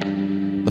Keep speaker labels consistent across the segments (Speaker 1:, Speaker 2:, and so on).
Speaker 1: The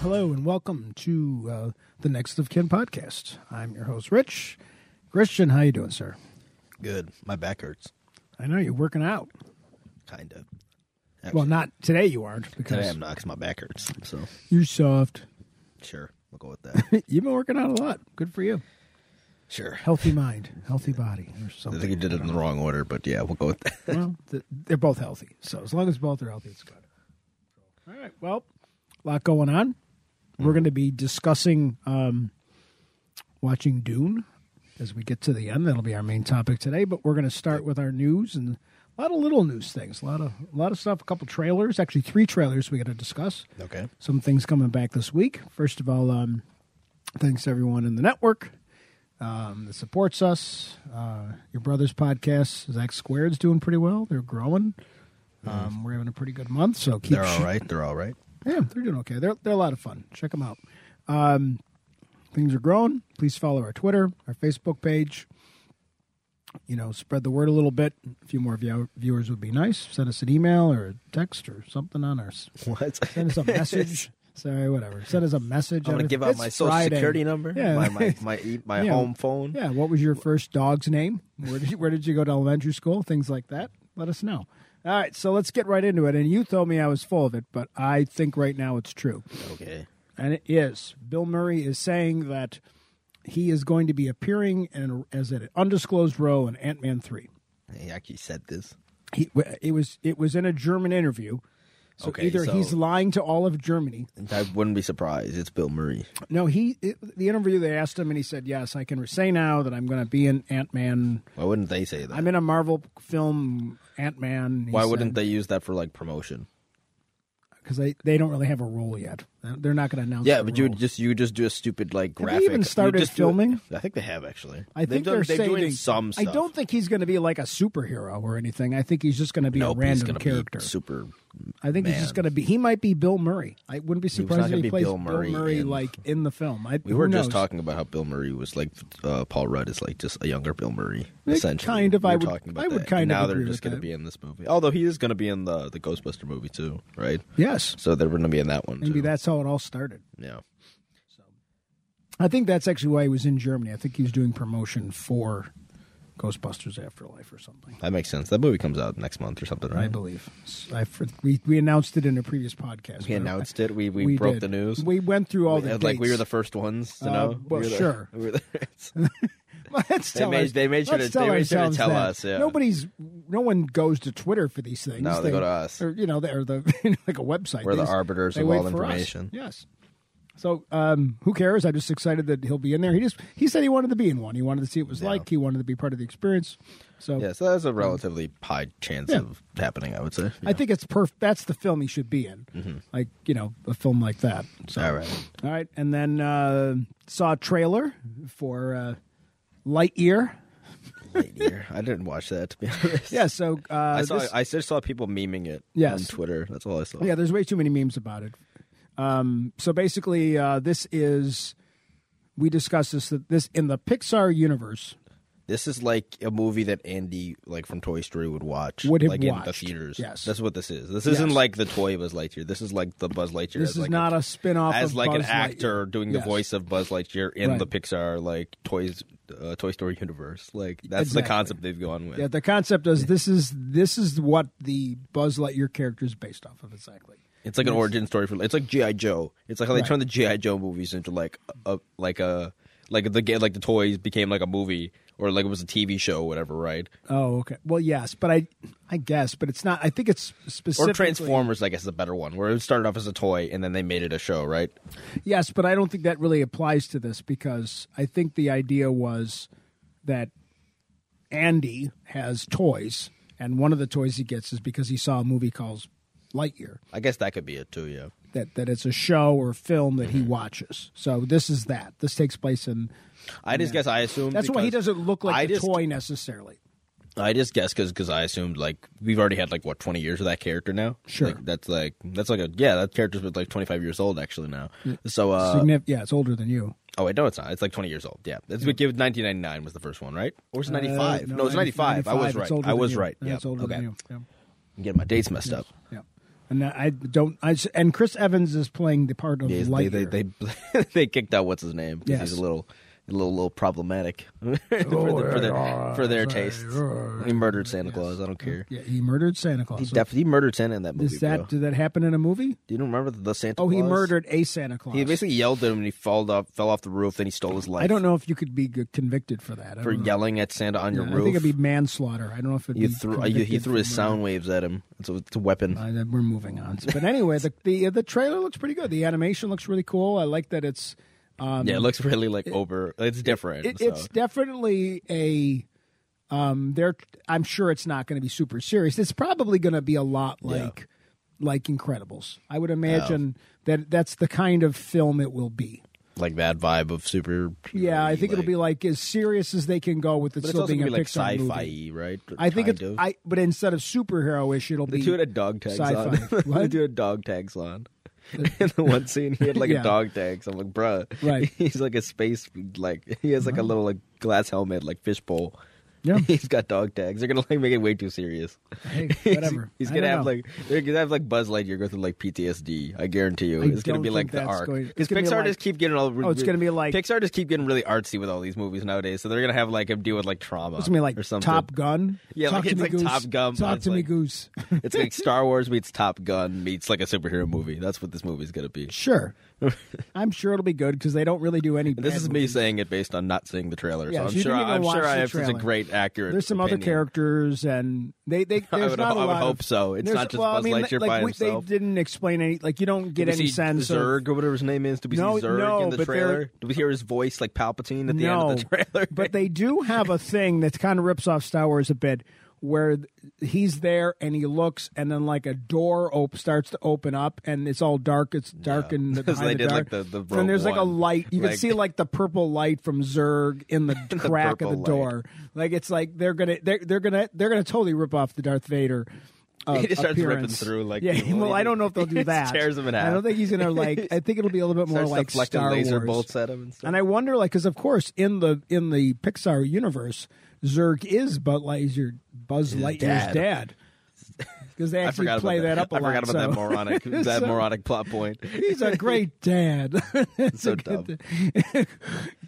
Speaker 2: Hello and welcome to uh, the Next of Kin podcast. I'm your host, Rich. Christian, how you doing, sir?
Speaker 3: Good. My back hurts.
Speaker 2: I know you're working out.
Speaker 3: Kind of.
Speaker 2: Well, not today you aren't because
Speaker 3: Today I'm not because my back hurts. So
Speaker 2: you're soft.
Speaker 3: sure, we'll go with that.
Speaker 2: You've been working out a lot. Good for you.
Speaker 3: sure.
Speaker 2: Healthy mind, healthy body, or
Speaker 3: I think
Speaker 2: something.
Speaker 3: you did it in the wrong order, but yeah, we'll go with that.
Speaker 2: well, th- they're both healthy. So as long as both are healthy, it's good. All right. Well, a lot going on. We're going to be discussing um, watching Dune as we get to the end. That'll be our main topic today. But we're going to start with our news and a lot of little news things, a lot of a lot of stuff. A couple trailers, actually three trailers we got to discuss.
Speaker 3: Okay.
Speaker 2: Some things coming back this week. First of all, um, thanks to everyone in the network um, that supports us. Uh, your brother's podcast, Zach Squared's doing pretty well. They're growing. Um, we're having a pretty good month, so keep
Speaker 3: They're all right. They're all right.
Speaker 2: yeah, they're doing okay. They're they're a lot of fun. Check them out. Um, things are growing. Please follow our Twitter, our Facebook page. You know, spread the word a little bit. A few more view- viewers would be nice. Send us an email or a text or something on our. s-
Speaker 3: What?
Speaker 2: Send us a message. Sorry, whatever. Send us a message.
Speaker 3: I'm gonna
Speaker 2: Every-
Speaker 3: give out
Speaker 2: It's
Speaker 3: my social
Speaker 2: Friday.
Speaker 3: security number,
Speaker 2: Yeah,
Speaker 3: my my my, e- my
Speaker 2: Yeah.
Speaker 3: home phone.
Speaker 2: yeah. What was your first dog's name? Where did you, where did you go to elementary school? Things like that. Let us know. All right, so let's get right into it. And you told me I was full of it, but I think right now it's true.
Speaker 3: Okay.
Speaker 2: And it is. Bill Murray is saying that he is going to be appearing in, as an undisclosed role in Ant Man three.
Speaker 3: He actually said this.
Speaker 2: He, it was it was in a German interview. So
Speaker 3: Okay,
Speaker 2: either
Speaker 3: so-
Speaker 2: he's lying to all of Germany.
Speaker 3: And I wouldn't be surprised. It's Bill Murray.
Speaker 2: No, he it, the interview they asked him and he said, "Yes, I can say now that I'm going to be in Ant Man.
Speaker 3: Why wouldn't they say that?
Speaker 2: I'm in a Marvel film, Ant Man."
Speaker 3: Why wouldn't they use that for like promotion?
Speaker 2: Because they, they don't really have a role yet. They're not going to announce.
Speaker 3: Yeah,
Speaker 2: the
Speaker 3: but you
Speaker 2: role.
Speaker 3: would just you would just do a stupid like
Speaker 2: they
Speaker 3: graphic.
Speaker 2: even
Speaker 3: You
Speaker 2: started
Speaker 3: just do it-
Speaker 2: filming?
Speaker 3: I think they have actually.
Speaker 2: I think
Speaker 3: they've done,
Speaker 2: they're
Speaker 3: they're
Speaker 2: saving
Speaker 3: doing some. Stuff.
Speaker 2: I don't think he's going to be like a superhero or anything. I think he's just going to be
Speaker 3: Nope,
Speaker 2: a
Speaker 3: he's
Speaker 2: random
Speaker 3: gonna be
Speaker 2: character.
Speaker 3: super.
Speaker 2: I think he's just going to be. He might be Bill Murray. I wouldn't be
Speaker 3: was
Speaker 2: surprised
Speaker 3: not
Speaker 2: if
Speaker 3: gonna
Speaker 2: he
Speaker 3: be
Speaker 2: plays
Speaker 3: Bill Murray in-
Speaker 2: like in the film. I,
Speaker 3: We were just talking about how Bill Murray was like uh, Paul Rudd is like just a younger Bill Murray.
Speaker 2: Eh,
Speaker 3: Essentially,
Speaker 2: kind of,
Speaker 3: We
Speaker 2: I
Speaker 3: were
Speaker 2: would-
Speaker 3: Talking about
Speaker 2: I would
Speaker 3: that.
Speaker 2: kind
Speaker 3: And
Speaker 2: of
Speaker 3: Now they're
Speaker 2: agree
Speaker 3: just
Speaker 2: with
Speaker 3: going to
Speaker 2: that.
Speaker 3: be in this movie, although he is going to be in the the Ghostbuster movie too, right?
Speaker 2: Yes,
Speaker 3: So they're going to be in that one.
Speaker 2: maybe
Speaker 3: too.
Speaker 2: that's how it all started.
Speaker 3: Yeah.
Speaker 2: I think that's actually why he was in Germany. I think he was doing promotion for Ghostbusters Afterlife or something.
Speaker 3: That makes sense. That movie comes out next month or something,
Speaker 2: I
Speaker 3: right?
Speaker 2: believe I, for, we we announced it in a previous podcast.
Speaker 3: We
Speaker 2: but
Speaker 3: announced it. We we,
Speaker 2: we
Speaker 3: broke
Speaker 2: did.
Speaker 3: the news.
Speaker 2: We went through all
Speaker 3: We-
Speaker 2: the
Speaker 3: like we
Speaker 2: dates.
Speaker 3: were the first ones to
Speaker 2: Uh,
Speaker 3: know.
Speaker 2: well,
Speaker 3: We were the-
Speaker 2: sure.
Speaker 3: we were the-
Speaker 2: Let's
Speaker 3: They
Speaker 2: tell
Speaker 3: made-
Speaker 2: us-
Speaker 3: they made sure
Speaker 2: let's
Speaker 3: to- they
Speaker 2: tell
Speaker 3: made sure to
Speaker 2: ourselves
Speaker 3: tell
Speaker 2: that.
Speaker 3: us, yeah.
Speaker 2: Nobody's, no one goes to Twitter for these things.
Speaker 3: No, they go to us.
Speaker 2: or you know, they're the like a website.
Speaker 3: We're
Speaker 2: They
Speaker 3: the
Speaker 2: just-
Speaker 3: arbiters
Speaker 2: they
Speaker 3: of
Speaker 2: wait
Speaker 3: all
Speaker 2: for us.
Speaker 3: information.
Speaker 2: Yes. So um, who cares? I'm just excited that he'll be in there. He just he said he wanted to be in one. He wanted to see what it was like. He wanted to be part of the experience. So
Speaker 3: yeah, so that's a relatively high chance
Speaker 2: Yeah.
Speaker 3: of happening, I would say.
Speaker 2: I think it's perf. That's the film he should be in. Like you know, a film like that. So.
Speaker 3: Mm-hmm. All right.
Speaker 2: All right, and then uh, saw a trailer for uh, Lightyear.
Speaker 3: Late year. I didn't watch that to be honest.
Speaker 2: Yeah, so uh,
Speaker 3: I saw.
Speaker 2: this-
Speaker 3: I just saw people memeing it
Speaker 2: Yes.
Speaker 3: on Twitter. That's all I saw.
Speaker 2: Yeah, there's way too many memes about it. Um, so basically, uh, this is we discussed this this in the Pixar universe.
Speaker 3: This is like a movie that Andy, like from Toy Story, would watch.
Speaker 2: Would have
Speaker 3: like in the
Speaker 2: watched.
Speaker 3: theaters.
Speaker 2: Yes.
Speaker 3: that's what this is. This
Speaker 2: Yes.
Speaker 3: isn't like the toy Buzz Lightyear. This is like the Buzz Lightyear.
Speaker 2: This
Speaker 3: as
Speaker 2: is
Speaker 3: like
Speaker 2: not a, spinoff
Speaker 3: as
Speaker 2: of
Speaker 3: like an
Speaker 2: Buzz Lightyear.
Speaker 3: actor doing the
Speaker 2: Yes.
Speaker 3: voice of Buzz Lightyear in
Speaker 2: Right.
Speaker 3: the Pixar like toys, uh, Toy Story universe. Like that's
Speaker 2: Exactly.
Speaker 3: the concept they've gone with.
Speaker 2: Yeah, the concept is this is this is what the Buzz Lightyear character is based off of exactly.
Speaker 3: It's like an origin story for it's like GI Joe. It's like how they turned the GI Joe movies into like a like a like the ga- like the toys became like a movie or like it was a TV show, whatever, right?
Speaker 2: Oh, okay. Well, yes, but I I guess, but it's not. I think it's specifically
Speaker 3: Or Transformers, I guess, is a better one, where it started off as a toy and then they made it a show, right?
Speaker 2: Yes, but I don't think that really applies to this because I think the idea was that Andy has toys And one of the toys he gets is because he saw a movie called Lightyear.
Speaker 3: I guess that could be it too. Yeah.
Speaker 2: That that it's a show or film that
Speaker 3: Mm-hmm.
Speaker 2: he watches. So this is that. This takes place in.
Speaker 3: I just guess I assumed
Speaker 2: That's why he
Speaker 3: because-
Speaker 2: doesn't look like
Speaker 3: I
Speaker 2: a
Speaker 3: just-
Speaker 2: toy necessarily.
Speaker 3: I just guess because I assumed like we've already had like what twenty years of that character now.
Speaker 2: Sure.
Speaker 3: Like, that's like that's like a yeah that character's been like twenty five years old actually now.
Speaker 2: Mm.
Speaker 3: So uh
Speaker 2: Signif- yeah, it's older than you.
Speaker 3: oh wait no it's not it's like twenty years old yeah it's been given nineteen ninety nine was the first one right or was it ninety five
Speaker 2: Uh,
Speaker 3: no, it's ninety five I was
Speaker 2: 95. It's
Speaker 3: right
Speaker 2: older
Speaker 3: I
Speaker 2: than
Speaker 3: was
Speaker 2: you.
Speaker 3: right
Speaker 2: Yeah,
Speaker 3: yeah
Speaker 2: it's older
Speaker 3: okay
Speaker 2: than you. Yeah.
Speaker 3: I'm getting my dates messed up
Speaker 2: Yeah. And I don't. I and Chris Evans is playing the part of
Speaker 3: Yeah, they
Speaker 2: Lightyear.
Speaker 3: they they, they kicked out what's his name 'cause
Speaker 2: Yes. Oh,
Speaker 3: he's a little a little little problematic for, the, for their for their tastes he murdered Santa Claus I don't care
Speaker 2: yeah, he murdered Santa Claus.
Speaker 3: he
Speaker 2: So
Speaker 3: definitely murdered Santa in that movie
Speaker 2: is that
Speaker 3: bro.
Speaker 2: did that happen in a movie?
Speaker 3: do you remember the, the Santa
Speaker 2: Oh, he
Speaker 3: Claus?
Speaker 2: murdered a Santa Claus.
Speaker 3: He basically yelled at him and he fell off, fell off the roof. Then he stole his life.
Speaker 2: I don't know if you could be g- convicted for that. I
Speaker 3: for
Speaker 2: don't know.
Speaker 3: yelling at Santa on your
Speaker 2: I
Speaker 3: roof.
Speaker 2: think it'd be manslaughter. I don't know if it'd
Speaker 3: you
Speaker 2: be
Speaker 3: threw uh, you- he
Speaker 2: convicted
Speaker 3: threw
Speaker 2: for
Speaker 3: his
Speaker 2: murder.
Speaker 3: sound waves at him. It's a, it's a weapon.
Speaker 2: Uh, then we're moving on. But anyway, the, the the trailer looks pretty good. The animation looks really cool. I like that it's um,
Speaker 3: yeah, it looks really like over. It's different.
Speaker 2: it,
Speaker 3: so.
Speaker 2: it's definitely a um there i'm sure it's not going to be super serious it's probably going to be a lot like like incredibles i would imagine that that's the kind of film it will be
Speaker 3: like that vibe of super.
Speaker 2: yeah i
Speaker 3: purity,
Speaker 2: think it'll be like as serious as they can go with it
Speaker 3: But it's
Speaker 2: still
Speaker 3: also
Speaker 2: being
Speaker 3: gonna
Speaker 2: a
Speaker 3: be like
Speaker 2: pixar movie
Speaker 3: sci-fi, right?
Speaker 2: i think
Speaker 3: Kind
Speaker 2: it's
Speaker 3: of.
Speaker 2: i but instead of superhero-ish it'll
Speaker 3: They
Speaker 2: be
Speaker 3: do it at dog tags
Speaker 2: sci-fi.
Speaker 3: on. they
Speaker 2: What?
Speaker 3: do a dog tags on. In the one scene, he had like
Speaker 2: Yeah.
Speaker 3: a dog tag. So I'm like, bruh.
Speaker 2: Right.
Speaker 3: He's like a space, like he has like a little like glass helmet, like fishbowl.
Speaker 2: Yeah.
Speaker 3: He's got dog tags. They're gonna like make it way too serious.
Speaker 2: Hey,
Speaker 3: He's-
Speaker 2: whatever.
Speaker 3: He's,
Speaker 2: I
Speaker 3: gonna
Speaker 2: don't
Speaker 3: have
Speaker 2: know.
Speaker 3: like they're gonna have like Buzz Lightyear go through like PTSD. I guarantee you,
Speaker 2: I
Speaker 3: it's gonna
Speaker 2: don't
Speaker 3: be like
Speaker 2: think
Speaker 3: the
Speaker 2: that's
Speaker 3: arc.
Speaker 2: going- it's
Speaker 3: Because
Speaker 2: gonna be
Speaker 3: Pixar
Speaker 2: like-
Speaker 3: just keep getting all.
Speaker 2: Oh, it's gonna be like-
Speaker 3: Pixar just keep getting really artsy with all these movies nowadays. So they're gonna have like him deal with like trauma.
Speaker 2: it's gonna be like
Speaker 3: or something.
Speaker 2: top gun
Speaker 3: Yeah,
Speaker 2: talk
Speaker 3: like-
Speaker 2: to
Speaker 3: it's
Speaker 2: me
Speaker 3: like
Speaker 2: goose
Speaker 3: Top Gun, but
Speaker 2: talk
Speaker 3: it's
Speaker 2: to me
Speaker 3: like-
Speaker 2: goose
Speaker 3: It's like Star Wars meets Top Gun meets like a superhero movie. That's what this movie's gonna be.
Speaker 2: sure i'm sure it'll be good because they don't really do any
Speaker 3: And this
Speaker 2: bad
Speaker 3: is me
Speaker 2: movies.
Speaker 3: saying it based on not seeing the trailer.
Speaker 2: Yeah, so
Speaker 3: so I'm
Speaker 2: you
Speaker 3: sure
Speaker 2: didn't even
Speaker 3: I'm
Speaker 2: watch
Speaker 3: sure I
Speaker 2: the
Speaker 3: have such a
Speaker 2: trailer.
Speaker 3: great accurate.
Speaker 2: There's some other
Speaker 3: opinion.
Speaker 2: characters, and they they. There's
Speaker 3: would-
Speaker 2: not a
Speaker 3: I would
Speaker 2: lot of-
Speaker 3: hope so. It's
Speaker 2: there's-
Speaker 3: not just
Speaker 2: well, I
Speaker 3: Buzz
Speaker 2: mean,
Speaker 3: Lightyear
Speaker 2: like,
Speaker 3: by
Speaker 2: we-
Speaker 3: himself.
Speaker 2: They didn't explain any. Like you don't get
Speaker 3: Did we
Speaker 2: any
Speaker 3: see
Speaker 2: sense. of-
Speaker 3: Zurg or whatever his name is? Did we
Speaker 2: No,
Speaker 3: see Zurg
Speaker 2: no,
Speaker 3: in the
Speaker 2: but
Speaker 3: trailer?
Speaker 2: they're-
Speaker 3: Did we hear his voice like Palpatine at the
Speaker 2: no,
Speaker 3: end of the trailer?
Speaker 2: but they do have a thing that kind of rips off Star Wars a bit, where th- he's there and he looks, and then like a door op- starts to open up, and it's all dark. It's dark and
Speaker 3: That's what
Speaker 2: behind
Speaker 3: they
Speaker 2: the
Speaker 3: did,
Speaker 2: dark.
Speaker 3: like, the- the
Speaker 2: and
Speaker 3: Rogue
Speaker 2: there's like a
Speaker 3: One.
Speaker 2: light. You can
Speaker 3: Like-
Speaker 2: see like the purple light from Zurg in the, crack of the
Speaker 3: purple light.
Speaker 2: door. Like it's like they're gonna they're, they're gonna they're gonna totally rip off the Darth Vader. uh,
Speaker 3: He just starts ripping
Speaker 2: appearance.
Speaker 3: through, like,
Speaker 2: yeah.
Speaker 3: people.
Speaker 2: Well, I don't know if they'll do
Speaker 3: He
Speaker 2: that.
Speaker 3: tears them in
Speaker 2: I don't
Speaker 3: half.
Speaker 2: think he's gonna like. I think it'll be a little bit more
Speaker 3: Starts
Speaker 2: like
Speaker 3: deflecting
Speaker 2: Star
Speaker 3: laser
Speaker 2: Wars.
Speaker 3: bolts at him and stuff.
Speaker 2: And I wonder, like, because of course, in the in the Pixar universe, Zurg is Buzz Lightyear, Buzz Lightyear's
Speaker 3: dad.
Speaker 2: dad. Because they
Speaker 3: I
Speaker 2: actually
Speaker 3: forgot
Speaker 2: play
Speaker 3: about
Speaker 2: that. up a
Speaker 3: I
Speaker 2: lot.
Speaker 3: forgot about
Speaker 2: so.
Speaker 3: that moronic that
Speaker 2: So-
Speaker 3: moronic plot point.
Speaker 2: He's a great dad. It's
Speaker 3: So
Speaker 2: a good-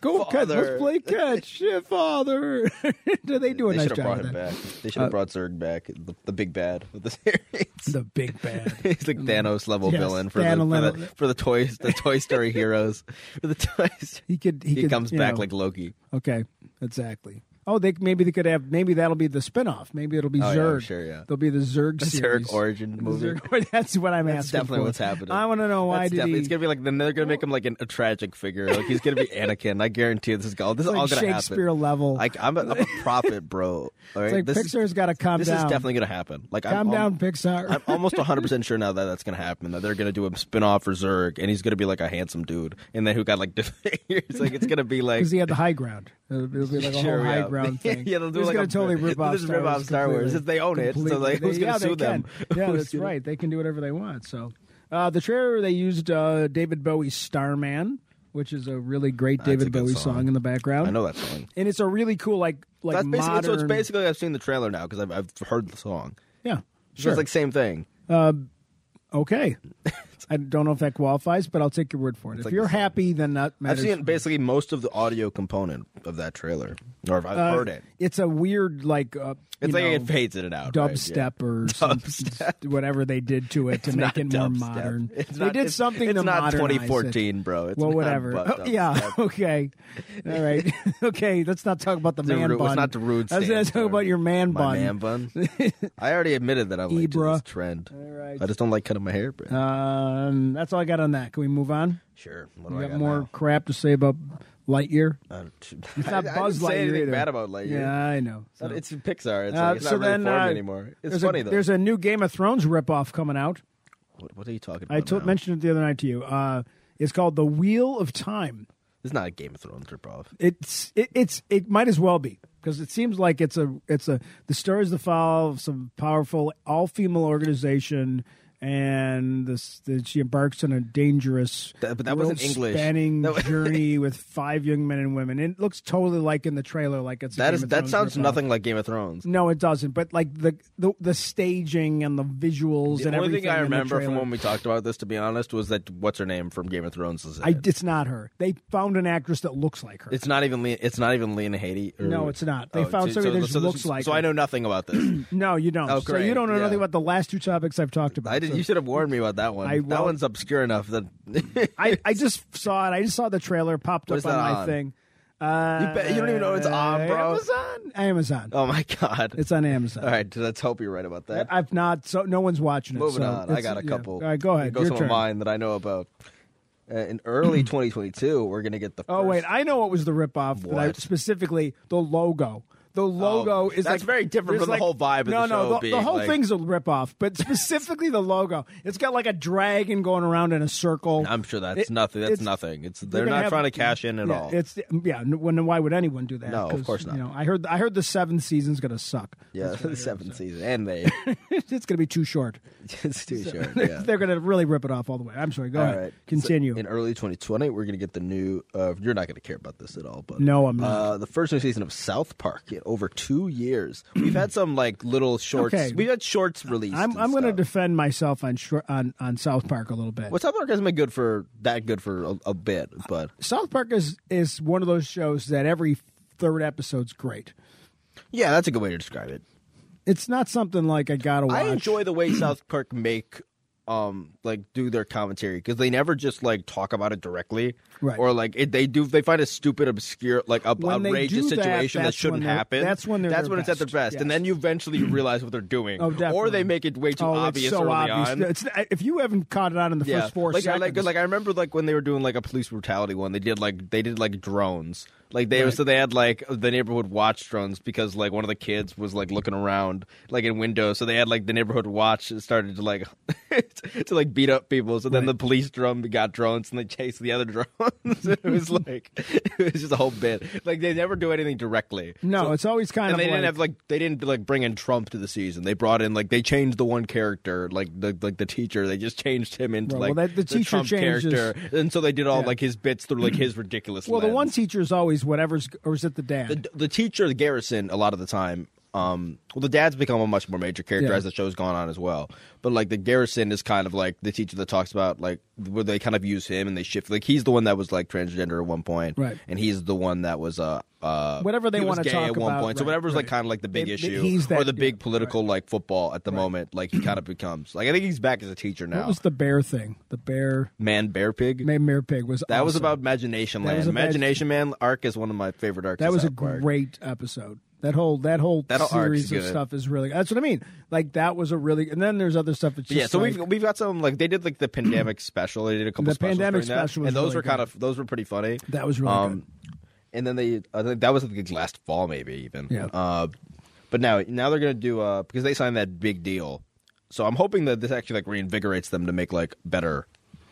Speaker 2: Go catch. Let's
Speaker 3: Father.
Speaker 2: play catch, Yeah, father. they do a
Speaker 3: They
Speaker 2: nice job.
Speaker 3: should have brought
Speaker 2: with
Speaker 3: him
Speaker 2: that. Uh,
Speaker 3: back. They should have brought Zurg back, the, the big bad of the series.
Speaker 2: The big bad.
Speaker 3: He's like Thanos level
Speaker 2: Mm-hmm. Yes,
Speaker 3: villain for
Speaker 2: Thanos
Speaker 3: the, for
Speaker 2: level-
Speaker 3: the for the toys the Toy Story heroes for the toys.
Speaker 2: He could. He,
Speaker 3: He,
Speaker 2: could,
Speaker 3: comes
Speaker 2: you
Speaker 3: back
Speaker 2: know-
Speaker 3: like Loki.
Speaker 2: Okay, exactly. Oh, they maybe they could have maybe that'll be the spin-off. Maybe it'll be
Speaker 3: Oh, yeah,
Speaker 2: Zurg.
Speaker 3: sure, yeah.
Speaker 2: There'll be the Zurg
Speaker 3: Zurg
Speaker 2: series.
Speaker 3: origin
Speaker 2: The
Speaker 3: movie.
Speaker 2: Zurg- that's what I'm
Speaker 3: That's
Speaker 2: asking.
Speaker 3: definitely
Speaker 2: for.
Speaker 3: what's happening.
Speaker 2: I want to know why
Speaker 3: That's
Speaker 2: did
Speaker 3: definitely-
Speaker 2: he?
Speaker 3: It's gonna be like then they're gonna make him like an, a tragic figure. Like he's gonna be Anakin. I guarantee this is all this is
Speaker 2: like
Speaker 3: all gonna
Speaker 2: Shakespeare
Speaker 3: happen.
Speaker 2: level.
Speaker 3: Like I'm a, I'm a prophet, bro. All
Speaker 2: it's
Speaker 3: right,
Speaker 2: like
Speaker 3: this is-
Speaker 2: Pixar's got to calm
Speaker 3: this
Speaker 2: down.
Speaker 3: is definitely gonna happen. Like
Speaker 2: calm
Speaker 3: I'm, al-
Speaker 2: down, Pixar.
Speaker 3: I'm almost 100 percent sure now that that's gonna happen. That they're gonna do a spin off for Zurg, and he's gonna be like a handsome dude, and then who got like different ears. Like it's gonna be like
Speaker 2: because he had the high ground. It'll be it'll be like a
Speaker 3: Sure,
Speaker 2: whole high
Speaker 3: yeah.
Speaker 2: ground thing.
Speaker 3: yeah, they'll do
Speaker 2: He's
Speaker 3: like
Speaker 2: gonna
Speaker 3: a,
Speaker 2: totally rip
Speaker 3: they'll
Speaker 2: off
Speaker 3: just
Speaker 2: Star
Speaker 3: rip
Speaker 2: Wars
Speaker 3: off Star Wars.
Speaker 2: completely.
Speaker 3: They own it, so
Speaker 2: Completely.
Speaker 3: like who's
Speaker 2: They- yeah,
Speaker 3: gonna sue
Speaker 2: they
Speaker 3: them?
Speaker 2: can. Yeah,
Speaker 3: Who's
Speaker 2: that's
Speaker 3: gonna-
Speaker 2: right. They can do whatever they want. So, uh, the trailer they used uh, David Bowie's "Starman," which is a really great
Speaker 3: a
Speaker 2: David
Speaker 3: good
Speaker 2: Bowie
Speaker 3: song.
Speaker 2: song in the background.
Speaker 3: I know that song.
Speaker 2: and it's a really cool like like
Speaker 3: That's basically
Speaker 2: modern.
Speaker 3: so. It's basically I've seen the trailer now because I've, I've heard the song.
Speaker 2: yeah,
Speaker 3: So
Speaker 2: sure.
Speaker 3: It's like same thing.
Speaker 2: okay, I don't know if that qualifies, but I'll take your word for it. If
Speaker 3: like
Speaker 2: you're
Speaker 3: the same.
Speaker 2: happy, then that
Speaker 3: I've
Speaker 2: matters.
Speaker 3: seen basically most of the audio component of that trailer, or if I've
Speaker 2: Uh,
Speaker 3: heard it.
Speaker 2: It's a weird like uh,
Speaker 3: It's
Speaker 2: you
Speaker 3: like
Speaker 2: know,
Speaker 3: it fades in and out. right?
Speaker 2: dubstep or
Speaker 3: Dubstep.
Speaker 2: Some, whatever they did to it to make
Speaker 3: not
Speaker 2: it more
Speaker 3: dubstep.
Speaker 2: modern.
Speaker 3: It's
Speaker 2: they
Speaker 3: not-
Speaker 2: did
Speaker 3: it's-
Speaker 2: something
Speaker 3: it's
Speaker 2: to
Speaker 3: not
Speaker 2: modernize it.
Speaker 3: 2014, bro. It's
Speaker 2: well,
Speaker 3: not
Speaker 2: whatever.
Speaker 3: bu-
Speaker 2: Oh, yeah. Okay. All right. okay. Let's not talk about the
Speaker 3: It's a
Speaker 2: man
Speaker 3: rude-
Speaker 2: bun.
Speaker 3: It's not the rude.
Speaker 2: I was going to
Speaker 3: stance,
Speaker 2: talk
Speaker 3: bro.
Speaker 2: about your man
Speaker 3: My
Speaker 2: bun.
Speaker 3: man bun. I already admitted that I like
Speaker 2: Ibra. Uh,
Speaker 3: this trend.
Speaker 2: All right.
Speaker 3: I just don't like cutting my hair, bro.
Speaker 2: Um, that's all I got on that. Can we move on?
Speaker 3: sure. What do
Speaker 2: You
Speaker 3: I
Speaker 2: got
Speaker 3: got
Speaker 2: more
Speaker 3: now?
Speaker 2: crap to say about Lightyear.
Speaker 3: Uh,
Speaker 2: It's not
Speaker 3: I,
Speaker 2: Buzz
Speaker 3: I didn't say
Speaker 2: Lightyear
Speaker 3: anything
Speaker 2: either.
Speaker 3: bad about Lightyear.
Speaker 2: Yeah, I know.
Speaker 3: It's not- It's Pixar. It's,
Speaker 2: Uh,
Speaker 3: like, it's
Speaker 2: so
Speaker 3: not really
Speaker 2: then,
Speaker 3: formed
Speaker 2: uh,
Speaker 3: anymore. It's
Speaker 2: there's
Speaker 3: funny
Speaker 2: a,
Speaker 3: though.
Speaker 2: There's a new Game of Thrones ripoff coming out.
Speaker 3: what, what are you talking about?
Speaker 2: I told,
Speaker 3: now?
Speaker 2: mentioned it the other night to you. Uh, it's called The Wheel of Time.
Speaker 3: It's not a Game of Thrones ripoff.
Speaker 2: It's it, it's it might as well be because it seems like it's a it's a the stories the fall of some powerful all female organization and this that she embarks on a dangerous
Speaker 3: That- but that wasn't English.
Speaker 2: spanning
Speaker 3: That was-
Speaker 2: journey with five young men and women. It looks totally like in the trailer like it's a
Speaker 3: That
Speaker 2: Game
Speaker 3: is
Speaker 2: of
Speaker 3: that
Speaker 2: Thrones
Speaker 3: sounds
Speaker 2: ripoff.
Speaker 3: nothing like Game of Thrones.
Speaker 2: No, it doesn't. But like the the, the staging and the visuals
Speaker 3: The
Speaker 2: and
Speaker 3: only
Speaker 2: everything.
Speaker 3: thing I
Speaker 2: in the
Speaker 3: remember from
Speaker 2: trailer-
Speaker 3: when we talked about this, to be honest, was that what's her name from Game of Thrones is in
Speaker 2: I,
Speaker 3: it.
Speaker 2: it's not her. They found an actress that looks like her.
Speaker 3: It's not even Le- it's not even Lena Headey. or-
Speaker 2: No, it's not. They
Speaker 3: Oh,
Speaker 2: found somebody that just
Speaker 3: this-
Speaker 2: looks like
Speaker 3: So I
Speaker 2: her.
Speaker 3: know nothing about this.
Speaker 2: no, you don't.
Speaker 3: Oh,
Speaker 2: so you
Speaker 3: great.
Speaker 2: don't know
Speaker 3: Yeah.
Speaker 2: nothing about the last two topics I've talked about.
Speaker 3: I did.
Speaker 2: So-
Speaker 3: You should have warned me about that one.
Speaker 2: I
Speaker 3: that
Speaker 2: will-
Speaker 3: one's obscure enough that
Speaker 2: I, I just saw it. I just saw the trailer popped
Speaker 3: Where's
Speaker 2: up on
Speaker 3: that
Speaker 2: my
Speaker 3: on?
Speaker 2: thing. Uh,
Speaker 3: bet- you don't even know it's on, bro.
Speaker 2: Amazon. Amazon.
Speaker 3: Oh my god!
Speaker 2: It's on Amazon.
Speaker 3: All right, let's hope you're right about that.
Speaker 2: I've not. So no one's watching it.
Speaker 3: Moving
Speaker 2: so
Speaker 3: on, I
Speaker 2: it's-
Speaker 3: got a
Speaker 2: yeah.
Speaker 3: couple.
Speaker 2: All right, go ahead.
Speaker 3: It goes
Speaker 2: Your
Speaker 3: on
Speaker 2: turn.
Speaker 3: mine that I know about. Uh, in early 2022, we're gonna get the.
Speaker 2: Oh
Speaker 3: first-
Speaker 2: wait, I know what was the ripoff. That I,
Speaker 3: What? Oh,
Speaker 2: specifically, the logo. The logo is like-
Speaker 3: that's very different
Speaker 2: there's
Speaker 3: from the whole vibe of
Speaker 2: no,
Speaker 3: the
Speaker 2: no,
Speaker 3: show
Speaker 2: the, the
Speaker 3: being,
Speaker 2: whole
Speaker 3: like-
Speaker 2: thing's a ripoff, but specifically the logo. It's got like a dragon going around in a circle.
Speaker 3: I'm sure that's
Speaker 2: It-
Speaker 3: nothing. That's
Speaker 2: it's-
Speaker 3: nothing. It's
Speaker 2: They're
Speaker 3: they're
Speaker 2: gonna
Speaker 3: not
Speaker 2: have-
Speaker 3: trying to cash in at
Speaker 2: yeah,
Speaker 3: all.
Speaker 2: It's yeah. n- When why would anyone do that?
Speaker 3: No, of
Speaker 2: 'Cause,
Speaker 3: course not.
Speaker 2: You know, I heard I heard the seventh season's gonna suck.
Speaker 3: yeah,
Speaker 2: That's what I
Speaker 3: the
Speaker 2: heard.
Speaker 3: seventh season, and they
Speaker 2: it's gonna be too short.
Speaker 3: it's too short.
Speaker 2: They're,
Speaker 3: Yeah.
Speaker 2: they're gonna really rip it off all the way. I'm sorry. Go
Speaker 3: All
Speaker 2: ahead.
Speaker 3: right.
Speaker 2: Continue.
Speaker 3: So in early 2020, we're going to get the new. Uh, you're not going to care about this at all, but
Speaker 2: No, I'm not.
Speaker 3: Uh, the first new season of South Park in over two years. We've had some like little shorts.
Speaker 2: Okay.
Speaker 3: We've had shorts released.
Speaker 2: I'm
Speaker 3: and
Speaker 2: I'm gonna
Speaker 3: stuff.
Speaker 2: defend myself on short, on on South Park a little bit.
Speaker 3: well, South Park hasn't been good for that good for a, a bit, but
Speaker 2: South Park is is one of those shows that every third episode's great.
Speaker 3: yeah, that's a good way to describe it.
Speaker 2: It's not something like I gotta watch.
Speaker 3: I enjoy the way South Park make um like do their commentary because they never just like talk about it directly
Speaker 2: Right.
Speaker 3: or like it, they do they find a stupid obscure like ob-
Speaker 2: When they
Speaker 3: outrageous
Speaker 2: do that,
Speaker 3: situation that
Speaker 2: that's when
Speaker 3: shouldn't
Speaker 2: they're-
Speaker 3: happen
Speaker 2: that's when they're
Speaker 3: that's
Speaker 2: their
Speaker 3: when it's at
Speaker 2: best.
Speaker 3: their best and
Speaker 2: Yes.
Speaker 3: then you eventually realize what they're doing
Speaker 2: Oh,
Speaker 3: or
Speaker 2: definitely.
Speaker 3: they make it way too
Speaker 2: oh,
Speaker 3: obvious
Speaker 2: it's so
Speaker 3: early
Speaker 2: obvious.
Speaker 3: on
Speaker 2: It's, if you haven't caught it on in the
Speaker 3: yeah
Speaker 2: first four
Speaker 3: like, I-
Speaker 2: seconds,
Speaker 3: like, like I remember like when they were doing like a police brutality one they did like they did like drones like they so they had like the neighborhood watch drones because like one of the kids was like looking around like in windows so they had like the neighborhood watch started to like to like beat up people so then
Speaker 2: Right.
Speaker 3: the police drum got drones and they chased the other drones it was like it was just a whole bit like they never do anything directly
Speaker 2: no,
Speaker 3: So-
Speaker 2: it's always kind
Speaker 3: and
Speaker 2: of
Speaker 3: they
Speaker 2: like,
Speaker 3: didn't have like they didn't like bring in Trump to the season. They brought in like they changed the one character, like the like the teacher. They just changed him into
Speaker 2: Right, well,
Speaker 3: like
Speaker 2: that- the teacher
Speaker 3: Trump
Speaker 2: changes-
Speaker 3: character, and so they did all
Speaker 2: Yeah.
Speaker 3: like his bits through like his ridiculous.
Speaker 2: well, the
Speaker 3: lens.
Speaker 2: one teacher is always whatever's or is it the dad?
Speaker 3: the, the teacher, the Garrison, a lot of the time. Um, well, the dad's become a much more major character
Speaker 2: Yeah.
Speaker 3: as the show's gone on as well. But like the Garrison is kind of like the teacher that talks about like where they kind of use him and they shift. Like he's the one that was like transgender at one point,
Speaker 2: Right.
Speaker 3: And he's the one that was uh, uh
Speaker 2: Whatever they
Speaker 3: he was
Speaker 2: wanna
Speaker 3: gay
Speaker 2: talk
Speaker 3: at one
Speaker 2: about,
Speaker 3: point. so
Speaker 2: right,
Speaker 3: whatever's like
Speaker 2: right.
Speaker 3: kind of like the big
Speaker 2: They- they-
Speaker 3: issue
Speaker 2: he's
Speaker 3: or
Speaker 2: that
Speaker 3: the big
Speaker 2: dude,
Speaker 3: political like football at the moment. Like he kind of becomes like I think he's back as a teacher
Speaker 2: what
Speaker 3: now.
Speaker 2: was the bear thing? The bear,
Speaker 3: Man, bear pig.
Speaker 2: Ma- Mayor Pig was
Speaker 3: that was
Speaker 2: awesome.
Speaker 3: about Imagination
Speaker 2: That
Speaker 3: Land.
Speaker 2: was a bad-
Speaker 3: Imagination Man arc is one of my favorite arcs.
Speaker 2: that
Speaker 3: of
Speaker 2: was a
Speaker 3: South Park.
Speaker 2: great episode. That whole that whole
Speaker 3: That arc's
Speaker 2: series of
Speaker 3: good.
Speaker 2: stuff is really. That's what I mean. Like that was a really, and then there's other stuff. That's just
Speaker 3: yeah, so
Speaker 2: like,
Speaker 3: we've we've got some like they did like the pandemic special. They did a couple
Speaker 2: The
Speaker 3: specials
Speaker 2: pandemic
Speaker 3: during that,
Speaker 2: special was
Speaker 3: and those
Speaker 2: really
Speaker 3: were kind
Speaker 2: good.
Speaker 3: of those were pretty funny. Um,
Speaker 2: That was really good.
Speaker 3: And then they I think that was like last fall maybe even.
Speaker 2: Yeah.
Speaker 3: Uh, but now now they're gonna do uh because they signed that big deal, so I'm hoping that this actually like reinvigorates them to make like better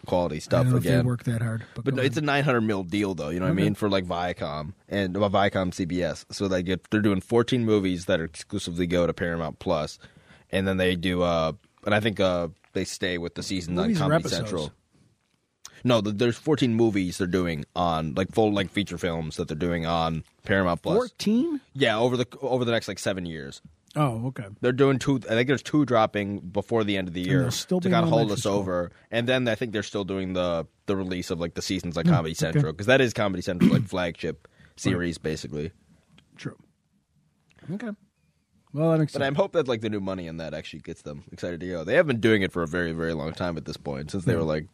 Speaker 3: quality
Speaker 2: I
Speaker 3: stuff
Speaker 2: don't know if they
Speaker 3: again.
Speaker 2: work that hard, but,
Speaker 3: But
Speaker 2: go
Speaker 3: no, it's a 900 mil deal, though. You know what I mean for like Viacom and well, Viacom CBS. So they get they're doing 14 movies that are exclusively go to Paramount Plus, and then they do. uh And I think uh they stay with the seasons
Speaker 2: Movies or
Speaker 3: on Comedy
Speaker 2: episodes?
Speaker 3: Central. No, th- there's 14 movies they're doing on like full length feature films that they're doing on Paramount Plus.
Speaker 2: fourteen.
Speaker 3: Yeah, over the over the next like seven years.
Speaker 2: Oh, okay.
Speaker 3: They're doing two. I think there's two dropping before the end of the year
Speaker 2: they'll still
Speaker 3: to
Speaker 2: be
Speaker 3: kind
Speaker 2: on
Speaker 3: of hold
Speaker 2: Netflix
Speaker 3: us over. And then I think they're still doing the the release of like the seasons
Speaker 2: Mm,
Speaker 3: on Comedy Central because that is Comedy Central like flagship series basically.
Speaker 2: True. Okay. Well, that makes
Speaker 3: But I
Speaker 2: sense.
Speaker 3: hope that like the new money in that actually gets them excited to go. They have been doing it for a very very long time at this point since they were like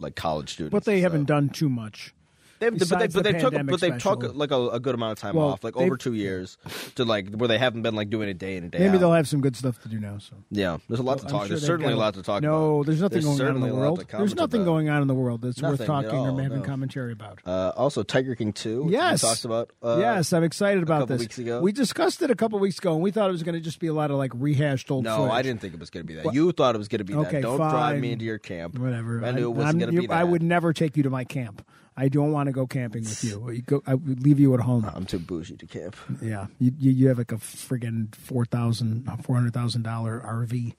Speaker 3: like college students.
Speaker 2: Hmm. But they
Speaker 3: so-
Speaker 2: haven't done too much.
Speaker 3: They've, but they,
Speaker 2: Besides
Speaker 3: but
Speaker 2: the
Speaker 3: they took
Speaker 2: pandemic
Speaker 3: but they've
Speaker 2: special.
Speaker 3: took like a, a good amount of time
Speaker 2: Well,
Speaker 3: off, like over
Speaker 2: they've-
Speaker 3: two years, to like where they haven't been like doing it day in and day
Speaker 2: Maybe
Speaker 3: out.
Speaker 2: they'll have some good stuff to do now. So
Speaker 3: yeah, there's a lot to
Speaker 2: I'm
Speaker 3: talk.
Speaker 2: sure
Speaker 3: there's
Speaker 2: they've
Speaker 3: certainly
Speaker 2: got
Speaker 3: a lot to talk
Speaker 2: no,
Speaker 3: about.
Speaker 2: there's nothing
Speaker 3: There's
Speaker 2: going on in
Speaker 3: certainly
Speaker 2: the
Speaker 3: a lot to
Speaker 2: world. There's
Speaker 3: comment
Speaker 2: nothing
Speaker 3: about.
Speaker 2: going on in the world that's worth
Speaker 3: Nothing at
Speaker 2: talking
Speaker 3: all,
Speaker 2: or having
Speaker 3: no.
Speaker 2: commentary about.
Speaker 3: Uh, also, Tiger King two.
Speaker 2: Yes,
Speaker 3: we talked about. Uh,
Speaker 2: yes, I'm excited about
Speaker 3: couple
Speaker 2: this.
Speaker 3: weeks ago.
Speaker 2: We discussed it a couple weeks ago, and we thought it was going to just be a lot of like rehashed old.
Speaker 3: No,
Speaker 2: footage.
Speaker 3: I didn't think it was going to be that. You thought it was going to be
Speaker 2: Okay,
Speaker 3: that. Don't drive
Speaker 2: fine.
Speaker 3: me into your camp.
Speaker 2: Whatever.
Speaker 3: I knew
Speaker 2: I'm-
Speaker 3: it wasn't going to
Speaker 2: you-
Speaker 3: be that.
Speaker 2: I would never take you to my camp. I don't want to go camping with you. You go- I would leave you at home.
Speaker 3: I'm too bougie to camp.
Speaker 2: Yeah, you, you you have like a friggin' four thousand, four hundred thousand dollar RV.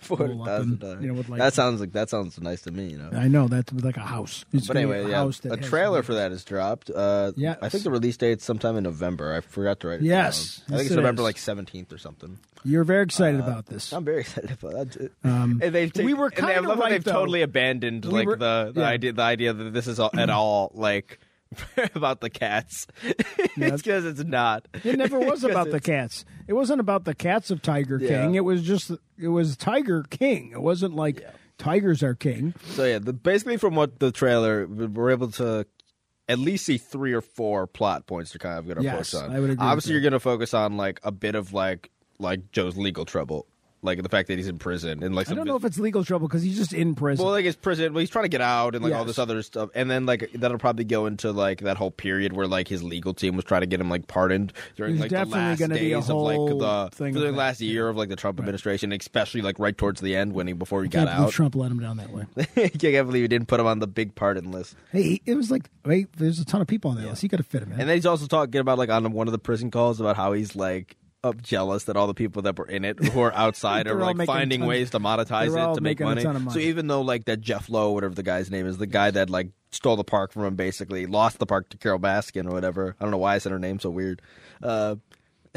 Speaker 3: Four
Speaker 2: Little up and,
Speaker 3: thousand
Speaker 2: you know, with,
Speaker 3: dollars.
Speaker 2: like-
Speaker 3: That sounds like that sounds nice to me. You know.
Speaker 2: I know that's like a house. It's
Speaker 3: But
Speaker 2: gonna be
Speaker 3: anyway,
Speaker 2: a
Speaker 3: yeah,
Speaker 2: house that
Speaker 3: a
Speaker 2: has-
Speaker 3: trailer for that is dropped. Uh,
Speaker 2: Yeah.
Speaker 3: I think the release date's sometime in November. I forgot to write it.
Speaker 2: Yes,
Speaker 3: down. I
Speaker 2: yes,
Speaker 3: think
Speaker 2: it
Speaker 3: it's November
Speaker 2: is.
Speaker 3: like seventeenth or something.
Speaker 2: You're very excited about this.
Speaker 3: Uh, I'm very excited about that. Too.
Speaker 2: Um,
Speaker 3: and they've
Speaker 2: we were
Speaker 3: and they- I
Speaker 2: kinda
Speaker 3: love how
Speaker 2: right,
Speaker 3: they've
Speaker 2: though.
Speaker 3: totally abandoned
Speaker 2: We
Speaker 3: like
Speaker 2: were-
Speaker 3: the, the
Speaker 2: yeah.
Speaker 3: idea the idea that this is all, at all like about the cats. it's because it's not.
Speaker 2: It never was about the
Speaker 3: it's-
Speaker 2: cats. It wasn't about the cats of Tiger
Speaker 3: Yeah.
Speaker 2: King. It was just it was Tiger King. It wasn't like tigers are king.
Speaker 3: So yeah, the, basically from what the trailer, we we're able to at least see three or four plot points to kind of get our
Speaker 2: Yes,
Speaker 3: focus on.
Speaker 2: I would agree with
Speaker 3: Obviously,
Speaker 2: that.
Speaker 3: you're going to focus on like a bit of like like Joe's legal trouble, like the fact that he's in prison and like
Speaker 2: I
Speaker 3: some
Speaker 2: don't
Speaker 3: of
Speaker 2: know
Speaker 3: his-
Speaker 2: if it's legal trouble because he's just in prison.
Speaker 3: Well, like his prison. Well, he's trying to get out and like all
Speaker 2: Yes.
Speaker 3: this other stuff, and then like that'll probably go into like that whole period where like his legal team was trying to get him like pardoned during
Speaker 2: There's
Speaker 3: like the
Speaker 2: definitely
Speaker 3: last
Speaker 2: gonna
Speaker 3: days
Speaker 2: be a
Speaker 3: of like the
Speaker 2: whole thing
Speaker 3: during
Speaker 2: of
Speaker 3: the
Speaker 2: that.
Speaker 3: last year of like the Trump administration, especially like right towards the end when he before he
Speaker 2: Can't
Speaker 3: got
Speaker 2: believe
Speaker 3: out.
Speaker 2: Trump let him down that way.
Speaker 3: I can't believe he didn't put him on the big pardon list.
Speaker 2: hey, he- it was like wait, there's a ton of people on that list. He could have fit him in.
Speaker 3: And then he's also talking about like on one of the prison calls about how he's like up jealous that all the people that were in it who are outside
Speaker 2: They're
Speaker 3: are
Speaker 2: all
Speaker 3: like
Speaker 2: making
Speaker 3: finding
Speaker 2: tons-
Speaker 3: ways to monetize
Speaker 2: they're all
Speaker 3: it to make
Speaker 2: making a
Speaker 3: money.
Speaker 2: ton of money.
Speaker 3: So even though like that Jeff Lowe, whatever the guy's name is, the guy that like stole the park from him basically lost the park to Carol Baskin or whatever. I don't know why I said her name so weird. Uh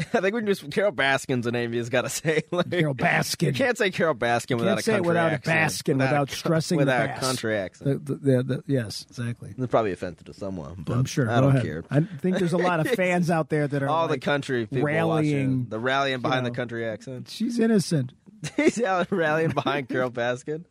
Speaker 3: I think we can just Carol Baskin's a name you just gotta say. Like,
Speaker 2: Carol Baskin.
Speaker 3: You can't say Carol Baskin without
Speaker 2: Can't
Speaker 3: a
Speaker 2: say it
Speaker 3: country
Speaker 2: without
Speaker 3: accent.
Speaker 2: a Baskin without,
Speaker 3: a-
Speaker 2: stressing
Speaker 3: without
Speaker 2: the
Speaker 3: a
Speaker 2: Bas.
Speaker 3: country accent.
Speaker 2: The- the- the- the- yes, exactly.
Speaker 3: it's probably offensive to someone, but
Speaker 2: I'm sure.
Speaker 3: I
Speaker 2: Go
Speaker 3: don't
Speaker 2: ahead.
Speaker 3: care.
Speaker 2: I think there's a lot of fans out there that are
Speaker 3: all
Speaker 2: like,
Speaker 3: the country people
Speaker 2: rallying,
Speaker 3: watching, the rallying behind
Speaker 2: know.
Speaker 3: the country accent.
Speaker 2: She's innocent.
Speaker 3: He's out rallying behind Carol Baskin.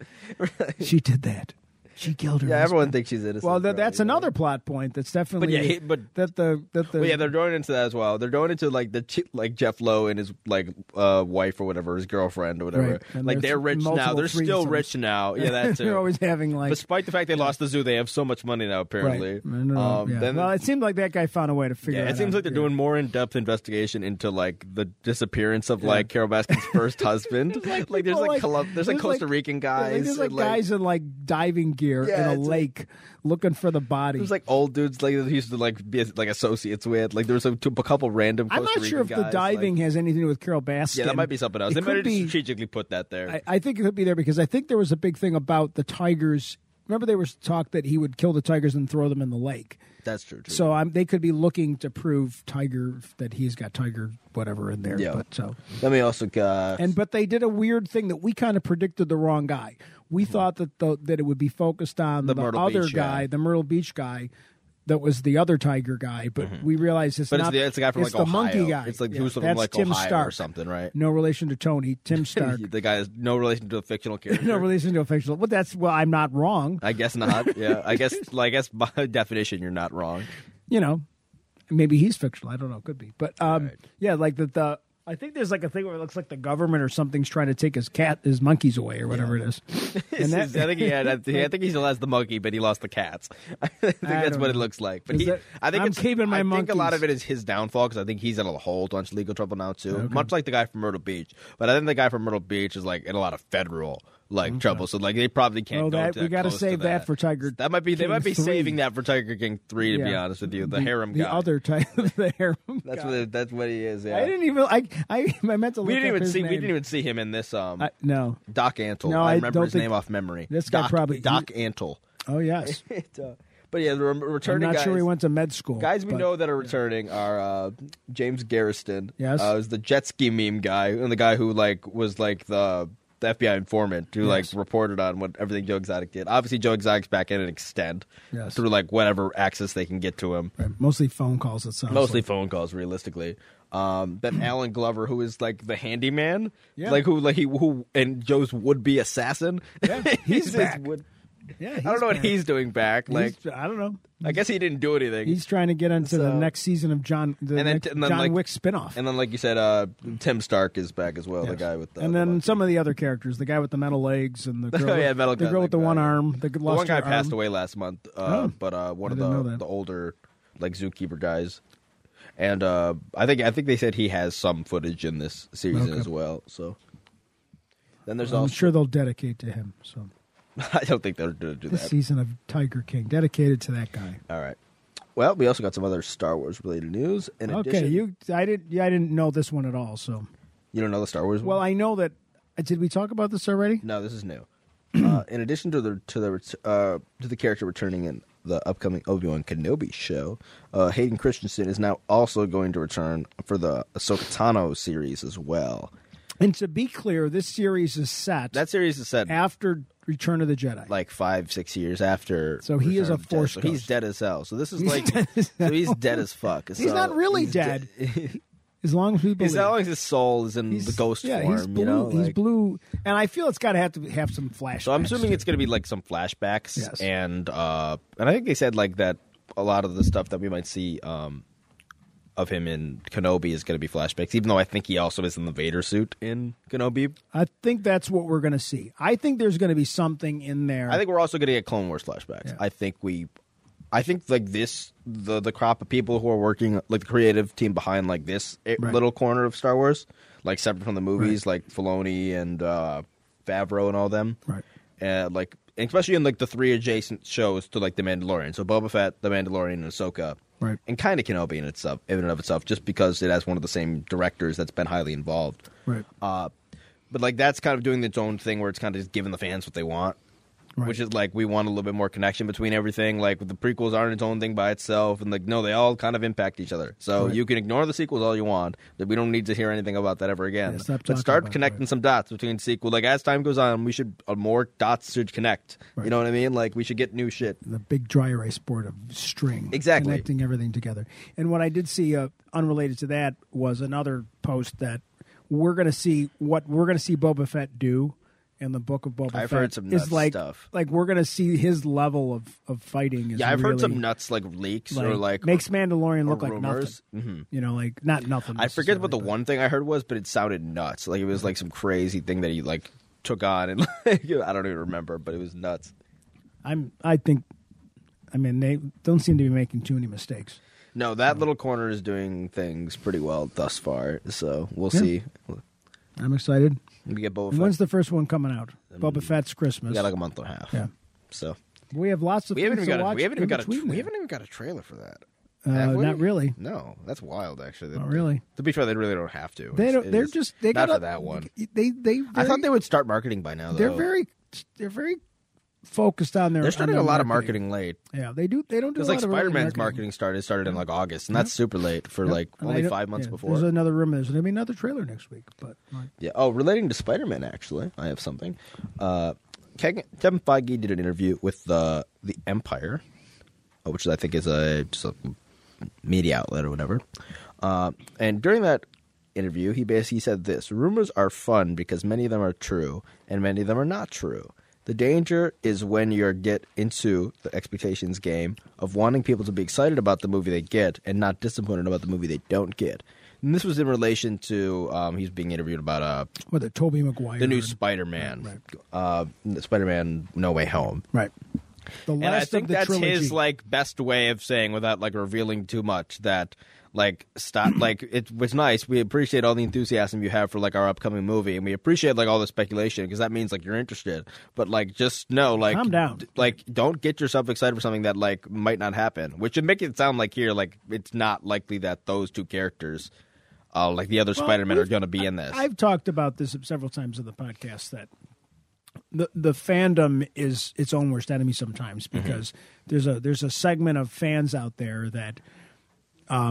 Speaker 2: She did that. She killed her.
Speaker 3: yeah,
Speaker 2: husband.
Speaker 3: everyone thinks she's innocent.
Speaker 2: Well, th- that's
Speaker 3: probably, you know.
Speaker 2: another plot point. That's definitely.
Speaker 3: yeah, he- but-
Speaker 2: that the that the
Speaker 3: But yeah, they're going into that as well. They're going into like the chi- like Jeff Lowe and his like uh, wife or whatever, his girlfriend or whatever.
Speaker 2: Right, and
Speaker 3: Like
Speaker 2: there's
Speaker 3: they're rich now.
Speaker 2: multiple
Speaker 3: They're still
Speaker 2: threesomes.
Speaker 3: rich now. Yeah, that's
Speaker 2: they're always having like.
Speaker 3: Despite the fact they lost the zoo, they have so much money now.
Speaker 2: Right.
Speaker 3: Apparently,
Speaker 2: I don't know,
Speaker 3: Um,
Speaker 2: yeah.
Speaker 3: then-
Speaker 2: well, it seemed like that guy found a way to figure.
Speaker 3: Yeah,
Speaker 2: that
Speaker 3: it seems
Speaker 2: out.
Speaker 3: like they're
Speaker 2: Yeah.
Speaker 3: doing more in-depth investigation into like the disappearance of like Carol Baskin's first husband. like, there's
Speaker 2: People,
Speaker 3: like, Colo- there's like Costa Rican
Speaker 2: yeah, like,
Speaker 3: guys.
Speaker 2: There's like
Speaker 3: and,
Speaker 2: guys in like diving gear
Speaker 3: Yeah,
Speaker 2: in a
Speaker 3: it's like-
Speaker 2: lake looking for the body.
Speaker 3: There's like old dudes like that he used to like be like associates with. Like there was a, two- a couple random.
Speaker 2: I'm
Speaker 3: Costa
Speaker 2: not sure
Speaker 3: Rican
Speaker 2: if the
Speaker 3: guys,
Speaker 2: diving
Speaker 3: Like,
Speaker 2: has anything to do with Carol Baskin.
Speaker 3: yeah, that might be something else.
Speaker 2: It
Speaker 3: They might
Speaker 2: could
Speaker 3: have just
Speaker 2: be.
Speaker 3: strategically put that there.
Speaker 2: I, I think it could be there because I think there was a big thing about the tigers. Remember, there was talk that he would kill the tigers and throw them in the lake.
Speaker 3: That's true. true.
Speaker 2: So I'm, they could be looking to prove Tiger that he's got Tiger whatever in there.
Speaker 3: Yeah.
Speaker 2: But so
Speaker 3: let me also. Uh,
Speaker 2: and but they did a weird thing that we kind of predicted the wrong guy. We thought that the, that it would be focused on the,
Speaker 3: Mm-hmm. Myrtle
Speaker 2: other
Speaker 3: Beach
Speaker 2: guy,
Speaker 3: guy.
Speaker 2: the Myrtle Beach guy. That was the other tiger guy, but we realized it's
Speaker 3: Mm-hmm. but
Speaker 2: not.
Speaker 3: it's the, it's the guy from like
Speaker 2: the monkey
Speaker 3: Ohio.
Speaker 2: guy.
Speaker 3: It's like
Speaker 2: Yeah,
Speaker 3: he was from
Speaker 2: that's
Speaker 3: like
Speaker 2: Tim
Speaker 3: Ohio
Speaker 2: Stark.
Speaker 3: or something, right?
Speaker 2: No relation to Tony. Tim Stark.
Speaker 3: The guy is no relation to a fictional character.
Speaker 2: no relation to a fictional. Well, that's well, I'm not wrong.
Speaker 3: I guess not. Yeah, I guess. Like, I guess by definition, you're not wrong.
Speaker 2: you know, maybe he's fictional. I don't know. Could be. But um, yeah, like the, the I think there's like a thing where it looks like the government or something's trying to take his cat, his monkeys away or whatever it is. And
Speaker 3: I
Speaker 2: that,
Speaker 3: think he had. I think- I think he still has the monkey, but he lost the cats. I think
Speaker 2: I
Speaker 3: that's
Speaker 2: don't
Speaker 3: what it
Speaker 2: know.
Speaker 3: looks like. But
Speaker 2: Is
Speaker 3: he,
Speaker 2: that-
Speaker 3: I think
Speaker 2: I'm
Speaker 3: it's,
Speaker 2: keeping my
Speaker 3: I think a lot
Speaker 2: monkeys.
Speaker 3: of it is his downfall because I think he's in a whole bunch of legal trouble now too, much like the guy from Myrtle Beach. But I think the guy from Myrtle Beach is like in a lot of federal like trouble, so like they probably can't.
Speaker 2: Well,
Speaker 3: go
Speaker 2: that-
Speaker 3: to
Speaker 2: we
Speaker 3: got
Speaker 2: gotta
Speaker 3: to
Speaker 2: save that for Tiger
Speaker 3: That might be. They
Speaker 2: King
Speaker 3: might be
Speaker 2: 3.
Speaker 3: saving that for Tiger King three. To be
Speaker 2: Yeah.
Speaker 3: honest with you, the, harem
Speaker 2: the
Speaker 3: guy.
Speaker 2: other type of the harem.
Speaker 3: That's
Speaker 2: guy.
Speaker 3: what. It, that's what he is. Yeah.
Speaker 2: I didn't even I I, I meant to. Look
Speaker 3: we
Speaker 2: up
Speaker 3: didn't even
Speaker 2: his
Speaker 3: see.
Speaker 2: Name.
Speaker 3: We didn't even see him in this. Um.
Speaker 2: I, no.
Speaker 3: Doc Antle.
Speaker 2: No, I
Speaker 3: I remember
Speaker 2: don't
Speaker 3: his
Speaker 2: think-
Speaker 3: name off memory.
Speaker 2: This guy
Speaker 3: Doc-
Speaker 2: probably-
Speaker 3: Doc Antle.
Speaker 2: Oh yes.
Speaker 3: It, uh, but yeah, the re-
Speaker 2: I'm
Speaker 3: returning
Speaker 2: not
Speaker 3: guys,
Speaker 2: sure he went to med school.
Speaker 3: guys we
Speaker 2: but-
Speaker 3: know that are returning are uh, James Garrison.
Speaker 2: Yes.
Speaker 3: uh, is the jet ski meme guy and the guy who like was like the. The FBI informant who
Speaker 2: Yes.
Speaker 3: like reported on what everything Joe Exotic did. Obviously, Joe Exotic's back in an extent
Speaker 2: Yes.
Speaker 3: through like whatever access they can get to him.
Speaker 2: Right, mostly phone calls. It sounds
Speaker 3: Mostly
Speaker 2: Like.
Speaker 3: phone calls, realistically. Um, then Alan Glover, who is like the handyman,
Speaker 2: Yeah.
Speaker 3: like who like he who and Joe's would be assassin.
Speaker 2: Yeah, he's
Speaker 3: his
Speaker 2: back.
Speaker 3: would-
Speaker 2: Yeah,
Speaker 3: I don't know what he's doing back. Like,
Speaker 2: I don't know.
Speaker 3: I guess he didn't do anything.
Speaker 2: He's trying to get into the
Speaker 3: So-
Speaker 2: next season of John the
Speaker 3: And then-
Speaker 2: next
Speaker 3: and then,
Speaker 2: John
Speaker 3: like-
Speaker 2: Wick spinoff.
Speaker 3: and then, like you said, uh, Tim Stark is back as well, the
Speaker 2: Yes.
Speaker 3: guy with the
Speaker 2: and
Speaker 3: the
Speaker 2: then
Speaker 3: monkey.
Speaker 2: some of the other characters, the guy with the metal legs and the girl,
Speaker 3: Oh, yeah,
Speaker 2: with,
Speaker 3: metal
Speaker 2: the
Speaker 3: guy,
Speaker 2: girl with
Speaker 3: that
Speaker 2: the one
Speaker 3: guy.
Speaker 2: arm, the
Speaker 3: The one guy passed away last month, uh,
Speaker 2: Oh,
Speaker 3: but uh, one
Speaker 2: I
Speaker 3: of
Speaker 2: didn't know
Speaker 3: the,
Speaker 2: that.
Speaker 3: the older like zookeeper guys, and uh, I think I think they said he has some footage in this series
Speaker 2: Okay.
Speaker 3: as well. So then there's
Speaker 2: I'm
Speaker 3: also
Speaker 2: sure they'll dedicate to him. So
Speaker 3: I don't think they're going to do
Speaker 2: this
Speaker 3: that.
Speaker 2: season of Tiger King dedicated to that guy.
Speaker 3: All right. Well, we also got some other Star Wars related news. In
Speaker 2: Okay,
Speaker 3: addition,
Speaker 2: you I didn't yeah, I didn't know this one at all. So
Speaker 3: you don't know the Star Wars.
Speaker 2: well,
Speaker 3: one?
Speaker 2: I know that. uh, Did we talk about this already?
Speaker 3: no, this is new. uh, in addition to the to the ret- uh, to the character returning in the upcoming Obi Wan Kenobi show, uh, Hayden Christensen is now also going to return for the Ahsoka Tano series as well.
Speaker 2: And to be clear, this series is set
Speaker 3: That series is set
Speaker 2: after Return of the Jedi.
Speaker 3: like five, six years after.
Speaker 2: So he is
Speaker 3: Return
Speaker 2: a
Speaker 3: of the Jedi.
Speaker 2: Force
Speaker 3: So he's
Speaker 2: ghost.
Speaker 3: dead as hell. So this is
Speaker 2: He's
Speaker 3: like,
Speaker 2: dead as
Speaker 3: so he's dead as fuck.
Speaker 2: He's not really dead. as long as we believe.
Speaker 3: He's as long as his soul is in the
Speaker 2: He's-
Speaker 3: ghost
Speaker 2: yeah,
Speaker 3: form.
Speaker 2: he's blue.
Speaker 3: You know,
Speaker 2: he's
Speaker 3: like-
Speaker 2: blue, and I feel it's got to have to have some flash.
Speaker 3: So I'm assuming it's going to be like some flashbacks
Speaker 2: Yes.
Speaker 3: and uh and I think they said like that a lot of the stuff that we might see um of him in Kenobi is going to be flashbacks even though I think he also is in the Vader suit in Kenobi.
Speaker 2: I think that's what we're going to see. I think there's going to be something in there.
Speaker 3: I think we're also going to get Clone Wars flashbacks.
Speaker 2: Yeah.
Speaker 3: I think we I think like this the the crop of people who are working like the creative team behind like this eh,
Speaker 2: Right.
Speaker 3: little corner of Star Wars like separate from the movies like Filoni and uh Favreau and all them.
Speaker 2: Right.
Speaker 3: uh, like and especially in like the three adjacent shows to like the Mandalorian. So Boba Fett, the Mandalorian, and Ahsoka,
Speaker 2: Right.
Speaker 3: And kind of Kenobi in itself, in and of itself, just because it has one of the same directors that's been highly involved.
Speaker 2: Right.
Speaker 3: Uh, but like that's kind of doing its own thing where it's kind of just giving the fans what they want,
Speaker 2: Right.
Speaker 3: which is like we want a little bit more connection between everything. Like the prequels aren't its own thing by itself, and like no, they all kind of impact each other. So
Speaker 2: Right.
Speaker 3: you can ignore the sequels all you want. That we don't need to hear anything about that ever again.
Speaker 2: Yeah, stop
Speaker 3: but
Speaker 2: talking
Speaker 3: start
Speaker 2: about
Speaker 3: connecting
Speaker 2: that.
Speaker 3: some dots between sequel. Like as time goes on, we should uh, more dots should connect. You
Speaker 2: Right.
Speaker 3: know what I mean? Like we should get new shit.
Speaker 2: the big dry erase board of string,
Speaker 3: Exactly.
Speaker 2: connecting everything together. And what I did see, uh, unrelated to that, was another post that we're going to see what we're going to see Boba Fett do in the book of Boba
Speaker 3: I've
Speaker 2: Fett.
Speaker 3: heard some
Speaker 2: is
Speaker 3: nuts
Speaker 2: like,
Speaker 3: stuff.
Speaker 2: Like we're going to see his level of of fighting. Is
Speaker 3: Yeah, I've
Speaker 2: really,
Speaker 3: heard some nuts like leaks or like
Speaker 2: makes Mandalorian
Speaker 3: or
Speaker 2: look like
Speaker 3: rumors. Mm-hmm.
Speaker 2: nothing. You know, like not nothing.
Speaker 3: I forget what the
Speaker 2: necessarily,
Speaker 3: one thing I heard was, but it sounded nuts. Like it was like some crazy thing that he like took on, and like, I don't even remember, but it was nuts.
Speaker 2: but I'm. I think. I mean, they don't seem to be making too many mistakes.
Speaker 3: No, that
Speaker 2: Hmm.
Speaker 3: little corner is doing things pretty well thus far, so we'll
Speaker 2: Yeah.
Speaker 3: see.
Speaker 2: I'm excited.
Speaker 3: We get
Speaker 2: And
Speaker 3: Boba
Speaker 2: when's
Speaker 3: Fett.
Speaker 2: the first one coming out? Boba Fett's Christmas.
Speaker 3: Um, We got like a month and a half.
Speaker 2: Yeah.
Speaker 3: So
Speaker 2: We have lots of
Speaker 3: we haven't
Speaker 2: things
Speaker 3: even
Speaker 2: to
Speaker 3: got a,
Speaker 2: watch
Speaker 3: we haven't
Speaker 2: in
Speaker 3: even got a
Speaker 2: between
Speaker 3: we
Speaker 2: there.
Speaker 3: haven't even got a trailer for that.
Speaker 2: Uh,
Speaker 3: Have we?
Speaker 2: not really.
Speaker 3: No, that's wild. Actually,
Speaker 2: Not really.
Speaker 3: To be fair, they really don't have to.
Speaker 2: They
Speaker 3: It's-
Speaker 2: don't,
Speaker 3: it
Speaker 2: they're
Speaker 3: is-
Speaker 2: just they
Speaker 3: not
Speaker 2: got
Speaker 3: for that one.
Speaker 2: They they very,
Speaker 3: I thought they would start marketing by now. Though.
Speaker 2: they're very they're very focused on their.
Speaker 3: They're
Speaker 2: on
Speaker 3: starting a
Speaker 2: their
Speaker 3: lot of marketing late.
Speaker 2: Yeah, they do. They don't do a
Speaker 3: Because
Speaker 2: lot
Speaker 3: like
Speaker 2: of really
Speaker 3: Spider Man's marketing started started in like August, and that's super late for like
Speaker 2: And I
Speaker 3: only
Speaker 2: don't-
Speaker 3: five months
Speaker 2: yeah,
Speaker 3: before.
Speaker 2: There's another rumor. There's gonna be another trailer next week, but like,
Speaker 3: Yeah. Oh, relating to Spider Man, actually, I have something. Uh, Kevin Kevin Feige did an interview with the the Empire, uh, which I think is a just a media outlet or whatever. Uh, and during that interview, he basically said this: "Rumors are fun because many of them are true, and many of them are not true." The danger is when you get into the expectations game of wanting people to be excited about the movie they get and not disappointed about the movie they don't get. And this was in relation to um, he's being interviewed about uh,
Speaker 2: what the Toby Maguire
Speaker 3: the new
Speaker 2: and-
Speaker 3: Spider-Man,
Speaker 2: Right,
Speaker 3: uh, Spider-Man No Way Home.
Speaker 2: right. The last
Speaker 3: And I think
Speaker 2: of the
Speaker 3: that's
Speaker 2: trilogy.
Speaker 3: his like best way of saying without like revealing too much that like stop like it was nice. We appreciate all the enthusiasm you have for like our upcoming movie, and we appreciate like all the speculation because that means like you're interested. But like just know like
Speaker 2: Calm down.
Speaker 3: d- like don't get yourself excited for something that like might not happen, which would make it sound like here like it's not likely that those two characters, uh, like the other
Speaker 2: Well,
Speaker 3: Spider-Man, are
Speaker 2: we've-
Speaker 3: going to be in this.
Speaker 2: I've talked about this several times on the podcast that the the fandom is its own worst enemy sometimes
Speaker 3: Mm-hmm.
Speaker 2: because there's a there's a segment of fans out there that um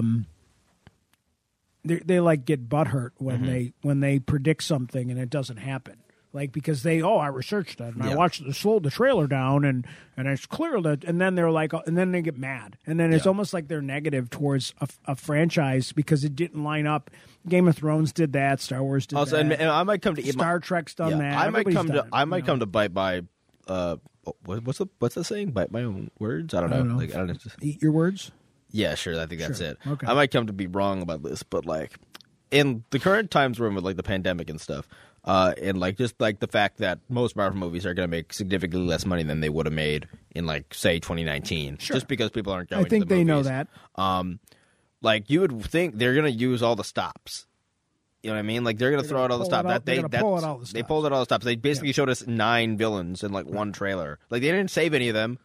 Speaker 2: they they like get butthurt
Speaker 3: Mm-hmm.
Speaker 2: when they when they predict something and it doesn't happen. Like because they oh I researched it and I
Speaker 3: Yeah.
Speaker 2: watched the slowed the trailer down and and it's clear that and then they're like and then they get mad and then it's
Speaker 3: Yeah.
Speaker 2: almost like they're negative towards a, a franchise because it didn't line up. Game of Thrones did that, Star Wars did
Speaker 3: also,
Speaker 2: that.
Speaker 3: and, and I might come to eat my-
Speaker 2: Star Trek's done
Speaker 3: Yeah,
Speaker 2: that.
Speaker 3: I might
Speaker 2: Everybody's
Speaker 3: come
Speaker 2: done
Speaker 3: to
Speaker 2: it,
Speaker 3: I
Speaker 2: you
Speaker 3: might
Speaker 2: know.
Speaker 3: come to bite my uh, what, what's the what's the saying? Bite my own words. I don't know.
Speaker 2: I don't know.
Speaker 3: Like I don't. know.
Speaker 2: Eat your words.
Speaker 3: Yeah, sure. I think that's
Speaker 2: Sure.
Speaker 3: it.
Speaker 2: Okay.
Speaker 3: I might come to be wrong about this, but like in the current times we're in with like the pandemic and stuff, uh, and like just like the fact that most Marvel movies are going to make significantly less money than they would have made in like say 2019,
Speaker 2: Sure.
Speaker 3: just because people aren't going.
Speaker 2: I think
Speaker 3: to the
Speaker 2: they know
Speaker 3: movies.
Speaker 2: that.
Speaker 3: Um, like you would think they're going to use all the stops. You know what I mean? Like they're going to throw out all the
Speaker 2: pull it
Speaker 3: stops.
Speaker 2: out-
Speaker 3: That
Speaker 2: they're
Speaker 3: they
Speaker 2: gonna
Speaker 3: that
Speaker 2: pull out all the
Speaker 3: they
Speaker 2: stops.
Speaker 3: pulled out all the stops. They basically showed us nine villains in like one trailer. Like they didn't save any of them.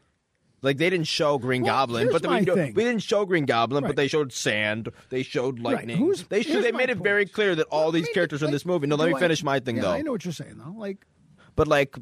Speaker 3: Like they didn't show Green
Speaker 2: Well,
Speaker 3: Goblin,
Speaker 2: here's
Speaker 3: but then
Speaker 2: my
Speaker 3: we, know,
Speaker 2: thing.
Speaker 3: we didn't show Green Goblin,
Speaker 2: Right.
Speaker 3: but they showed sand. They showed lightning.
Speaker 2: Who's-
Speaker 3: They showed,
Speaker 2: here's
Speaker 3: they
Speaker 2: my
Speaker 3: made it
Speaker 2: point.
Speaker 3: very clear that all
Speaker 2: Well,
Speaker 3: these
Speaker 2: make it,
Speaker 3: characters are in
Speaker 2: like,
Speaker 3: this movie. No, let
Speaker 2: do
Speaker 3: me
Speaker 2: I-
Speaker 3: finish my thing
Speaker 2: yeah,
Speaker 3: though.
Speaker 2: I know what you're saying though. Like
Speaker 3: But like,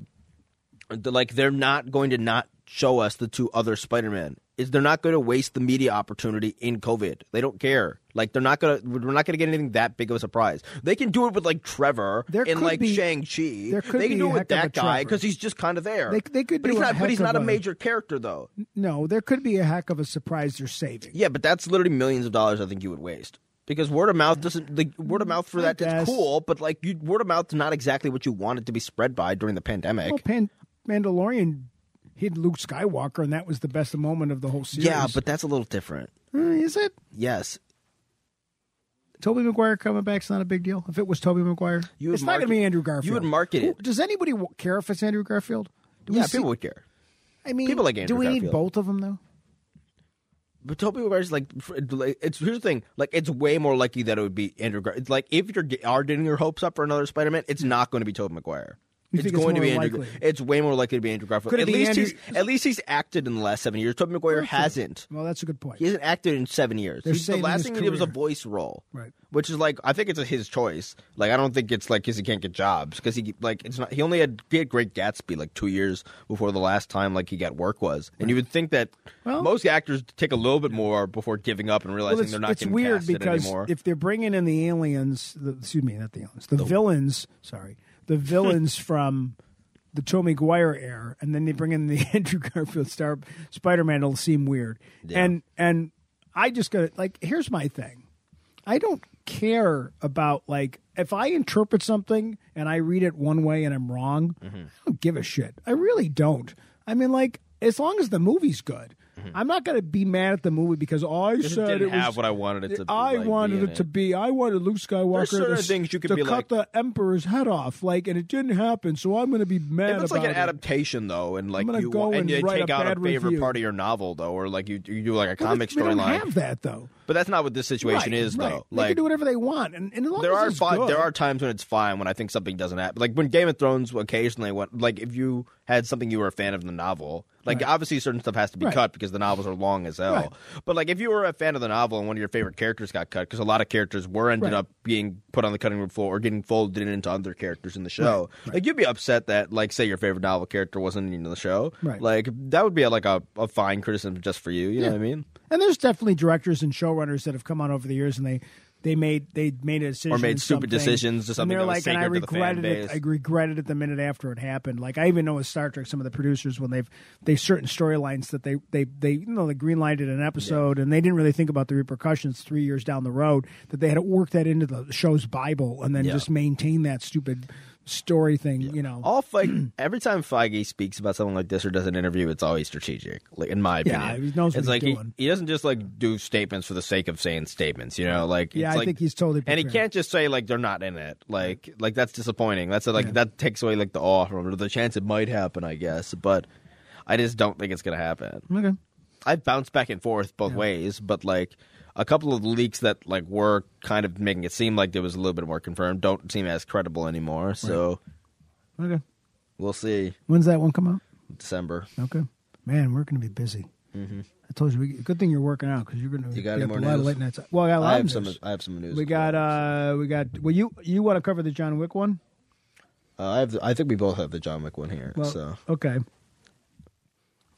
Speaker 3: the- like they're not going to not show us the two other Spider-Man. Is they're not going to waste the media opportunity in COVID. They don't care. Like they're not gonna. We're not gonna get anything that big of a surprise. They can do it with like Trevor
Speaker 2: There
Speaker 3: and
Speaker 2: could
Speaker 3: like
Speaker 2: be-
Speaker 3: Shang Chi.
Speaker 2: there could
Speaker 3: they can
Speaker 2: be
Speaker 3: do
Speaker 2: a
Speaker 3: it with
Speaker 2: heck of
Speaker 3: that
Speaker 2: a
Speaker 3: guy
Speaker 2: Trevor.
Speaker 3: because he's just kind of there.
Speaker 2: They- they could
Speaker 3: but
Speaker 2: do
Speaker 3: he's
Speaker 2: a
Speaker 3: not.
Speaker 2: heck
Speaker 3: But he's not a
Speaker 2: of a-
Speaker 3: major character though.
Speaker 2: no, there could be a heck of a surprise they're saving.
Speaker 3: Yeah, but that's literally millions of dollars. I think you would waste because word of mouth doesn't. The word of mouth for
Speaker 2: I
Speaker 3: that
Speaker 2: guess.
Speaker 3: is cool, but like you, word of mouth is not exactly what you want it to be spread by during the pandemic.
Speaker 2: Well, Pan- Mandalorian hid Luke Skywalker, and that was the best moment of the whole series.
Speaker 3: yeah, but that's a little different.
Speaker 2: Uh, is it?
Speaker 3: Yes,
Speaker 2: Toby Maguire coming back's not a big deal. If it was Toby Maguire,
Speaker 3: You would
Speaker 2: it's not going to
Speaker 3: market-
Speaker 2: be Andrew
Speaker 3: you
Speaker 2: Garfield.
Speaker 3: would market
Speaker 2: Who-
Speaker 3: it.
Speaker 2: Does anybody w- care if it's Andrew Garfield? Do we
Speaker 3: yeah,
Speaker 2: see-
Speaker 3: people would care.
Speaker 2: I mean,
Speaker 3: people like
Speaker 2: do
Speaker 3: Andrew
Speaker 2: we need
Speaker 3: Garfield.
Speaker 2: both of them though?
Speaker 3: But Toby Maguire's like, fr- like, it's here's the thing. Like, it's way more likely that it would be Andrew. Gar- it's like if you're ge- are getting your hopes up for another Spider-Man, it's not going to be Toby Maguire.
Speaker 2: Hmm. You
Speaker 3: it's
Speaker 2: think it's
Speaker 3: going to
Speaker 2: more
Speaker 3: be Andrew.
Speaker 2: likely?
Speaker 3: It's way more likely to be Andrew Garfield.
Speaker 2: Could it
Speaker 3: at
Speaker 2: be
Speaker 3: least
Speaker 2: Andrew-
Speaker 3: he's at least he's acted in the last seven years. Toby Maguire hasn't.
Speaker 2: Well, that's a good point.
Speaker 3: He hasn't acted in seven years.
Speaker 2: They're
Speaker 3: He's- the
Speaker 2: saving
Speaker 3: last
Speaker 2: his
Speaker 3: thing he did was a
Speaker 2: career.
Speaker 3: voice role,
Speaker 2: Right.
Speaker 3: Which is like I think it's a, his choice. Like I don't think it's like because he can't get jobs because he like it's not. He only had, he had Great Gatsby like two years before the last time like he got work was, and you would think that
Speaker 2: Well-
Speaker 3: most actors take a little bit more before giving up and realizing
Speaker 2: Well, it's,
Speaker 3: they're not
Speaker 2: it's
Speaker 3: getting
Speaker 2: weird
Speaker 3: casted
Speaker 2: because
Speaker 3: anymore.
Speaker 2: if they're bringing in the aliens, the, excuse me, not the aliens, the, villains. Sorry, the villains from the Tobey Maguire era, and then they bring in the Andrew Garfield star Spider-Man. It'll seem weird. And and I just got to like. Here's my thing. I don't care about like if I interpret something and I read it one way and I'm wrong.
Speaker 3: Mm-hmm.
Speaker 2: I don't give a shit. I really don't. I mean, like as long as the movie's good. I'm not going to be mad at the movie because I
Speaker 3: Mm-hmm. it
Speaker 2: said
Speaker 3: didn't
Speaker 2: it was
Speaker 3: have what I wanted it to.
Speaker 2: I
Speaker 3: like, be
Speaker 2: wanted
Speaker 3: in
Speaker 2: it to be. I wanted Luke Skywalker
Speaker 3: certain
Speaker 2: to, s-
Speaker 3: things you could
Speaker 2: to
Speaker 3: be
Speaker 2: cut
Speaker 3: like-
Speaker 2: the Emperor's head off, like, and it didn't happen. So I'm going to be mad
Speaker 3: If it's
Speaker 2: about
Speaker 3: like an
Speaker 2: it.
Speaker 3: adaptation though, and like
Speaker 2: gonna
Speaker 3: you
Speaker 2: go
Speaker 3: want,
Speaker 2: and
Speaker 3: and you
Speaker 2: write
Speaker 3: take
Speaker 2: a
Speaker 3: out a
Speaker 2: bad
Speaker 3: favorite
Speaker 2: review.
Speaker 3: part of your novel though, or like you you do like a
Speaker 2: But
Speaker 3: comic
Speaker 2: we don't have
Speaker 3: storyline.
Speaker 2: that though.
Speaker 3: But that's not what this situation
Speaker 2: Right,
Speaker 3: is
Speaker 2: right.
Speaker 3: though.
Speaker 2: they
Speaker 3: Like
Speaker 2: can do whatever they want, and, and as long
Speaker 3: there
Speaker 2: as
Speaker 3: are
Speaker 2: it's
Speaker 3: fi-
Speaker 2: good,
Speaker 3: there are times when it's fine when I think something doesn't happen. Like when Game of Thrones occasionally went like if you had something you were a fan of the novel, like obviously certain stuff has to be
Speaker 2: Right.
Speaker 3: cut because the novels are long as hell.
Speaker 2: Right.
Speaker 3: But like if you were a fan of the novel and one of your favorite characters got cut because a lot of characters were ended
Speaker 2: Right.
Speaker 3: up being put on the cutting room floor or getting folded into other characters in the show,
Speaker 2: Right.
Speaker 3: like you'd be upset that like say your favorite novel character wasn't in the show.
Speaker 2: Right.
Speaker 3: Like that would be like a, a fine criticism just for you. You know what I mean?
Speaker 2: and there's definitely directors and showrunners that have come on over the years, and they. They made they made a decision
Speaker 3: Or made
Speaker 2: in something,
Speaker 3: stupid decisions to
Speaker 2: And
Speaker 3: something
Speaker 2: they're
Speaker 3: that was
Speaker 2: like, and I
Speaker 3: sacred to the fan
Speaker 2: regretted it.
Speaker 3: base.
Speaker 2: I regretted it the minute after it happened. Like I even know with Star Trek, some of the producers when they've they've certain storylines that they they they you know they greenlighted an episode and they didn't really think about the repercussions three years down the road that they had to work that into the show's bible and then
Speaker 3: Yeah.
Speaker 2: just maintain that stupid story thing. You know,
Speaker 3: All Feige, every time Feige speaks about something like this or does an interview, it's always strategic. Like in my
Speaker 2: Yeah,
Speaker 3: opinion,
Speaker 2: he knows what
Speaker 3: it's
Speaker 2: he's
Speaker 3: like he-
Speaker 2: doing.
Speaker 3: He, doesn't just like do statements for the sake of saying statements. You know, like
Speaker 2: Yeah,
Speaker 3: it's
Speaker 2: I
Speaker 3: like-
Speaker 2: think he's totally
Speaker 3: and he
Speaker 2: prepared.
Speaker 3: can't just say like they're not in it. Like like that's disappointing. That's like that takes away like the awe from it, or the chance it might happen. I guess, but I just don't think it's gonna happen.
Speaker 2: okay,
Speaker 3: I bounced back and forth both ways, but like a couple of the leaks that like were kind of making it seem like there was a little bit more confirmed don't seem as credible anymore. So
Speaker 2: okay.
Speaker 3: we'll see.
Speaker 2: When's that one come out?
Speaker 3: December.
Speaker 2: Okay, man, we're going to be busy. I told you, we, good thing you're working out because you're going to
Speaker 3: Mm-hmm. You got
Speaker 2: be
Speaker 3: any
Speaker 2: up
Speaker 3: more
Speaker 2: a lot of
Speaker 3: news?
Speaker 2: late nights. Well, I got a lot
Speaker 3: I
Speaker 2: of
Speaker 3: have
Speaker 2: news.
Speaker 3: some. I have some news.
Speaker 2: Oh, we got uh, we got. Well, you you want to cover the John Wick one?
Speaker 3: Uh, I have. The, I think we both have the John Wick one here.
Speaker 2: Well,
Speaker 3: so
Speaker 2: okay.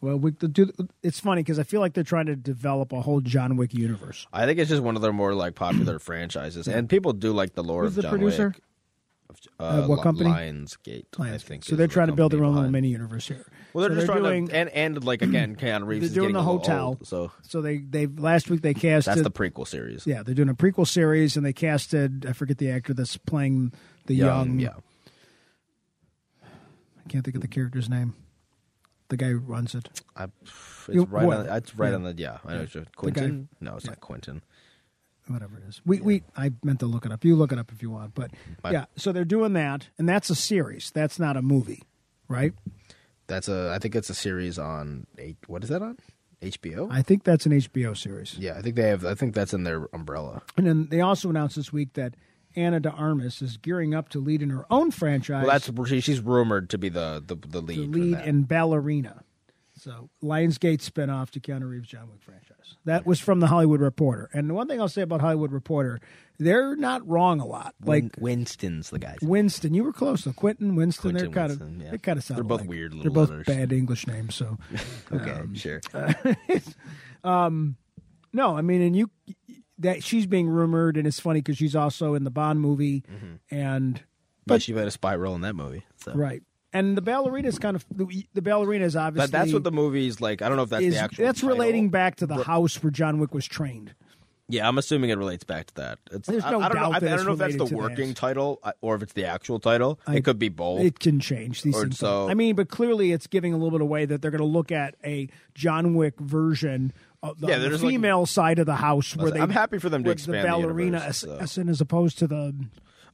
Speaker 2: Well, we the, do. It's funny because I feel like they're trying to develop a whole John Wick universe.
Speaker 3: I think it's just one of their more like popular franchises, and people do like the lore
Speaker 2: Who's
Speaker 3: of
Speaker 2: the
Speaker 3: John
Speaker 2: producer?
Speaker 3: Wick. Uh,
Speaker 2: Uh, what
Speaker 3: Li-
Speaker 2: company?
Speaker 3: Lionsgate. I
Speaker 2: Lions.
Speaker 3: think.
Speaker 2: so
Speaker 3: is
Speaker 2: they're
Speaker 3: the
Speaker 2: trying to build their
Speaker 3: company
Speaker 2: own little
Speaker 3: behind-
Speaker 2: mini universe here.
Speaker 3: Well,
Speaker 2: So
Speaker 3: they're just trying
Speaker 2: doing,
Speaker 3: to and and like again, Keanu Reeves
Speaker 2: they're
Speaker 3: is
Speaker 2: doing
Speaker 3: getting
Speaker 2: the
Speaker 3: a little
Speaker 2: hotel.
Speaker 3: old, so
Speaker 2: so they they last week they
Speaker 3: that's
Speaker 2: casted
Speaker 3: the prequel series.
Speaker 2: yeah they're doing a prequel series and they casted I forget the actor that's playing the young,
Speaker 3: yeah.
Speaker 2: I can't think of the character's name. the guy who runs it.
Speaker 3: I, it's
Speaker 2: You-
Speaker 3: right.
Speaker 2: what?
Speaker 3: On, it's right
Speaker 2: Yeah.
Speaker 3: on the. Yeah, I know what you're Quentin. No, it's not Quentin.
Speaker 2: whatever it is. We we I meant to look it up. You look it up if you want, but
Speaker 3: My-
Speaker 2: yeah. So they're doing that, and that's a series. That's not a movie, right?
Speaker 3: That's a. I think it's a series on. H- What is that on? HBO.
Speaker 2: I think that's an HBO series.
Speaker 3: yeah, I think they have. I think that's in their umbrella.
Speaker 2: And then they also announced this week that Anna de Armas is gearing up to lead in her own franchise,
Speaker 3: Well, that's she, she's rumored to be the the, the
Speaker 2: the
Speaker 3: lead. for
Speaker 2: lead
Speaker 3: that.
Speaker 2: in Ballerina. So Lionsgate spinoff to Keanu Reeves' John Wick franchise. That was from the Hollywood Reporter. And the one thing I'll say about Hollywood Reporter, they're not wrong a lot. Like
Speaker 3: Winston's the guy.
Speaker 2: Winston. You were close though. Quentin Winston.
Speaker 3: Quentin
Speaker 2: they're kind
Speaker 3: Winston,
Speaker 2: of
Speaker 3: yeah.
Speaker 2: they kind of sound.
Speaker 3: They're both
Speaker 2: alike.
Speaker 3: weird little
Speaker 2: They're both
Speaker 3: letters.
Speaker 2: bad English names. So
Speaker 3: Okay,
Speaker 2: um,
Speaker 3: sure.
Speaker 2: uh, no, I mean, and you that she's being rumored, and it's funny because she's also in the Bond movie,
Speaker 3: Mm-hmm.
Speaker 2: and
Speaker 3: but she played a spy role in that movie. So.
Speaker 2: right, and the ballerina is kind of the, the ballerina is obviously
Speaker 3: But that's what the movie's like. I don't know if that's
Speaker 2: is,
Speaker 3: the actual.
Speaker 2: that's
Speaker 3: title.
Speaker 2: relating back to the house where John Wick was trained.
Speaker 3: Yeah, I'm assuming it relates back to that. It's,
Speaker 2: There's
Speaker 3: I,
Speaker 2: no
Speaker 3: I don't
Speaker 2: doubt
Speaker 3: know, I,
Speaker 2: that
Speaker 3: I
Speaker 2: it's
Speaker 3: don't know if that's
Speaker 2: related
Speaker 3: the
Speaker 2: to
Speaker 3: working
Speaker 2: that.
Speaker 3: title uh, or if it's the actual title.
Speaker 2: I-
Speaker 3: it could be both.
Speaker 2: It can change these
Speaker 3: Or
Speaker 2: things.
Speaker 3: so-
Speaker 2: I mean, but clearly it's giving a little bit away that they're going to look at a John Wick version. Of the,
Speaker 3: Yeah,
Speaker 2: the
Speaker 3: there's like-
Speaker 2: female side of the house where they.
Speaker 3: I'm happy for them to
Speaker 2: with
Speaker 3: expand
Speaker 2: the
Speaker 3: the
Speaker 2: ballerina
Speaker 3: universe, so.
Speaker 2: assassin as opposed to the.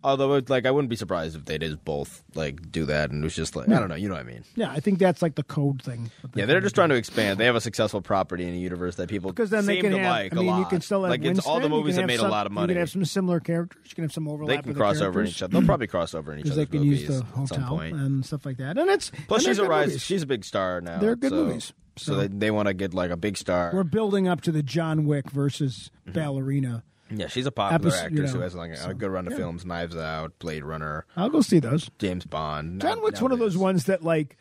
Speaker 3: Although, it, like, I wouldn't be surprised if they did both, like, do that, and it was just like,
Speaker 2: Hmm.
Speaker 3: I don't know, you know what I mean?
Speaker 2: Yeah, I think that's like the code thing.
Speaker 3: Yeah, they're just trying to expand. They have a successful property in a universe that people
Speaker 2: because then
Speaker 3: seem
Speaker 2: they can
Speaker 3: to
Speaker 2: have.
Speaker 3: like
Speaker 2: I mean,
Speaker 3: a lot.
Speaker 2: you can still have
Speaker 3: like, it's all the
Speaker 2: Winston, you can
Speaker 3: movies that
Speaker 2: have
Speaker 3: made
Speaker 2: some-
Speaker 3: a lot of money.
Speaker 2: You can have some similar characters. You can have some overlap.
Speaker 3: they can
Speaker 2: with the
Speaker 3: cross over in
Speaker 2: characters.
Speaker 3: each other. They'll probably cross over in each
Speaker 2: because
Speaker 3: other's
Speaker 2: they can
Speaker 3: movies
Speaker 2: use the
Speaker 3: at some
Speaker 2: hotel
Speaker 3: point.
Speaker 2: and stuff like that. And it's
Speaker 3: Plus,
Speaker 2: and
Speaker 3: she's
Speaker 2: they're
Speaker 3: a
Speaker 2: good
Speaker 3: rise.
Speaker 2: movies.
Speaker 3: She's a big star now.
Speaker 2: They're good
Speaker 3: so-
Speaker 2: movies,
Speaker 3: So,
Speaker 2: so-
Speaker 3: they, they want to get like a big star.
Speaker 2: We're building up to the John Wick versus
Speaker 3: Mm-hmm.
Speaker 2: ballerina.
Speaker 3: yeah, she's a popular
Speaker 2: Epis- you
Speaker 3: actress who
Speaker 2: know,
Speaker 3: has like a a good run of films: Knives Out, Blade Runner,
Speaker 2: I'll go see those.
Speaker 3: James Bond.
Speaker 2: John
Speaker 3: Now-
Speaker 2: Wick's one of
Speaker 3: nowadays.
Speaker 2: those ones that like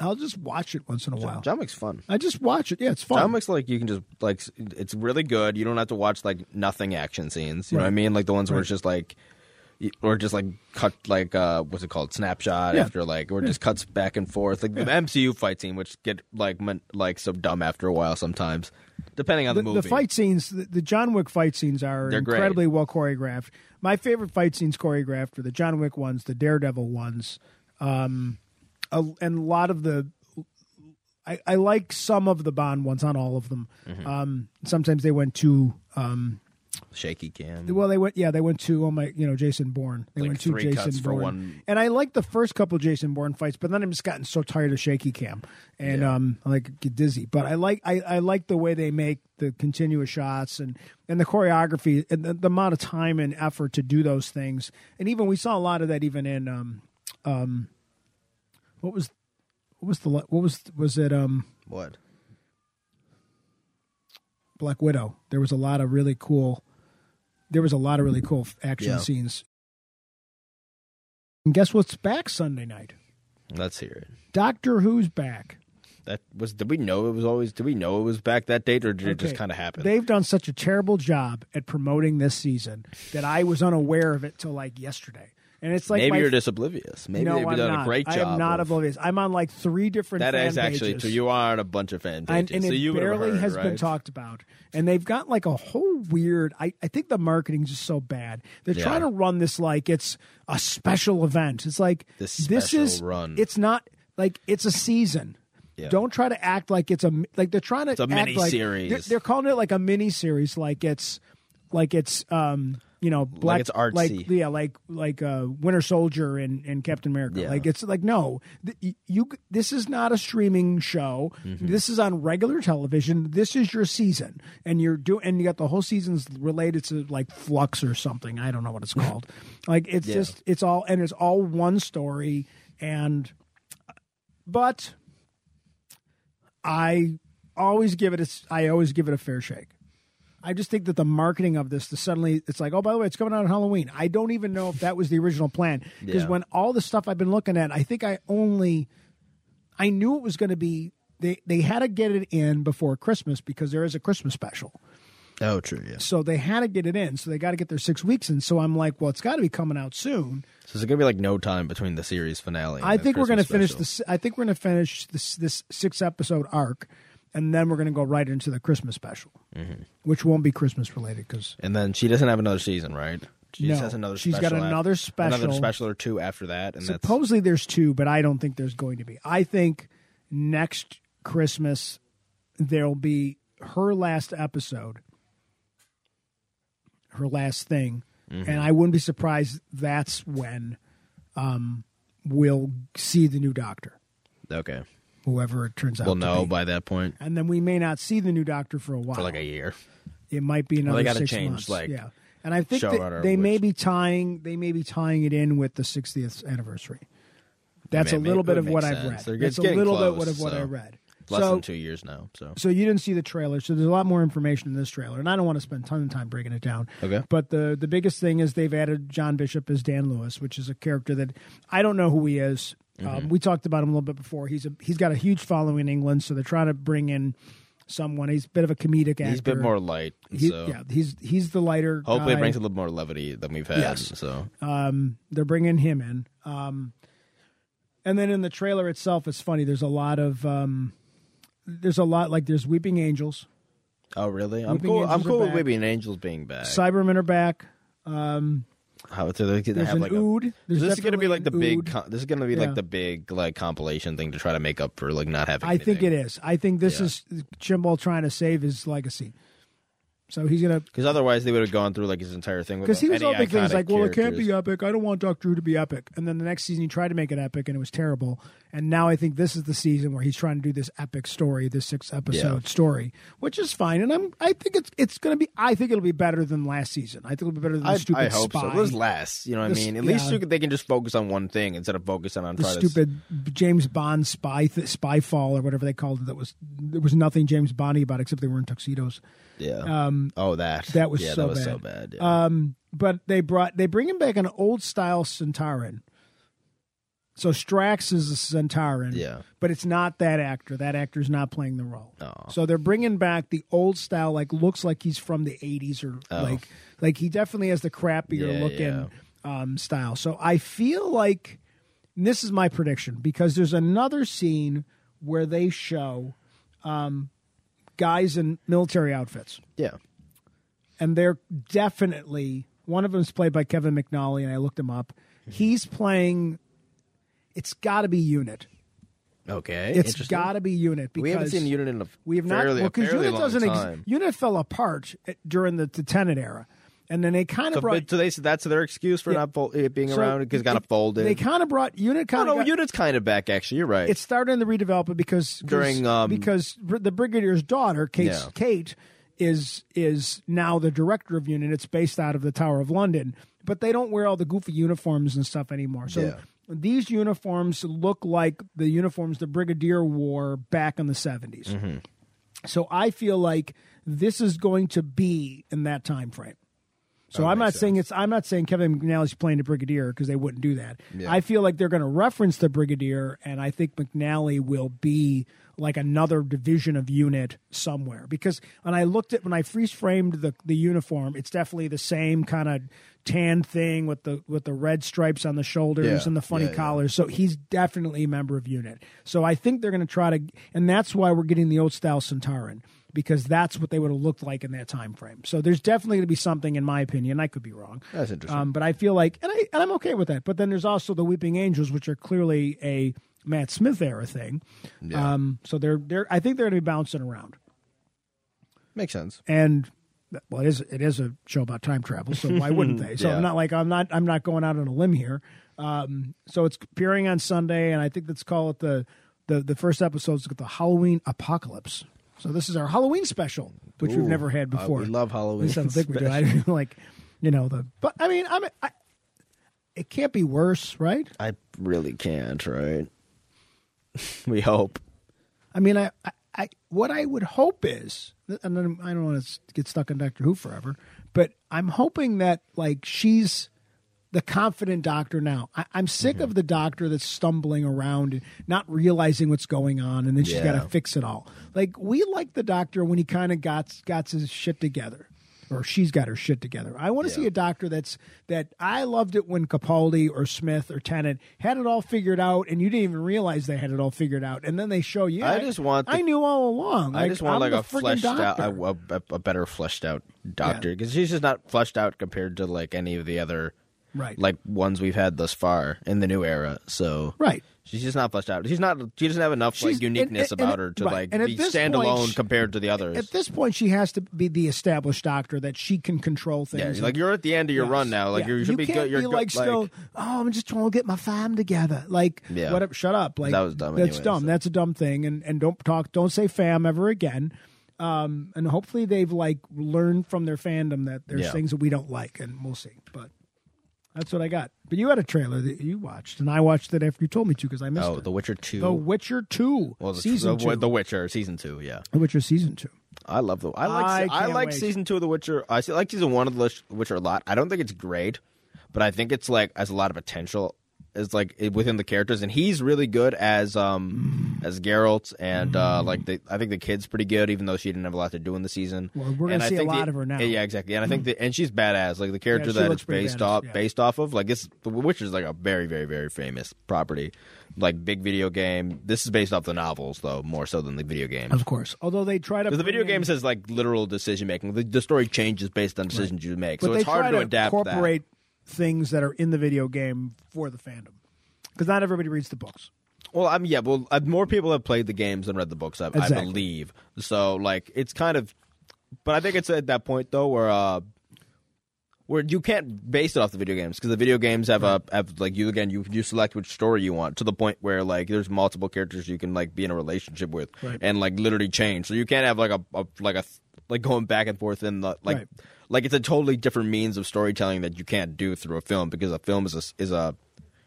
Speaker 2: I'll just watch it once in a while.
Speaker 3: John Wick's fun.
Speaker 2: I just watch it. Yeah, it's fun.
Speaker 3: John Wick's like you can just like s- it's really good. You don't have to watch like nothing action scenes. You know what I
Speaker 2: Right.
Speaker 3: mean? Like the ones where
Speaker 2: Right.
Speaker 3: it's just like y- or just like cut like uh what's it called snapshot
Speaker 2: Yeah.
Speaker 3: after like or just cuts back and forth like the MCU fight scene which get like mon- like so dumb after a while sometimes depending on the,
Speaker 2: the,
Speaker 3: movie.
Speaker 2: the fight scenes, the, the John Wick fight scenes are
Speaker 3: They're great.
Speaker 2: incredibly well choreographed. My favorite fight scenes choreographed are the John Wick ones, the Daredevil ones, um, a, and a lot of the. I, I like some of the Bond ones, not all of them.
Speaker 3: Mm-hmm.
Speaker 2: Um, sometimes they went to, um,
Speaker 3: shaky cam.
Speaker 2: well, they went, yeah, they went to, oh my, you know, Jason Bourne. They
Speaker 3: Like
Speaker 2: went to
Speaker 3: three
Speaker 2: Jason
Speaker 3: cuts for
Speaker 2: Bourne,
Speaker 3: one-
Speaker 2: and I like the first couple Jason Bourne fights, but then I'm just gotten so tired of shaky cam, and um, I like get dizzy. But I like I, I like the way they make the continuous shots and and the choreography and the, the amount of time and effort to do those things. And even we saw a lot of that even in um, um, what was what was the la- what was was it um
Speaker 3: What?
Speaker 2: Black Widow. There was a lot of really cool. There was a lot of really cool action
Speaker 3: Yeah.
Speaker 2: scenes. And guess what's back Sunday night?
Speaker 3: Let's hear it.
Speaker 2: Doctor Who's back.
Speaker 3: That was did we know it was always did we know it was back that date or did it just
Speaker 2: Okay.
Speaker 3: kind of happen?
Speaker 2: They've done such a terrible job at promoting this season that I was unaware of it till like yesterday. And it's like
Speaker 3: Maybe
Speaker 2: my,
Speaker 3: you're just oblivious. Maybe
Speaker 2: no,
Speaker 3: they've
Speaker 2: I'm
Speaker 3: done
Speaker 2: not.
Speaker 3: a great job.
Speaker 2: I am not
Speaker 3: of,
Speaker 2: oblivious. I'm on like three different.
Speaker 3: That
Speaker 2: fan
Speaker 3: is actually
Speaker 2: pages.
Speaker 3: true. You are on a bunch of fan
Speaker 2: and,
Speaker 3: pages.
Speaker 2: and
Speaker 3: so
Speaker 2: it
Speaker 3: you would have
Speaker 2: barely
Speaker 3: heard,
Speaker 2: has been
Speaker 3: right?
Speaker 2: talked about. And they've got like a whole weird. I, I think the marketing's just so bad. They're
Speaker 3: Yeah.
Speaker 2: trying to run this like it's a special event. It's like
Speaker 3: The
Speaker 2: this
Speaker 3: special
Speaker 2: is
Speaker 3: run.
Speaker 2: It's not like it's a season.
Speaker 3: Yeah.
Speaker 2: Don't try to act like it's a like they're trying to
Speaker 3: a
Speaker 2: act
Speaker 3: mini
Speaker 2: like-
Speaker 3: series.
Speaker 2: They're, they're calling it like a mini series. Like it's like it's um you know black
Speaker 3: it's artsy.
Speaker 2: like yeah like like uh Winter Soldier and and Captain America.
Speaker 3: Yeah.
Speaker 2: Like it's like no, th- y- you this is not a streaming show.
Speaker 3: Mm-hmm.
Speaker 2: This is on regular television. This is your season, and you're doing and you got the whole season's related to like Flux or something. I don't know what it's called. like it's
Speaker 3: Yeah.
Speaker 2: just it's all and it's all one story. And but I always give it a s- I always give it a fair shake. I just think that the marketing of this, the suddenly it's like, oh, by the way, it's coming out on Halloween. I don't even know if that was the original plan because
Speaker 3: Yeah.
Speaker 2: when all the stuff I've been looking at, I think I only, I knew it was going to be they they had to get it in before Christmas because there is a Christmas special,
Speaker 3: Oh, true. Yeah.
Speaker 2: so they had to get it in, so they got to get their six weeks in. So I'm like, well, it's got to be coming out soon.
Speaker 3: So it's gonna be like no time between the series finale. and
Speaker 2: I
Speaker 3: the
Speaker 2: think we're going to
Speaker 3: Christmas
Speaker 2: finish
Speaker 3: special.
Speaker 2: this. I think we're going to finish this this six episode arc, and then we're going to go right into the Christmas special,
Speaker 3: Mm-hmm.
Speaker 2: which won't be Christmas related because
Speaker 3: And then she doesn't have another season, right? She just
Speaker 2: No.
Speaker 3: has another.
Speaker 2: She's got
Speaker 3: special after-
Speaker 2: another special.
Speaker 3: another special or two after that, and that's
Speaker 2: Supposedly there's two, but I don't think there's going to be. I think next Christmas there'll be her last episode, her last thing,
Speaker 3: Mm-hmm.
Speaker 2: and I wouldn't be surprised that's when um, we'll see the new Doctor,
Speaker 3: Okay.
Speaker 2: whoever it turns out.
Speaker 3: We'll
Speaker 2: to
Speaker 3: know
Speaker 2: be.
Speaker 3: by that point
Speaker 2: and then we may not see the new Doctor for a while.
Speaker 3: for like a year.
Speaker 2: it might be another
Speaker 3: they gotta
Speaker 2: six
Speaker 3: change,
Speaker 2: months.
Speaker 3: like,
Speaker 2: yeah, and I think that
Speaker 3: showrunner,
Speaker 2: they may
Speaker 3: which-
Speaker 2: be tying they may be tying it in with the 60th anniversary. That's
Speaker 3: mean,
Speaker 2: a little
Speaker 3: it
Speaker 2: bit
Speaker 3: would
Speaker 2: of
Speaker 3: make
Speaker 2: what I've
Speaker 3: sense.
Speaker 2: read.
Speaker 3: They're-
Speaker 2: That's
Speaker 3: it's
Speaker 2: a
Speaker 3: getting
Speaker 2: little bit
Speaker 3: close,
Speaker 2: of what I
Speaker 3: so
Speaker 2: read.
Speaker 3: Less
Speaker 2: so,
Speaker 3: than two years now. So
Speaker 2: so you didn't see the trailer. So there's a lot more information in this trailer, and I don't want to spend a ton of time breaking it down.
Speaker 3: Okay.
Speaker 2: But the the biggest thing is they've added John Bishop as Dan Lewis, which is a character that I don't know who he is.
Speaker 3: Mm-hmm.
Speaker 2: Um, we talked about him a little bit before. He's a he's got a huge following in England, so they're trying to bring in someone. He's a bit of a comedic actor.
Speaker 3: he's a bit more light.
Speaker 2: He-
Speaker 3: so
Speaker 2: Yeah, he's he's the lighter.
Speaker 3: hopefully it
Speaker 2: guy.
Speaker 3: brings a little more levity than we've had.
Speaker 2: Yes. Uh,
Speaker 3: So
Speaker 2: They're bringing him in. Um, and then in the trailer itself, it's funny. There's a lot of um, there's a lot like there's weeping angels.
Speaker 3: oh really? I'm
Speaker 2: Weeping
Speaker 3: cool. I'm
Speaker 2: Angels are
Speaker 3: cool with
Speaker 2: back.
Speaker 3: Webby and Angels being back.
Speaker 2: Cybermen are back. Um,
Speaker 3: How so they're gonna
Speaker 2: There's
Speaker 3: have
Speaker 2: an
Speaker 3: like a-
Speaker 2: ood. There's
Speaker 3: this is gonna be
Speaker 2: definitely
Speaker 3: like the
Speaker 2: an
Speaker 3: big.
Speaker 2: ood.
Speaker 3: Com- this is gonna be
Speaker 2: Yeah.
Speaker 3: like the big like compilation thing to try to make up for like not having.
Speaker 2: I think it is. I think this
Speaker 3: Yeah.
Speaker 2: is Chimbal trying to save his legacy. So he's gonna
Speaker 3: because otherwise they would have gone through like his entire thing.
Speaker 2: because
Speaker 3: Because
Speaker 2: he was all big things like, well, it can't be epic. I don't want Doctor Who to be epic. And then the next season he tried to make it epic and it was terrible. And now I think this is the season where he's trying to do this epic story, this six episode story, which is fine. And I'm I think it's it's gonna be I think it'll be better than last season. I think it'll be better than the
Speaker 3: I,
Speaker 2: stupid
Speaker 3: I hope
Speaker 2: spy.
Speaker 3: so. It was less. You know what
Speaker 2: This-
Speaker 3: I mean? At least
Speaker 2: yeah.
Speaker 3: you could- they can just focus on one thing instead of focusing on
Speaker 2: the
Speaker 3: trying to-
Speaker 2: stupid James Bond spy th- spy fall or whatever they called it that was there was nothing James Bondy about except they were in tuxedos.
Speaker 3: yeah. oh, that.
Speaker 2: um, that was
Speaker 3: yeah,
Speaker 2: so
Speaker 3: that was so
Speaker 2: bad.
Speaker 3: bad. yeah.
Speaker 2: Um, but they brought they bring him back an old style Centauran. So Strax is a Centauran,
Speaker 3: Yeah.
Speaker 2: but it's not that actor. That actor's not playing the role.
Speaker 3: Aw.
Speaker 2: So they're bringing back the old style, like looks like he's from the '80s or like like he definitely has the crappier
Speaker 3: Oh. Yeah,
Speaker 2: looking Um, style. So I feel like and this is my prediction because there's another scene where they show um, guys in military outfits
Speaker 3: yeah.
Speaker 2: and they're definitely one of them's played by Kevin McNally, and I looked him up.
Speaker 3: Hmm.
Speaker 2: He's playing. It's got to be Unit.
Speaker 3: Okay.
Speaker 2: It's
Speaker 3: Eh, interesting.
Speaker 2: got to be Unit because
Speaker 3: We haven't seen Unit in a
Speaker 2: we have not
Speaker 3: fairly,
Speaker 2: well,
Speaker 3: a fairly
Speaker 2: Unit
Speaker 3: long
Speaker 2: doesn't ex-
Speaker 3: time.
Speaker 2: Unit fell apart at- during the, the Tenet era, and then they kind of
Speaker 3: So,
Speaker 2: brought
Speaker 3: but, so they said that's their excuse for not fol- it being
Speaker 2: so
Speaker 3: around because it got
Speaker 2: it-
Speaker 3: folded.
Speaker 2: They kind of brought Unit
Speaker 3: no,
Speaker 2: kind
Speaker 3: no,
Speaker 2: of.
Speaker 3: Unit's kind of back actually. You're right.
Speaker 2: it started in the redevelopment because
Speaker 3: During, um,
Speaker 2: because br- the brigadier's daughter Kate
Speaker 3: Yeah.
Speaker 2: Kate is is now the director of unit. It's based out of the Tower of London, but they don't wear all the goofy uniforms and stuff anymore. So
Speaker 3: Yeah.
Speaker 2: these uniforms look like the uniforms the brigadier wore back in the 70s.
Speaker 3: Mm-hmm.
Speaker 2: So I feel like this is going to be in that time frame. So I'm not saying it's I'm not saying Kevin McNally's playing the Brigadier because they wouldn't do that. I feel like they're going to reference the Brigadier, and I think McNally will be like another division of unit somewhere because when I looked at when I freeze framed the the uniform, it's definitely the same kind of tan thing with the with the red stripes on the shoulders
Speaker 3: Yeah,
Speaker 2: and the funny
Speaker 3: yeah, yeah.
Speaker 2: collar. So he's definitely a member of unit. So I think they're going to try to, and that's why we're getting the old style Centauran because that's what they would have looked like in that time frame. So there's definitely going to be something, in my opinion. I could be wrong.
Speaker 3: That's interesting.
Speaker 2: Um, but I feel like, and, I, and I'm okay with that. But then there's also the Weeping Angels, which are clearly a Matt Smith era thing. Um, so they're they're I think they're going to be bouncing around.
Speaker 3: Makes sense.
Speaker 2: And well, it is it is a show about time travel, so why wouldn't they? So
Speaker 3: Yeah.
Speaker 2: I'm not like I'm not I'm not going out on a limb here. Um, so it's appearing on Sunday, and I think let's call it the the the first episode is the Halloween apocalypse. So this is our Halloween special, which we've
Speaker 3: Ooh,
Speaker 2: never had
Speaker 3: uh,
Speaker 2: before.
Speaker 3: we love
Speaker 2: At
Speaker 3: Halloween.
Speaker 2: least I don't think we do. I mean, like you know the but I mean I'm I, it can't be worse, right?
Speaker 3: I really can't. Right. we hope.
Speaker 2: I mean, I, I, I what I would hope is, and then I don't want to get stuck in Doctor Who forever, but I'm hoping that like she's the confident doctor now. I, I'm sick of the doctor that's stumbling around, and not realizing what's going on, and then she's
Speaker 3: Yeah.
Speaker 2: got to fix it all. Like we like the doctor when he kind of got got his shit together. Or she's got her shit together. I want to see a doctor that's that I loved it when Capaldi or Smith or Tennant had it all figured out, and you didn't even realize they had it all figured out, and then they show you.
Speaker 3: I just want the-
Speaker 2: I knew all along.
Speaker 3: I just want
Speaker 2: I'm
Speaker 3: like
Speaker 2: the
Speaker 3: a
Speaker 2: friggin'
Speaker 3: fleshed out,
Speaker 2: doctor.
Speaker 3: a, a, a better fleshed out doctor because she's just not fleshed out compared to like any of the other
Speaker 2: right.
Speaker 3: like ones we've had thus far in the new era. So
Speaker 2: right.
Speaker 3: She's just not fleshed out. She's not. She doesn't have enough
Speaker 2: She's-
Speaker 3: like
Speaker 2: and-
Speaker 3: uniqueness
Speaker 2: and-
Speaker 3: about
Speaker 2: and-
Speaker 3: her to
Speaker 2: right.
Speaker 3: like
Speaker 2: And at
Speaker 3: be
Speaker 2: this point,
Speaker 3: standalone
Speaker 2: she-
Speaker 3: compared to the others.
Speaker 2: At this point, she has to be the established doctor that she can control things.
Speaker 3: yeah,
Speaker 2: and-
Speaker 3: like you're at the end of your
Speaker 2: Yes.
Speaker 3: run now. Like
Speaker 2: Yeah.
Speaker 3: you should be
Speaker 2: can't
Speaker 3: good. You're
Speaker 2: be
Speaker 3: good,
Speaker 2: like still. Oh, I'm just trying to get my fam together. Like
Speaker 3: Yeah.
Speaker 2: whatever. Shut up. Like
Speaker 3: That was dumb
Speaker 2: That's
Speaker 3: anyway,
Speaker 2: dumb.
Speaker 3: so-
Speaker 2: That's a dumb thing. And and don't talk. Don't say fam ever again. Um, and hopefully they've like learned from their fandom that there's
Speaker 3: Yeah.
Speaker 2: things that we don't like, and we'll see. But that's what I got. But you had a trailer that you watched, and I watched it after you told me to because I missed
Speaker 3: oh,
Speaker 2: it.
Speaker 3: The Witcher Two.
Speaker 2: The Witcher Two,
Speaker 3: well, the,
Speaker 2: season
Speaker 3: the,
Speaker 2: two.
Speaker 3: the Witcher season two. Yeah,
Speaker 2: The Witcher season two.
Speaker 3: I love the. I
Speaker 2: I
Speaker 3: like. se- I,
Speaker 2: can't
Speaker 3: like
Speaker 2: wait.
Speaker 3: season two of The Witcher. I se- like season one of The Lich- Witcher a lot. I don't think it's great, but I think it's like has a lot of potential. Is like it, within the characters, and he's really good as um as Geralt, and uh like the, I think the kid's pretty good, even though she didn't have a lot to do in the season.
Speaker 2: Well, we're gonna
Speaker 3: And I
Speaker 2: see a
Speaker 3: think the-
Speaker 2: lot of her now.
Speaker 3: Yeah, exactly. And I think the, and she's badass. Like the character
Speaker 2: Yeah, she
Speaker 3: that
Speaker 2: looks
Speaker 3: it's
Speaker 2: pretty
Speaker 3: based
Speaker 2: badass,
Speaker 3: off
Speaker 2: yeah.
Speaker 3: based off of. Like it's The Witcher's like a very very very famous property, like big video game. This is based off the novels though, more so than the video game.
Speaker 2: Of course. Although they try to
Speaker 3: Because the
Speaker 2: bring
Speaker 3: video
Speaker 2: in-
Speaker 3: game says like literal decision making. The, the story changes based on decisions you make,
Speaker 2: but
Speaker 3: so
Speaker 2: they
Speaker 3: it's hard
Speaker 2: try
Speaker 3: to, adapt
Speaker 2: incorporate things that are in the video game for the fandom because not everybody reads the books.
Speaker 3: that. Well, I'm yeah. Well, uh, more people have played the games than read the books, I, I
Speaker 2: Exactly.
Speaker 3: believe. So like, it's kind of, but I think it's at that point though where uh, where you can't base it off the video games because the video games have a have like you again you you select which story you want to the point where like there's multiple characters you can like be in a relationship with
Speaker 2: Right.
Speaker 3: and like literally change. So you can't have like a, a like a th- like going back and forth in the like
Speaker 2: Right.
Speaker 3: like it's a totally different means of storytelling that you can't do through a film because a film is a is a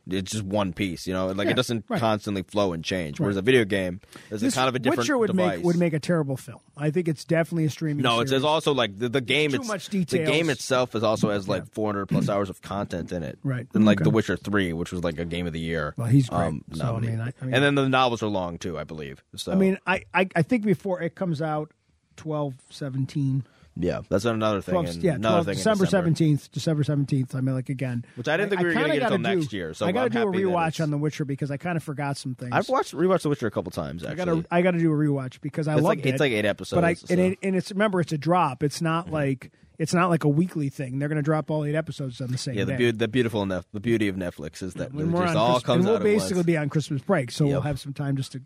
Speaker 3: it's just one piece, you know. Like
Speaker 2: Yeah,
Speaker 3: it doesn't
Speaker 2: right.
Speaker 3: constantly flow and change. Whereas
Speaker 2: Right.
Speaker 3: a video game is a
Speaker 2: This
Speaker 3: kind of a different
Speaker 2: Witcher would
Speaker 3: device.
Speaker 2: make would make a terrible film. I think it's definitely a streaming.
Speaker 3: No, it's,
Speaker 2: series.
Speaker 3: it's also like the, the game.
Speaker 2: Too
Speaker 3: it's,
Speaker 2: much
Speaker 3: The game
Speaker 2: details.
Speaker 3: itself is also has like 400 plus hours of content in it.
Speaker 2: Right.
Speaker 3: And like
Speaker 2: Okay.
Speaker 3: The Witcher Three, which was like a game of the year.
Speaker 2: Well, he's great.
Speaker 3: Um,
Speaker 2: So, I
Speaker 3: nominee.
Speaker 2: mean, I- I mean-
Speaker 3: and then the novels are long too, I believe. So
Speaker 2: I mean, I, I I think before it comes out, 12, 17.
Speaker 3: yeah, that's another thing.
Speaker 2: 12,
Speaker 3: in-
Speaker 2: yeah,
Speaker 3: another
Speaker 2: 12,
Speaker 3: thing in
Speaker 2: December
Speaker 3: December.
Speaker 2: seventeenth, December seventeenth. I mean, like again,
Speaker 3: Which I didn't think we were gonna
Speaker 2: kinda
Speaker 3: get
Speaker 2: gotta
Speaker 3: until
Speaker 2: do-
Speaker 3: next year, so
Speaker 2: I gotta
Speaker 3: I'm
Speaker 2: do a
Speaker 3: happy that
Speaker 2: rewatch
Speaker 3: it's-
Speaker 2: on The Witcher because I kind of forgot some things.
Speaker 3: I've watched rewatched The Witcher a couple times
Speaker 2: I
Speaker 3: actually.
Speaker 2: gotta I gotta do a rewatch because I
Speaker 3: It's
Speaker 2: loved
Speaker 3: like-
Speaker 2: it.
Speaker 3: it's Mm-hmm. like eight episodes,
Speaker 2: but I
Speaker 3: so-
Speaker 2: and, it, and it's remember it's a drop. It's not like it's not like a weekly thing. They're gonna drop all eight episodes on the same
Speaker 3: yeah, the,
Speaker 2: day.
Speaker 3: beau- the beautiful nef- the beauty of Netflix is that
Speaker 2: when
Speaker 3: it
Speaker 2: we're
Speaker 3: just
Speaker 2: on
Speaker 3: all
Speaker 2: Christmas,
Speaker 3: comes
Speaker 2: and we'll
Speaker 3: out
Speaker 2: basically
Speaker 3: at once.
Speaker 2: be on Christmas break, so we'll
Speaker 3: Yep.
Speaker 2: have some time just to.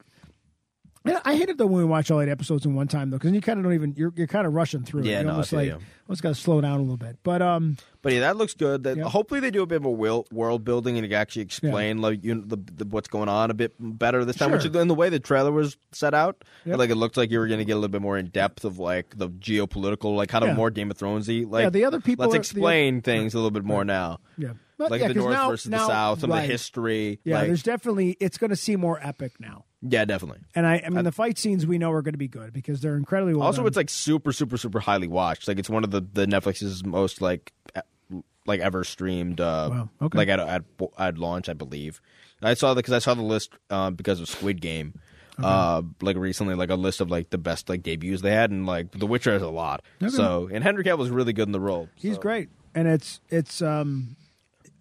Speaker 2: Yeah, I hate it though when we watch all eight episodes in one time though, because you kind of don't even you're you're kind of rushing through.
Speaker 3: Yeah,
Speaker 2: it. You
Speaker 3: no, I
Speaker 2: almost
Speaker 3: feel
Speaker 2: like
Speaker 3: you.
Speaker 2: almost got to slow down a little bit. But um,
Speaker 3: But yeah, that looks good. That
Speaker 2: Yep.
Speaker 3: hopefully they do a bit more will, world building and actually explain like you know, the, the, what's going on a bit better this time. Which
Speaker 2: Sure.
Speaker 3: in the way the trailer was set out,
Speaker 2: Yep.
Speaker 3: like it looked like you were going to get a little bit more in depth of like the geopolitical, like kind
Speaker 2: Yeah.
Speaker 3: of more Game of Thronesy. Like
Speaker 2: Yeah, the other people are-
Speaker 3: let's
Speaker 2: the-
Speaker 3: explain things a little bit more now.
Speaker 2: yeah, But,
Speaker 3: like
Speaker 2: yeah,
Speaker 3: the
Speaker 2: 'cause
Speaker 3: north
Speaker 2: now-
Speaker 3: versus
Speaker 2: now-
Speaker 3: the south, some of
Speaker 2: right.
Speaker 3: the history.
Speaker 2: Yeah,
Speaker 3: like-
Speaker 2: there's definitely it's going to seem more epic now.
Speaker 3: yeah, definitely.
Speaker 2: And I, I mean, the fight scenes we know are going to be good because they're incredibly well.
Speaker 3: Also,
Speaker 2: done.
Speaker 3: it's like super, super, super highly watched. Like it's one of the the Netflix's most like e- like ever streamed. Uh,
Speaker 2: Wow, okay.
Speaker 3: Like at at at launch, I believe. I saw the because I saw the list uh, because of Squid Game. Uh, like recently, like a list of like the best like debuts they had, and like The Witcher has a lot. So, and Henry Cavill was really good in the role.
Speaker 2: he's great, and it's it's um,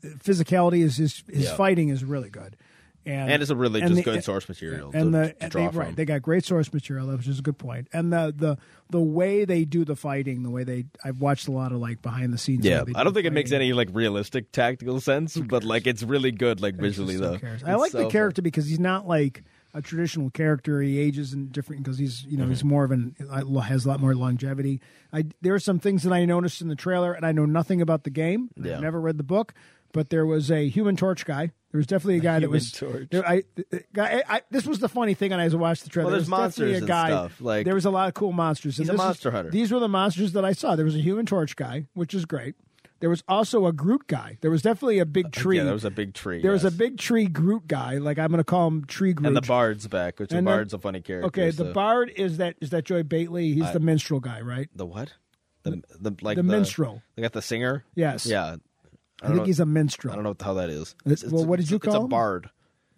Speaker 2: physicality is his his
Speaker 3: Yeah.
Speaker 2: fighting is really good, and
Speaker 3: and it's a really
Speaker 2: and
Speaker 3: just
Speaker 2: the- e,
Speaker 3: good source material
Speaker 2: and
Speaker 3: to,
Speaker 2: the
Speaker 3: to draw
Speaker 2: they,
Speaker 3: from.
Speaker 2: right they got great source material which is a good point and the the the way they do the fighting the way they i've watched a lot of like behind the scenes
Speaker 3: yeah,
Speaker 2: how they do
Speaker 3: I don't
Speaker 2: the
Speaker 3: think it makes
Speaker 2: fighting.
Speaker 3: any like realistic tactical sense, but like it's really good like visually
Speaker 2: Who
Speaker 3: though.
Speaker 2: cares? i
Speaker 3: It's
Speaker 2: like
Speaker 3: so
Speaker 2: the
Speaker 3: fun.
Speaker 2: character because he's not like a traditional character he ages in different because he's you know
Speaker 3: Mm-hmm.
Speaker 2: he's more of an has a lot more longevity i there are some things that i noticed in the trailer and i know nothing about the game I've
Speaker 3: Yeah.
Speaker 2: never read the book but there was a human torch guy there was definitely a guy that
Speaker 3: Human
Speaker 2: was
Speaker 3: Torch.
Speaker 2: there- I, the guy, I, I- this was the funny thing, and I watched the trailer.
Speaker 3: Well,
Speaker 2: there
Speaker 3: there's
Speaker 2: was definitely
Speaker 3: monsters
Speaker 2: a
Speaker 3: and
Speaker 2: guy,
Speaker 3: stuff, like-
Speaker 2: there was a lot of cool monsters. and
Speaker 3: He's a
Speaker 2: this is-
Speaker 3: monster hunter.
Speaker 2: These were the monsters that I saw. There was a Human Torch guy, which is great. There was also a Groot guy. There was definitely a big tree.
Speaker 3: Uh, Yeah, there was a big tree.
Speaker 2: There was a
Speaker 3: yes.
Speaker 2: big tree Groot guy. Like I'm going to call him Tree Groot.
Speaker 3: And the Bard's back, which
Speaker 2: And
Speaker 3: the
Speaker 2: then-
Speaker 3: Bard's a funny character.
Speaker 2: okay, the
Speaker 3: so-
Speaker 2: bard is that is that Joy Bately? He's the minstrel guy, right?
Speaker 3: the what? The the like
Speaker 2: the minstrel.
Speaker 3: They got the singer.
Speaker 2: Yes.
Speaker 3: Yeah.
Speaker 2: I, think
Speaker 3: know-
Speaker 2: he's a
Speaker 3: I
Speaker 2: minstrel.
Speaker 3: don't know how that is.
Speaker 2: It's- Uh, well, what did
Speaker 3: it's-
Speaker 2: you
Speaker 3: It's
Speaker 2: call
Speaker 3: a
Speaker 2: him?
Speaker 3: bard.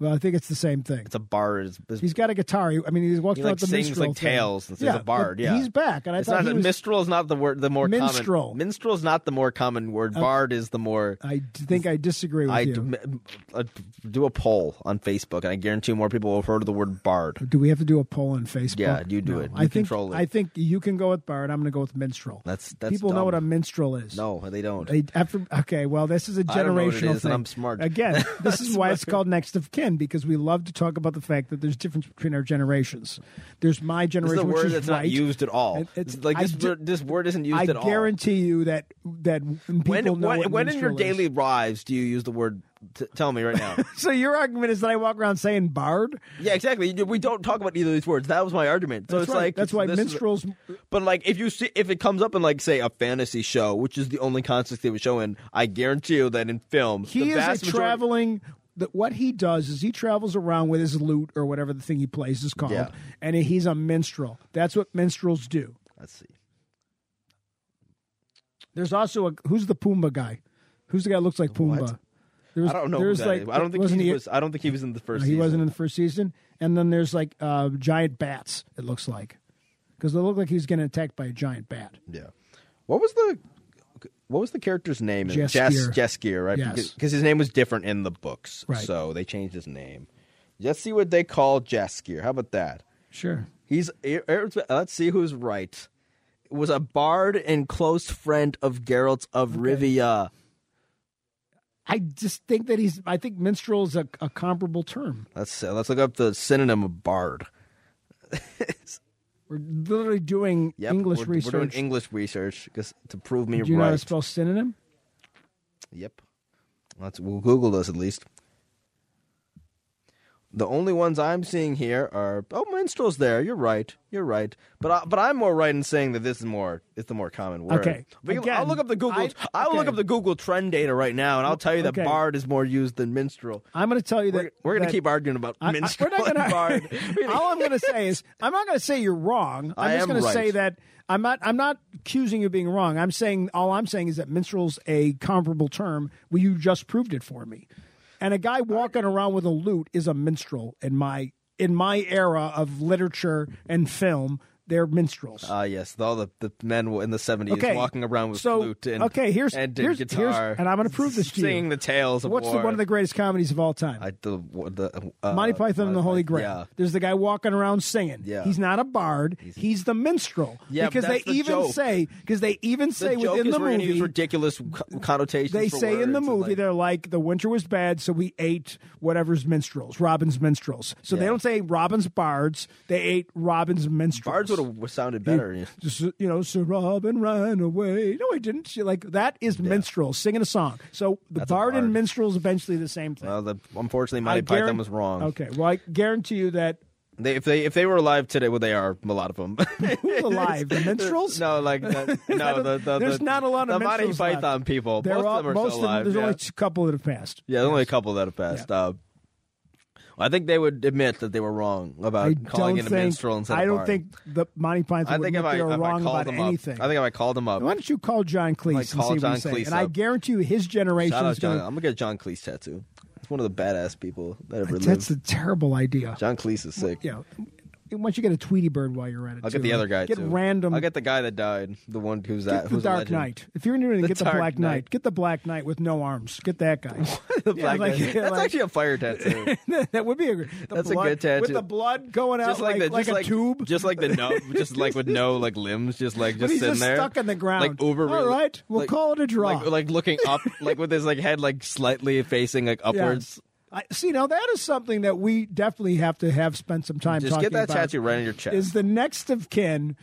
Speaker 2: Well, I think it's the same thing.
Speaker 3: It's a bard. It's, it's,
Speaker 2: He's got a guitar. He- I mean, he walks
Speaker 3: he
Speaker 2: around with
Speaker 3: like
Speaker 2: the
Speaker 3: sings
Speaker 2: minstrel
Speaker 3: like
Speaker 2: thing.
Speaker 3: tales and
Speaker 2: yeah,
Speaker 3: he's a bard.
Speaker 2: but
Speaker 3: Yeah.
Speaker 2: He's back, and I
Speaker 3: It's
Speaker 2: thought
Speaker 3: not
Speaker 2: he was.
Speaker 3: minstrel is not the word. The more
Speaker 2: Minstrel. Uh,
Speaker 3: common minstrel is not the more common word. bard is the more.
Speaker 2: I d- think I disagree with
Speaker 3: I
Speaker 2: you.
Speaker 3: d- m- uh, do a poll on Facebook, and I guarantee more people will have heard of the word bard.
Speaker 2: Do we have to do a poll on Facebook?
Speaker 3: Yeah, you do
Speaker 2: No.
Speaker 3: it. You
Speaker 2: I think,
Speaker 3: control it.
Speaker 2: I think you can go with Bard. I'm going to go with Minstrel.
Speaker 3: That's- that's
Speaker 2: people know
Speaker 3: dumb.
Speaker 2: what a minstrel is.
Speaker 3: No, they don't.
Speaker 2: They- after- okay, well, this is a generational
Speaker 3: I don't know what it is,
Speaker 2: thing.
Speaker 3: and I'm smart.
Speaker 2: Again, this is why it's called next of kin again because we love to talk about the fact that there's difference between our generations. There's my
Speaker 3: This
Speaker 2: generation,
Speaker 3: is a
Speaker 2: which
Speaker 3: word
Speaker 2: is
Speaker 3: that's
Speaker 2: right.
Speaker 3: not used at all.
Speaker 2: It- it's-
Speaker 3: like
Speaker 2: I
Speaker 3: this,
Speaker 2: ju-
Speaker 3: word, this word isn't used
Speaker 2: I
Speaker 3: at all.
Speaker 2: guarantee you that that people know
Speaker 3: When,
Speaker 2: what
Speaker 3: when, when in your
Speaker 2: minstrel is.
Speaker 3: daily lives do you use the word? T- tell me right now.
Speaker 2: So your argument is that I walk around saying bard?
Speaker 3: yeah, exactly. You- We don't talk about either of these words. That was my argument. So
Speaker 2: That's
Speaker 3: it's
Speaker 2: right.
Speaker 3: like
Speaker 2: that's why
Speaker 3: this is-
Speaker 2: minstrels.
Speaker 3: But like, if you see, if it comes up in like, say, a fantasy show, which is the only context they would show in, I guarantee you that in film, the
Speaker 2: He is
Speaker 3: vast
Speaker 2: a
Speaker 3: majority-
Speaker 2: traveling. That what he does is he travels around with his lute or whatever the thing he plays is called,
Speaker 3: Yeah.
Speaker 2: and he's a minstrel. That's what minstrels do.
Speaker 3: Let's see.
Speaker 2: There's also a who's the Pumbaa guy? Who's the guy that looks like Pumbaa? There was-
Speaker 3: I don't know.
Speaker 2: There's
Speaker 3: who that
Speaker 2: like
Speaker 3: is. I don't think
Speaker 2: wasn't
Speaker 3: he, was. I don't think he was in the first.
Speaker 2: he
Speaker 3: season.
Speaker 2: wasn't in the first season. And then there's like uh, giant bats. It looks like because they look like he's getting attacked by a giant bat.
Speaker 3: Yeah. What was the what was the character's name? in-
Speaker 2: Jess
Speaker 3: Jess
Speaker 2: Gear.
Speaker 3: Jess Gear, right?
Speaker 2: Yes.
Speaker 3: Because his name was different in the books,
Speaker 2: Right.
Speaker 3: so they changed his name. Let's see what they call Jess Gear. How about that?
Speaker 2: Sure.
Speaker 3: He's er- er- let's see who's right. Was a bard and close friend of Geralt's of Rivia.
Speaker 2: I just think that he's. I think minstrel is a, a comparable term.
Speaker 3: Let's uh, let's look up the synonym of bard.
Speaker 2: We're literally doing
Speaker 3: Yep,
Speaker 2: English
Speaker 3: we're,
Speaker 2: research.
Speaker 3: We're doing English research 'cause- to prove me
Speaker 2: Do you know how to
Speaker 3: right.
Speaker 2: spell synonym?
Speaker 3: Yep. Let's we'll Google this at least. The only ones I'm seeing here are oh minstrels. There, you're right. You're right. But I, but I'm more right in saying that this is more it's the more common word.
Speaker 2: Okay.
Speaker 3: We can- I'll
Speaker 2: Again,
Speaker 3: look up the Google.
Speaker 2: I-
Speaker 3: I, will look
Speaker 2: okay.
Speaker 3: up the Google trend data right now, and I'll tell you that
Speaker 2: Okay.
Speaker 3: bard is more used than minstrel.
Speaker 2: I'm going to tell you that
Speaker 3: We're, we're gonna
Speaker 2: that-
Speaker 3: keep arguing about
Speaker 2: I- I-
Speaker 3: minstrel
Speaker 2: we're not
Speaker 3: and
Speaker 2: gonna,
Speaker 3: bard. We're gonna-
Speaker 2: all I'm going to say is I'm not going to say you're wrong. I'm
Speaker 3: I
Speaker 2: just
Speaker 3: am
Speaker 2: going to
Speaker 3: right.
Speaker 2: say that I'm not. I'm not accusing you of being wrong. I'm saying all I'm saying is that minstrel's a comparable term. Well, you just proved it for me. And a guy walking around with a lute is a minstrel in my in my era of literature and film. They're minstrels.
Speaker 3: Ah, yes, all the, the men in the '70s
Speaker 2: Okay,
Speaker 3: walking around with
Speaker 2: so,
Speaker 3: flute and
Speaker 2: okay, here's-
Speaker 3: and
Speaker 2: here's- here's-
Speaker 3: guitar,
Speaker 2: and I'm gonna prove this to you.
Speaker 3: Singing the tales of
Speaker 2: What's the,
Speaker 3: war.
Speaker 2: one of the greatest comedies of all time?
Speaker 3: I the the uh,
Speaker 2: Monty Python and the Holy Grail.
Speaker 3: Yeah,
Speaker 2: There's the guy walking around singing.
Speaker 3: Yeah.
Speaker 2: He's not a bard. He's, the minstrel.
Speaker 3: Yeah, but
Speaker 2: because they
Speaker 3: that's the
Speaker 2: even
Speaker 3: joke.
Speaker 2: say because they even
Speaker 3: the
Speaker 2: say
Speaker 3: joke
Speaker 2: within
Speaker 3: is
Speaker 2: the
Speaker 3: we're gonna use
Speaker 2: movie
Speaker 3: ridiculous co- connotations.
Speaker 2: they
Speaker 3: for
Speaker 2: say in the
Speaker 3: words and,
Speaker 2: movie
Speaker 3: like,
Speaker 2: they're like the winter was bad so we ate whatever's minstrels, Robin's minstrels. So they
Speaker 3: Yeah.
Speaker 2: don't say Robin's bards. They ate Robin's minstrels.
Speaker 3: bards would have sounded better.
Speaker 2: Just, you know, Sir Robin ran away. No, he didn't. She, like that is minstrel singing a song. So the
Speaker 3: a
Speaker 2: bard, and
Speaker 3: bard.
Speaker 2: minstrel is eventually the same thing.
Speaker 3: well, the, unfortunately, Monty
Speaker 2: I
Speaker 3: Python
Speaker 2: guaran-
Speaker 3: was wrong.
Speaker 2: Okay, well I guarantee you that
Speaker 3: They, if they if they were alive today, well, they are a lot of them.
Speaker 2: Who's alive? The minstrels?
Speaker 3: no, like the, no, the, the,
Speaker 2: There's
Speaker 3: the-
Speaker 2: not a lot of
Speaker 3: the Monty
Speaker 2: minstrels left.
Speaker 3: Python people.
Speaker 2: They're
Speaker 3: most
Speaker 2: all-
Speaker 3: of them are
Speaker 2: most
Speaker 3: still
Speaker 2: of them-
Speaker 3: alive.
Speaker 2: There's
Speaker 3: yeah.
Speaker 2: only a couple that have passed.
Speaker 3: Yeah, there's only a couple that have passed. Uh, I think they would admit that they were wrong about
Speaker 2: I
Speaker 3: Uh, calling
Speaker 2: don't
Speaker 3: it a
Speaker 2: think.
Speaker 3: minstrel instead
Speaker 2: I
Speaker 3: of
Speaker 2: don't
Speaker 3: bard.
Speaker 2: think the Monty Python
Speaker 3: I
Speaker 2: would
Speaker 3: think if
Speaker 2: admit
Speaker 3: I,
Speaker 2: they
Speaker 3: if
Speaker 2: were
Speaker 3: I
Speaker 2: wrong
Speaker 3: called
Speaker 2: about
Speaker 3: them
Speaker 2: anything.
Speaker 3: up, I think if I called them up,
Speaker 2: Why don't you call John Cleese and see
Speaker 3: call
Speaker 2: what
Speaker 3: John
Speaker 2: he says?
Speaker 3: Cleese
Speaker 2: and I
Speaker 3: up.
Speaker 2: guarantee you, his generation
Speaker 3: Shout out
Speaker 2: is
Speaker 3: John.
Speaker 2: going.
Speaker 3: I'm gonna get a John Cleese tattoo. It's one of the badass people that ever
Speaker 2: That's
Speaker 3: lived.
Speaker 2: a terrible idea.
Speaker 3: John Cleese is sick.
Speaker 2: Yeah. Why don't you get a Tweety Bird while you're at it?
Speaker 3: I'll
Speaker 2: too.
Speaker 3: get the other guy
Speaker 2: Get
Speaker 3: too.
Speaker 2: random.
Speaker 3: I'll get the guy that died. The one who's
Speaker 2: get
Speaker 3: that.
Speaker 2: the
Speaker 3: who's a
Speaker 2: Dark
Speaker 3: legend.
Speaker 2: Knight. If you're going to get the
Speaker 3: Dark
Speaker 2: Black Knight,
Speaker 3: Knight.
Speaker 2: get the Black Knight with no arms. Get that guy.
Speaker 3: The
Speaker 2: Yeah,
Speaker 3: Black
Speaker 2: like-
Speaker 3: Knight. That's
Speaker 2: like-
Speaker 3: actually a fire tattoo.
Speaker 2: that would be a. The
Speaker 3: That's a
Speaker 2: blood,
Speaker 3: good tattoo.
Speaker 2: With the blood going out
Speaker 3: Just like, the,
Speaker 2: like,
Speaker 3: just
Speaker 2: a
Speaker 3: like
Speaker 2: tube.
Speaker 3: just like the no, just like with no like limbs, just like
Speaker 2: But
Speaker 3: just
Speaker 2: he's
Speaker 3: sitting
Speaker 2: just
Speaker 3: there,
Speaker 2: stuck in the ground.
Speaker 3: Like over.
Speaker 2: All right, we'll
Speaker 3: like-
Speaker 2: call it a draw.
Speaker 3: Like, like looking up, like with his like head like slightly facing like
Speaker 2: Yeah.
Speaker 3: upwards.
Speaker 2: I, see, now that is something that we definitely have to have spent some time
Speaker 3: Just
Speaker 2: talking
Speaker 3: get that
Speaker 2: about,
Speaker 3: tattoo right on your chest.
Speaker 2: Is the next of kin,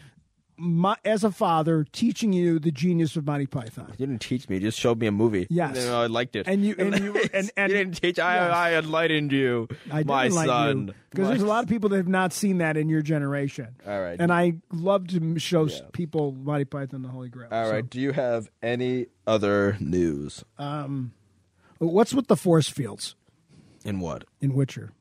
Speaker 2: my, as a father, teaching you the genius of Monty Python?
Speaker 3: You didn't teach me. You just showed me a movie.
Speaker 2: Yes.
Speaker 3: And I liked it.
Speaker 2: And you- and you- and- and-
Speaker 3: you didn't teach. I,
Speaker 2: yes.
Speaker 3: I enlightened you,
Speaker 2: I
Speaker 3: my
Speaker 2: didn't
Speaker 3: son.
Speaker 2: like because there's a lot of people that have not seen that in your generation.
Speaker 3: All right.
Speaker 2: and I love to m- show s people Monty Python and the Holy Grail.
Speaker 3: All
Speaker 2: So,
Speaker 3: right. Do you have any other news?
Speaker 2: what's with the force fields
Speaker 3: in what?
Speaker 2: in Witcher?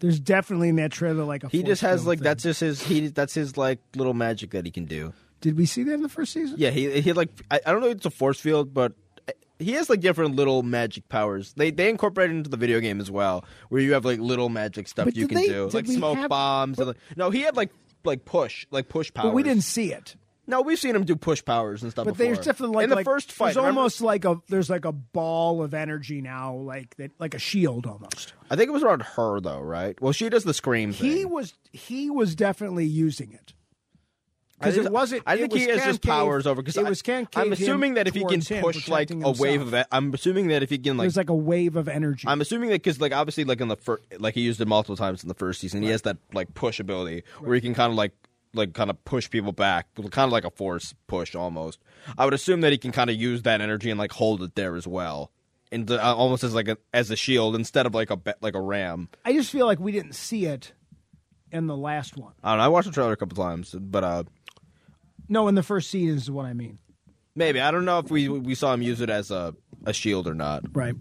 Speaker 2: There's definitely in that trailer like a.
Speaker 3: He
Speaker 2: force
Speaker 3: just has
Speaker 2: field
Speaker 3: like
Speaker 2: thing.
Speaker 3: that's just his he that's his like little magic that he can do.
Speaker 2: Did we see that in the first season?
Speaker 3: Yeah, he he like I, I don't know if it's a force field, but eh, he has like different little magic powers. They they incorporate it into the video game as well, where you have like little magic stuff
Speaker 2: But did
Speaker 3: you can
Speaker 2: they-
Speaker 3: do,
Speaker 2: did
Speaker 3: like
Speaker 2: we
Speaker 3: smoke
Speaker 2: have-
Speaker 3: bombs. and, like, no, he had like like push like push powers.
Speaker 2: But we didn't see it.
Speaker 3: No, we've seen him do push powers and stuff.
Speaker 2: But
Speaker 3: before.
Speaker 2: there's definitely like
Speaker 3: in the
Speaker 2: like-
Speaker 3: first fight.
Speaker 2: There's
Speaker 3: remember?
Speaker 2: almost like a there's like a ball of energy now, like that, like a shield almost.
Speaker 3: I think it was around her though, right? Well, she does the scream.
Speaker 2: He
Speaker 3: thing.
Speaker 2: was he was definitely using it.
Speaker 3: I
Speaker 2: because
Speaker 3: just-
Speaker 2: it wasn't.
Speaker 3: I
Speaker 2: it
Speaker 3: think
Speaker 2: was
Speaker 3: he has his
Speaker 2: concave-
Speaker 3: powers over because
Speaker 2: it was concave.
Speaker 3: I'm assuming that if he can
Speaker 2: towards him,
Speaker 3: push like
Speaker 2: protecting
Speaker 3: a wave of
Speaker 2: himself.
Speaker 3: that, I'm assuming that if he can like,
Speaker 2: there's like a wave of energy.
Speaker 3: I'm assuming that because like obviously like in the first, like he used it multiple times in the first season, he has that like push ability where he can kind of like like kind of push people back, kind of like a force push almost. I would assume that he can kind of use that energy and like hold it there as well, and uh, almost as like a, as a shield instead of like a ba- like a ram.
Speaker 2: I just feel like we didn't see it in the last one.
Speaker 3: I don't know. I watched the trailer a couple times, but uh
Speaker 2: No, in the first season is what I mean.
Speaker 3: maybe I don't know if we we saw him use it as a a shield or not.
Speaker 2: Right.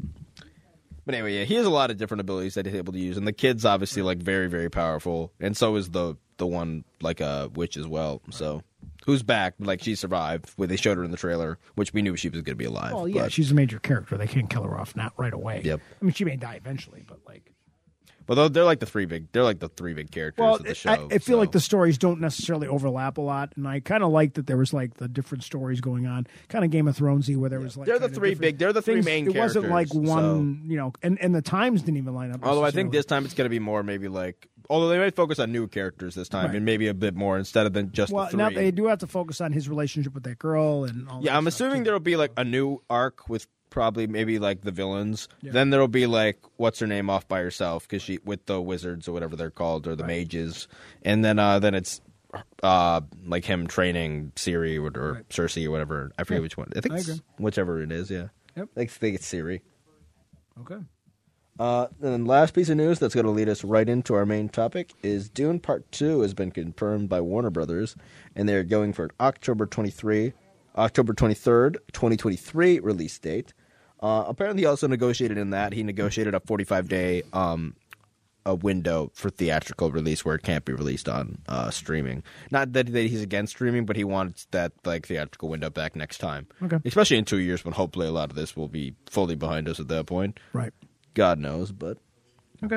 Speaker 3: But anyway, yeah, he has a lot of different abilities that he's able to use, and the kid's obviously like very, very powerful, and so is the the one like a uh, witch as well. So, who's back? Like she survived. Where they showed her in the trailer, which we knew she was going to be alive.
Speaker 2: Well, yeah,
Speaker 3: but,
Speaker 2: she's a major character. They can't kill her off, not right away.
Speaker 3: Yep.
Speaker 2: I mean, she may die eventually, but like,
Speaker 3: but they're, they're like the three big. They're like the three big characters
Speaker 2: well,
Speaker 3: of the show.
Speaker 2: I, I feel
Speaker 3: so.
Speaker 2: like the stories don't necessarily overlap a lot, and I kind of like that there was like the different stories going on, kind of Game of Thronesy, where there was like
Speaker 3: They're the
Speaker 2: kinda
Speaker 3: three
Speaker 2: different
Speaker 3: big- they're the three
Speaker 2: things.
Speaker 3: main
Speaker 2: It wasn't like
Speaker 3: characters,
Speaker 2: one, you know, and and the times didn't even line up.
Speaker 3: Although I think
Speaker 2: necessarily.
Speaker 3: this time it's going to be more maybe like. Although they might focus on new characters this time,
Speaker 2: Right.
Speaker 3: and maybe a bit more instead of than just
Speaker 2: well,
Speaker 3: the three.
Speaker 2: now they do have to focus on his relationship with that girl and all.
Speaker 3: Yeah,
Speaker 2: that
Speaker 3: I'm
Speaker 2: stuff,
Speaker 3: assuming
Speaker 2: too.
Speaker 3: there'll be like a new arc with probably maybe like the villains.
Speaker 2: Yeah.
Speaker 3: Then there'll be like what's her name off by herself because she with the wizards or whatever they're called or the mages, and then uh then it's uh like him training Siri or, or
Speaker 2: Right.
Speaker 3: Cersei or whatever. I forget which one. I think
Speaker 2: I
Speaker 3: it's
Speaker 2: agree.
Speaker 3: whichever it is. Yeah,
Speaker 2: Yep.
Speaker 3: I think it's Siri.
Speaker 2: Okay.
Speaker 3: Uh, and then last piece of news that's going to lead us right into our main topic is Dune Part Two has been confirmed by Warner Brothers, and they are going for an October twenty three, October twenty third, twenty twenty three release date. Uh, apparently, he also negotiated in that he negotiated a forty five day um, a window for theatrical release where it can't be released on uh, streaming. Not that, that he's against streaming, but he wants that like theatrical window back next time.
Speaker 2: Okay.
Speaker 3: especially in two years when hopefully a lot of this will be fully behind us at that point.
Speaker 2: Right.
Speaker 3: God knows, but
Speaker 2: Okay.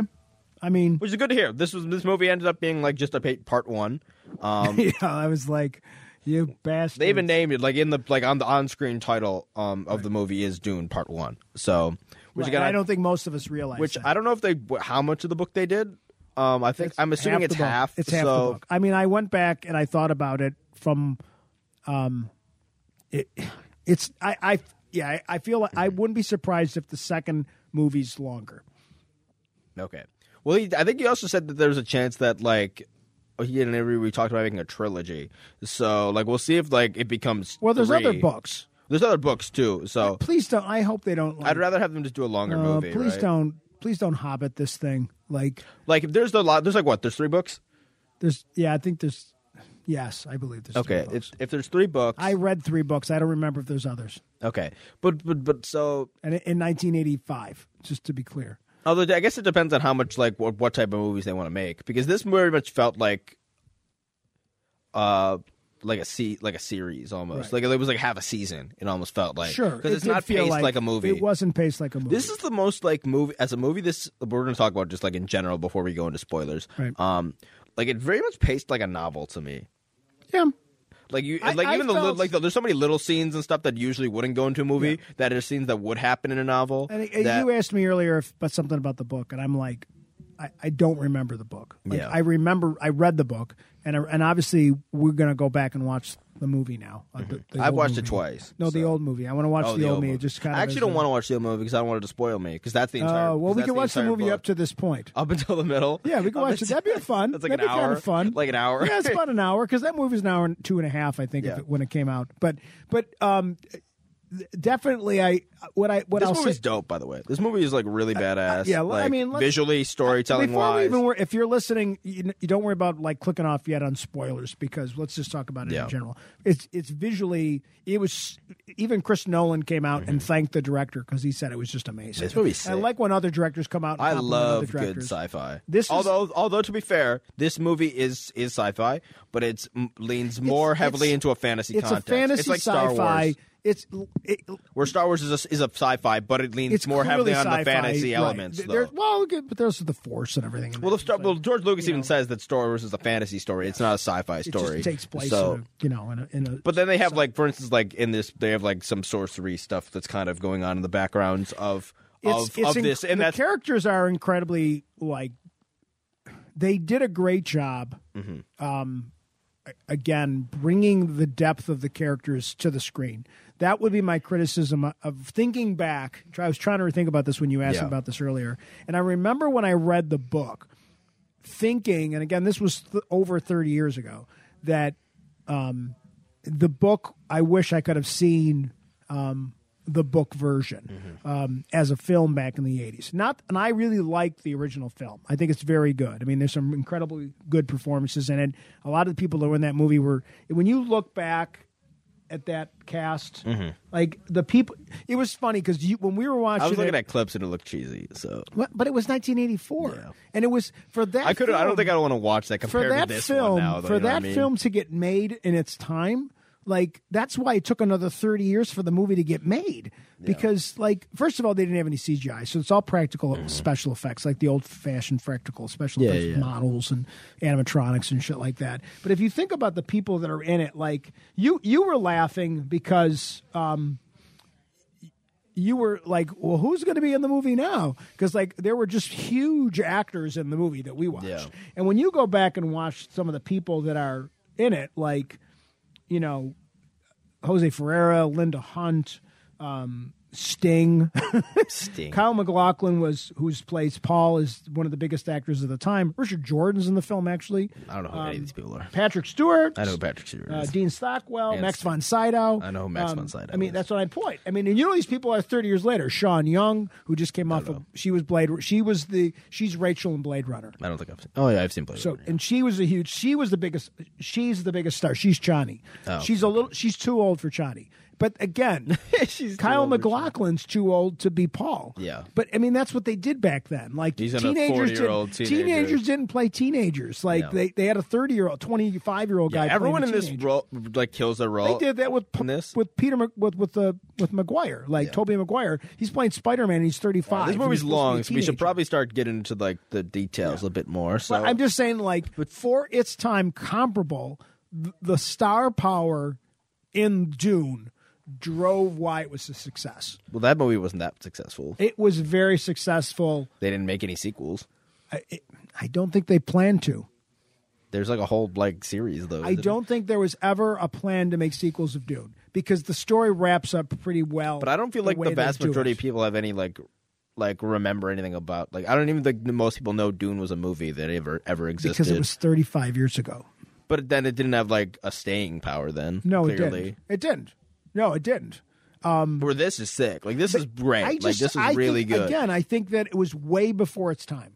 Speaker 2: I mean,
Speaker 3: which is good to hear. This was this movie ended up being like just a pa- part one. Um,
Speaker 2: yeah, I was like, you bastard.
Speaker 3: they even named it like in the like on the on screen title um, of the movie is Dune Part One. So which
Speaker 2: Right,
Speaker 3: again,
Speaker 2: I don't think most of us realize.
Speaker 3: which
Speaker 2: that.
Speaker 3: I don't know if they wh- how much of the book they did. Um, I think I'm assuming
Speaker 2: the
Speaker 3: it's
Speaker 2: book.
Speaker 3: half.
Speaker 2: It's half
Speaker 3: so
Speaker 2: the book. I mean, I went back and I thought about it from, um, it, it's I, I yeah, I, I feel like I wouldn't be surprised if the second movie's longer.
Speaker 3: Okay. Well, he, I think he also said that there's a chance that like he did an interview. We talked about making a trilogy. So like we'll see if like it becomes
Speaker 2: Well, there's other
Speaker 3: three.
Speaker 2: books.
Speaker 3: There's other books too. So
Speaker 2: Please don't. I hope they don't. Like,
Speaker 3: I'd rather have them just do a longer
Speaker 2: uh,
Speaker 3: movie.
Speaker 2: Please
Speaker 3: right?
Speaker 2: don't. Please don't Hobbit this thing. Like
Speaker 3: Like if there's a lot. There's like what? There's three books.
Speaker 2: there's yeah, I think there's yes, I believe there's three
Speaker 3: Okay,
Speaker 2: books.
Speaker 3: if, if there's three books,
Speaker 2: I read three books. I don't remember if there's others.
Speaker 3: okay, but but but so
Speaker 2: And in 1985, just to be clear.
Speaker 3: although I guess it depends on how much like what, what type of movies they want to make because this very much felt like, uh, like a se- like a series almost
Speaker 2: Right.
Speaker 3: like it was like half a season. It almost felt like
Speaker 2: sure,
Speaker 3: because
Speaker 2: it
Speaker 3: it's
Speaker 2: did
Speaker 3: not
Speaker 2: feel
Speaker 3: paced like, a movie.
Speaker 2: It wasn't paced like a movie.
Speaker 3: This is the most like movie as a movie. This we're going to talk about just like in general before we go into spoilers.
Speaker 2: Right.
Speaker 3: Um, like it very much paced like a novel to me.
Speaker 2: yeah.
Speaker 3: Like you,
Speaker 2: I-
Speaker 3: like
Speaker 2: I
Speaker 3: even the little
Speaker 2: felt-
Speaker 3: like the, there's so many little scenes and stuff that usually wouldn't go into a movie that are scenes that would happen in a novel.
Speaker 2: And uh,
Speaker 3: that-
Speaker 2: you asked me earlier if, about something about the book, and I'm like, I, I don't remember the book. Like,
Speaker 3: Yeah.
Speaker 2: I remember I read the book, and I, and obviously we're gonna go back and watch the movie now. uh, the- the
Speaker 3: Mm-hmm. I've
Speaker 2: old
Speaker 3: watched it
Speaker 2: movie.
Speaker 3: twice,
Speaker 2: No, the
Speaker 3: so-
Speaker 2: old movie. I want to watch
Speaker 3: Oh,
Speaker 2: the, old movie.
Speaker 3: movie.
Speaker 2: Just kind of
Speaker 3: I actually
Speaker 2: as
Speaker 3: don't
Speaker 2: a-
Speaker 3: want to watch the old movie because I don't want it to spoil me because that's the entire.
Speaker 2: Oh well,
Speaker 3: because
Speaker 2: we
Speaker 3: that's
Speaker 2: can watch the
Speaker 3: entire
Speaker 2: movie
Speaker 3: book.
Speaker 2: up to this point.
Speaker 3: up until the middle.
Speaker 2: Yeah, we can
Speaker 3: Up
Speaker 2: watch it.
Speaker 3: until-
Speaker 2: That'd be fun.
Speaker 3: That's like
Speaker 2: That'd
Speaker 3: an
Speaker 2: be kind
Speaker 3: hour.
Speaker 2: of fun.
Speaker 3: Like an hour.
Speaker 2: Yeah, it's about an hour because that movie's an hour and two and a half, I think, if
Speaker 3: Yeah.
Speaker 2: it, when it came out. But but um, th- definitely, I what I what
Speaker 3: This
Speaker 2: I'll
Speaker 3: movie's
Speaker 2: say,
Speaker 3: dope, by the way. This movie is like really badass.
Speaker 2: yeah, well, I
Speaker 3: like,
Speaker 2: mean, let's-
Speaker 3: visually, storytelling
Speaker 2: before we
Speaker 3: wise.
Speaker 2: even wor- if you're listening, you, kn- you don't worry about like clicking off yet on spoilers because let's just talk about it
Speaker 3: Yeah.
Speaker 2: in general. It's it's visually it was even Chris Nolan came out and thanked the director because he said it was just amazing.
Speaker 3: Mm-hmm. This movie's
Speaker 2: I
Speaker 3: sick.
Speaker 2: like when other directors come out. And
Speaker 3: I
Speaker 2: compliment other
Speaker 3: love good
Speaker 2: directors.
Speaker 3: sci-fi.
Speaker 2: This is-
Speaker 3: although although to be fair, this movie is is sci-fi, but it's m- leans more heavily
Speaker 2: it's-
Speaker 3: into a fantasy
Speaker 2: It's a
Speaker 3: context.
Speaker 2: fantasy
Speaker 3: it's like
Speaker 2: sci-fi.
Speaker 3: Star Wars,
Speaker 2: It's it,
Speaker 3: where Star Wars is a, is a sci-fi, but it leans
Speaker 2: it's
Speaker 3: more
Speaker 2: clearly
Speaker 3: heavily on the
Speaker 2: sci-fi,
Speaker 3: fantasy
Speaker 2: right.
Speaker 3: elements.
Speaker 2: Th-
Speaker 3: though.
Speaker 2: there's- Well, good, but there's the force and everything. in
Speaker 3: Well,
Speaker 2: that.
Speaker 3: if Star,
Speaker 2: It's
Speaker 3: well,
Speaker 2: like-
Speaker 3: George Lucas even says that Star Wars is a fantasy story. It's not a sci-fi
Speaker 2: it just
Speaker 3: story.
Speaker 2: takes place,
Speaker 3: So,
Speaker 2: in a, you know, in a, in a
Speaker 3: but then they have like, for instance, like in this, they have like some sorcery stuff that's kind of going on in the backgrounds of
Speaker 2: it's,
Speaker 3: of,
Speaker 2: it's
Speaker 3: of
Speaker 2: inc-
Speaker 3: this, and
Speaker 2: the
Speaker 3: that's
Speaker 2: characters are
Speaker 3: Mm-hmm.
Speaker 2: incredibly like they did a great job. Um, again bringing the depth of the characters to the screen. That would be my criticism of thinking back. I was trying to think about this when you asked
Speaker 3: Yeah.
Speaker 2: about this earlier, and I remember when I read the book, thinking, and again, this was th- over thirty years ago, that um, the book. I wish I could have seen um, the book version
Speaker 3: Mm-hmm.
Speaker 2: um, as a film back in the 80s. Not, and I really like the original film. I think it's very good. I mean, there's some incredibly good performances in it. A lot of the people that were in that movie were, when you look back at that cast, like the people, it was funny because when we were watching
Speaker 3: Mm-hmm. I was looking
Speaker 2: it,
Speaker 3: at clips and it looked cheesy, so
Speaker 2: but- but it was 1984,
Speaker 3: Yeah.
Speaker 2: and it was for that.
Speaker 3: I could. I
Speaker 2: film-
Speaker 3: don't think I want to watch that
Speaker 2: for
Speaker 3: compared
Speaker 2: that
Speaker 3: to this
Speaker 2: film
Speaker 3: one now. Though,
Speaker 2: for
Speaker 3: you know what
Speaker 2: that
Speaker 3: I mean?
Speaker 2: film to get made in its time like that's why it took another 30 years for the movie to get made because like first of all they didn't have any cgi so it's all practical special effects like the old fashioned practical special
Speaker 3: Mm-hmm. Yeah,
Speaker 2: effects
Speaker 3: yeah.
Speaker 2: models and animatronics and shit like that but if you think about the people that are in it like you you were laughing because you were like, well, who's going to be in the movie now? Because like there were just huge actors in the movie that we watched,
Speaker 3: Yeah.
Speaker 2: and when you go back and watch some of the people that are in it, like you know, Jose Ferreira, Linda Hunt, um, Sting,
Speaker 3: Sting.
Speaker 2: Kyle McLaughlin was who's plays Paul is one of the biggest actors of the time. Richard Jordan's in the film actually.
Speaker 3: I don't know who any of these people are.
Speaker 2: Patrick Stewart.
Speaker 3: Um, I know who Patrick Stewart
Speaker 2: Uh,
Speaker 3: is.
Speaker 2: Dean Stockwell,
Speaker 3: And-
Speaker 2: Max von Sydow. Um,
Speaker 3: I know who Max von Sydow
Speaker 2: I mean,
Speaker 3: is.
Speaker 2: that's what I point. I mean, and you know these people are 30 years later. Sean Young, who just came off of, she was Blade, she was the, she's Rachel in Blade Runner.
Speaker 3: I don't think I've. Seen, oh yeah, I've seen Blade.
Speaker 2: So,
Speaker 3: Runner.
Speaker 2: and she was a huge, she was the biggest, she's the biggest star. She's Chani.
Speaker 3: Oh,
Speaker 2: she's a little, she's too old for Chani. But again,
Speaker 3: She's too
Speaker 2: Kyle
Speaker 3: old for
Speaker 2: McLaughlin's too old to be Paul.
Speaker 3: Yeah.
Speaker 2: But I mean, that's what they did back then. Like
Speaker 3: He's in a
Speaker 2: teenagers,
Speaker 3: 40-year-old
Speaker 2: didn't,
Speaker 3: teenager.
Speaker 2: teenagers didn't play teenagers. Like
Speaker 3: No.
Speaker 2: they, they had a 30 year old, 25 year old guy.
Speaker 3: yeah,
Speaker 2: playing
Speaker 3: everyone
Speaker 2: a
Speaker 3: in this
Speaker 2: teenager.
Speaker 3: role like kills their
Speaker 2: They
Speaker 3: role.
Speaker 2: did that with P-
Speaker 3: in this?
Speaker 2: with Peter Mc- with with the with McGuire, like Toby McGuire. He's playing Spider Man. and He's thirty five.
Speaker 3: This movie's long, so we should probably start getting into like the details a bit more. So
Speaker 2: I'm just saying, like for its time, comparable, th- the star power in Dune drove why it was a success.
Speaker 3: well, that movie wasn't that successful.
Speaker 2: It was very successful.
Speaker 3: They didn't make any sequels.
Speaker 2: I, it, I don't think they planned to.
Speaker 3: There's like a whole like series though.
Speaker 2: I don't think there was ever a plan to make sequels of Dune because the story wraps up pretty well.
Speaker 3: But I don't feel like
Speaker 2: way
Speaker 3: the
Speaker 2: they
Speaker 3: vast
Speaker 2: do it.
Speaker 3: majority of people have any like like remember anything about like I don't even think most people know Dune was a movie that ever ever existed.
Speaker 2: because it was thirty five years ago.
Speaker 3: but then it didn't have like a staying power then.
Speaker 2: No,
Speaker 3: clearly.
Speaker 2: it didn't. It didn't. No, it didn't.
Speaker 3: Where this is sick. Like this is great.
Speaker 2: I
Speaker 3: like
Speaker 2: just,
Speaker 3: this is
Speaker 2: I
Speaker 3: really
Speaker 2: think,
Speaker 3: good.
Speaker 2: Again, I think that it was way before its time.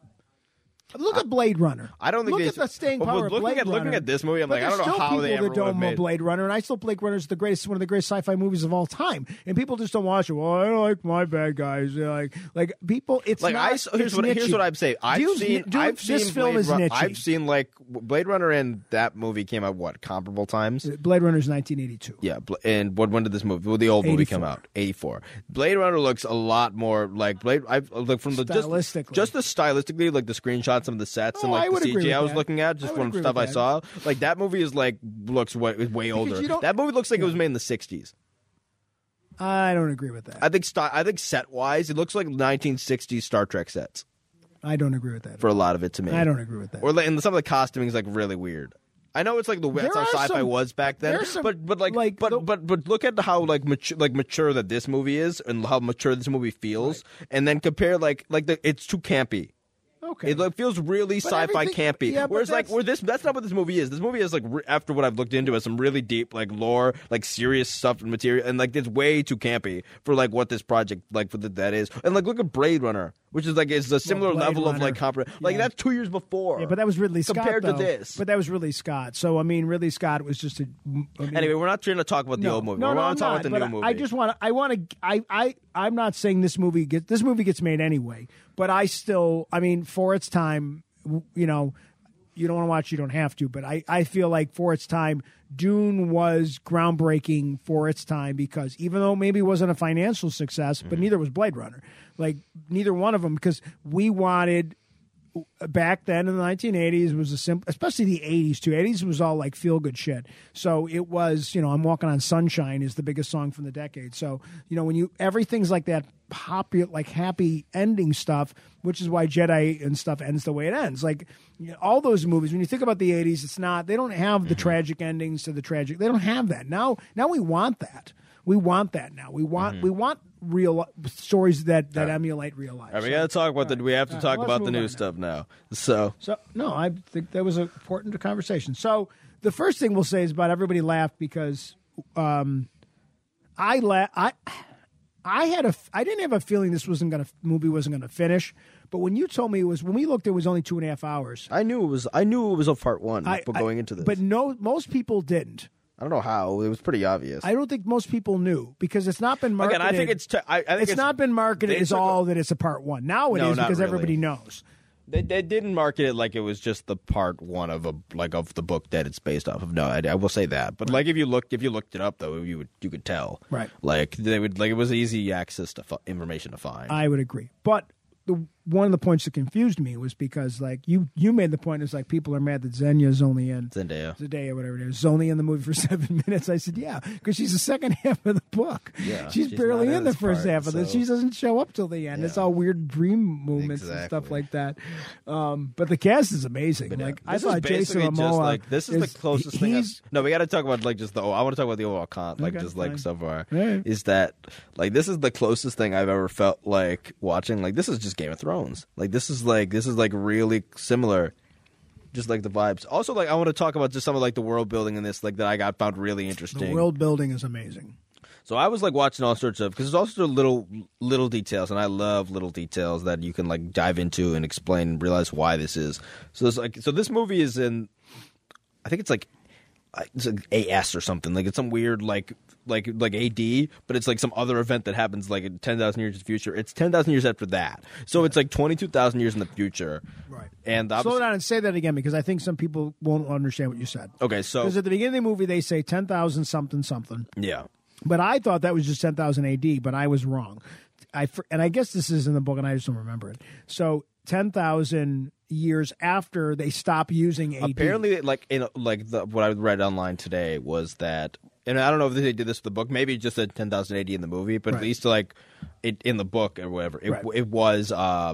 Speaker 2: Look at Blade Runner.
Speaker 3: I don't think
Speaker 2: look
Speaker 3: they-
Speaker 2: at the staying
Speaker 3: but
Speaker 2: power. of
Speaker 3: looking
Speaker 2: Blade
Speaker 3: at- looking
Speaker 2: Runner.
Speaker 3: at this movie, I'm
Speaker 2: But
Speaker 3: like, I
Speaker 2: there's
Speaker 3: don't know
Speaker 2: still
Speaker 3: how they
Speaker 2: people that
Speaker 3: ever would've
Speaker 2: don't know
Speaker 3: made-
Speaker 2: Blade Runner, and I still Blade Runner is the greatest, one of the greatest sci-fi movies of all time. And people just don't watch it. Well, I like my bad guys. They're like, like people. It's
Speaker 3: like
Speaker 2: not,
Speaker 3: I s- here's
Speaker 2: it's
Speaker 3: what here's
Speaker 2: niche-y.
Speaker 3: what I'm saying. I've
Speaker 2: Dune's-
Speaker 3: seen
Speaker 2: Dune-
Speaker 3: I've seen
Speaker 2: this film
Speaker 3: Blade
Speaker 2: is
Speaker 3: Run-
Speaker 2: niche.
Speaker 3: I've seen like Blade Runner and that movie came out what comparable times.
Speaker 2: Blade Runner's 1982.
Speaker 3: Yeah, Bl- and what when did this movie? Well, the old movie come
Speaker 2: 84.
Speaker 3: out? Eighty four. Blade Runner looks a lot more like Blade. I look from the just,
Speaker 2: Stylistically.
Speaker 3: just the stylistically, like the screenshots, some of the sets,
Speaker 2: Oh,
Speaker 3: and
Speaker 2: I
Speaker 3: like
Speaker 2: would
Speaker 3: the
Speaker 2: agree
Speaker 3: CG I
Speaker 2: with
Speaker 3: was
Speaker 2: that.
Speaker 3: looking at,
Speaker 2: I
Speaker 3: just
Speaker 2: would
Speaker 3: from
Speaker 2: agree with
Speaker 3: stuff I
Speaker 2: that.
Speaker 3: saw. Like that movie is like looks way is way older.
Speaker 2: you don't-
Speaker 3: That movie looks like it was made in the sixties.
Speaker 2: I don't agree with that.
Speaker 3: I think sty I think set wise, it looks like nineteen sixties Star Trek sets
Speaker 2: I, don't agree with that.
Speaker 3: for a lot of it to me.
Speaker 2: I don't agree with that.
Speaker 3: Or like, and some of the costuming is like really weird. I know it's like the that's how
Speaker 2: are
Speaker 3: sci-fi
Speaker 2: some-
Speaker 3: was back then,
Speaker 2: there's some,
Speaker 3: but but like,
Speaker 2: like,
Speaker 3: but,
Speaker 2: the-
Speaker 3: but but look at how like mature like mature that this movie is and how mature this movie feels, and then compare like like the it's too campy.
Speaker 2: okay.
Speaker 3: It like, feels really sci-fi
Speaker 2: everything-
Speaker 3: campy.
Speaker 2: yeah, but
Speaker 3: Whereas like
Speaker 2: that's-
Speaker 3: where this that's not what this movie is. This movie is like re- after what I've looked into is some really deep like lore, like serious stuff and material, and like it's way too campy for like what this project like for the, that is. And like look at Blade Runner, which is like is a similar
Speaker 2: Blade
Speaker 3: level of like
Speaker 2: Runner.
Speaker 3: compre- like
Speaker 2: Yeah.
Speaker 3: that's two years before.
Speaker 2: Yeah, but that was Ridley Scott
Speaker 3: compared
Speaker 2: though.
Speaker 3: to this.
Speaker 2: But that was Ridley Scott. So I mean, Ridley Scott was just a. I mean,
Speaker 3: anyway, we're not trying to talk about the
Speaker 2: no,
Speaker 3: old movie.
Speaker 2: No,
Speaker 3: we're
Speaker 2: no,
Speaker 3: not
Speaker 2: I'm
Speaker 3: talking
Speaker 2: not,
Speaker 3: about the
Speaker 2: but
Speaker 3: new
Speaker 2: I-
Speaker 3: movie.
Speaker 2: I just want to. I want to. I. I. I'm not saying this movie gets. This movie gets made anyway. But I still. I mean, for its time, w- you know, you don't want to watch. You don't have to. But I. I feel like for its time, Dune was groundbreaking for its time because even though maybe it wasn't a
Speaker 3: Mm-hmm.
Speaker 2: financial success, but neither was Blade Runner. Like neither one of them because we wanted back then in the 1980s was a simple, especially the 80s too. 80s was all like feel good shit. So it was, you know, I'm walking on sunshine is the biggest song from the decade. So you know when you everything's like that popular, like happy ending stuff, which is why Jedi and stuff ends the way it ends. Like you know, all those movies, when you think about the 80s, it's not they don't have the tragic endings to the tragic. They don't have that now. Now we want that. We want that now. We want we want real stories that that emulate real life.
Speaker 3: All right, we
Speaker 2: So-
Speaker 3: got to talk about the. We have to
Speaker 2: All right,
Speaker 3: talk
Speaker 2: let's
Speaker 3: about the
Speaker 2: move on now.
Speaker 3: new stuff now. So
Speaker 2: So no, I think that was an important conversation. So the first thing we'll say is about everybody laughed because um, I la- I I had a f- I didn't have a feeling this wasn't gonna movie wasn't gonna finish, but when you told me it was when we looked, it was only two and a half hours.
Speaker 3: I knew it was. I knew it was a part one.
Speaker 2: I-
Speaker 3: but
Speaker 2: I-
Speaker 3: going into this,
Speaker 2: but no, most people didn't.
Speaker 3: I don't know how it was pretty obvious.
Speaker 2: I don't think most people knew because it's not been marketed.
Speaker 3: Again, I think it's. T- I, I think
Speaker 2: it's, not been marketed
Speaker 3: they
Speaker 2: as
Speaker 3: took a-
Speaker 2: all that it's a part one. Now it is
Speaker 3: No, not
Speaker 2: because
Speaker 3: really.
Speaker 2: everybody knows.
Speaker 3: They, they didn't market it like it was just the part one of a like of the book that it's based off of. No, I, I will say that. But like if you looked if you looked it up though, you would you could tell.
Speaker 2: Right.
Speaker 3: Like they would like it was easy access to f- information to find.
Speaker 2: I would agree. But the one of the points that confused me was because like you you made the point is like people are mad that Zenya's only in
Speaker 3: Zendaya.
Speaker 2: Zendaya or whatever it is, is only in the movie for seven minutes. I said, yeah, because she's the second half of the book.
Speaker 3: Yeah,
Speaker 2: she's,
Speaker 3: she's
Speaker 2: barely
Speaker 3: not
Speaker 2: in,
Speaker 3: in
Speaker 2: the
Speaker 3: this
Speaker 2: first
Speaker 3: part,
Speaker 2: half of this.
Speaker 3: so-
Speaker 2: She doesn't show up till the end. It's all weird dream movements and stuff
Speaker 3: Exactly. uh,
Speaker 2: like that. Um, but the cast is amazing. like I
Speaker 3: This
Speaker 2: thought
Speaker 3: is
Speaker 2: Jason
Speaker 3: basically
Speaker 2: Momoa
Speaker 3: just like this is, the closest thing. I've,
Speaker 2: He's
Speaker 3: no, we got to talk about like just the. Oh, I want to talk about the overall con, like
Speaker 2: Okay,
Speaker 3: just like
Speaker 2: fine.
Speaker 3: so far.
Speaker 2: Yeah.
Speaker 3: Is that like this is the closest thing I've ever felt like watching? Like this is just Game of Thrones. Like this is like this is like really similar. Just like the vibes. Also, like I want to talk about just some of like the world building in this, like that I got found really
Speaker 2: the
Speaker 3: interesting.
Speaker 2: world building is amazing.
Speaker 3: So I was like watching all sorts of because there's also little little details, and I love little details that you can like dive into and explain and realize why this is. So it's like so this movie is in, I think it's like I- it's like AS or something like it's some weird like like like AD, but it's like some other event that happens like in ten thousand years in the future. It's ten thousand years after that, so it's like twenty two thousand years in the future.
Speaker 2: Right.
Speaker 3: And the
Speaker 2: Slow
Speaker 3: opposite-
Speaker 2: down and say that again because I think some people won't understand what you said.
Speaker 3: okay, so
Speaker 2: Because at the beginning of the movie, they say 10,000 something something.
Speaker 3: yeah,
Speaker 2: But I thought that was just 10,000 AD, but I was wrong. I fr- And I guess this is in the book, and I just don't remember it. So 10,000 years after they stop using AD.
Speaker 3: apparently like in like the, what i read online today was that and i don't know if they did this with the book maybe just at 10080 in the movie but
Speaker 2: Right.
Speaker 3: at least like it in the book or whatever it,
Speaker 2: Right.
Speaker 3: it was uh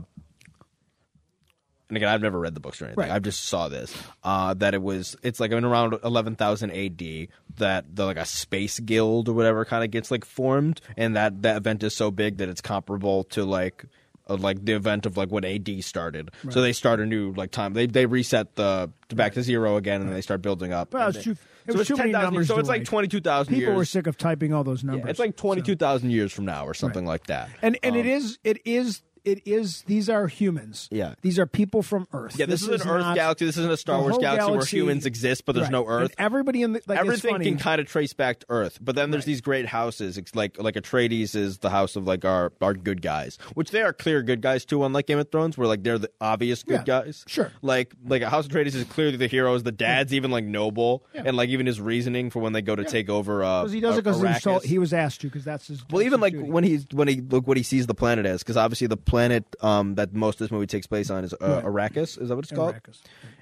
Speaker 3: and again, I've never read the books or anything.
Speaker 2: Right.
Speaker 3: I just saw this uh, that it was. It's like in around eleven thousand AD that the, like a space guild or whatever kind of gets like formed, and that that event is so big that it's comparable to like uh, like the event of like when AD started. So they start a new like time. They they reset the to back to zero again, and then they start building up.
Speaker 2: Well,
Speaker 3: And
Speaker 2: it's
Speaker 3: they-
Speaker 2: too- it was
Speaker 3: it's
Speaker 2: too many
Speaker 3: 10,000
Speaker 2: numbers
Speaker 3: So
Speaker 2: to
Speaker 3: it's like
Speaker 2: write.
Speaker 3: twenty two thousand
Speaker 2: People
Speaker 3: years.
Speaker 2: were sick of typing all those numbers.
Speaker 3: Yeah, it's like twenty Um, two thousand years from now or something like that.
Speaker 2: and and it is it is it is these are humans.
Speaker 3: Yeah.
Speaker 2: these are people from Earth.
Speaker 3: yeah, this, is an Earth
Speaker 2: not
Speaker 3: galaxy. This isn't a
Speaker 2: the
Speaker 3: Star Wars
Speaker 2: whole
Speaker 3: galaxy, where humans exist, but there's
Speaker 2: Right.
Speaker 3: no Earth.
Speaker 2: And everybody in the like it's
Speaker 3: everything
Speaker 2: funny.
Speaker 3: can kind of trace back to Earth. But then there's these great houses, it's like like Atreides is the house of like our our good guys, which they are clear good guys too. Unlike Game of Thrones, where like they're the obvious good
Speaker 2: Yeah,
Speaker 3: guys.
Speaker 2: sure.
Speaker 3: like like a House of Atreides is clearly the heroes. The dad's even like noble, and like even his reasoning for when they go to take over. Uh,
Speaker 2: Because he does it because he, was
Speaker 3: Arrakis.
Speaker 2: told- he was asked to because that's his.
Speaker 3: Well,
Speaker 2: that's
Speaker 3: even
Speaker 2: his
Speaker 3: like
Speaker 2: duty.
Speaker 3: when he's when he look what he sees the planet as, because obviously the planet um, that most of this movie takes place on is uh, Arrakis. Is that what it's called?
Speaker 2: Arrakis.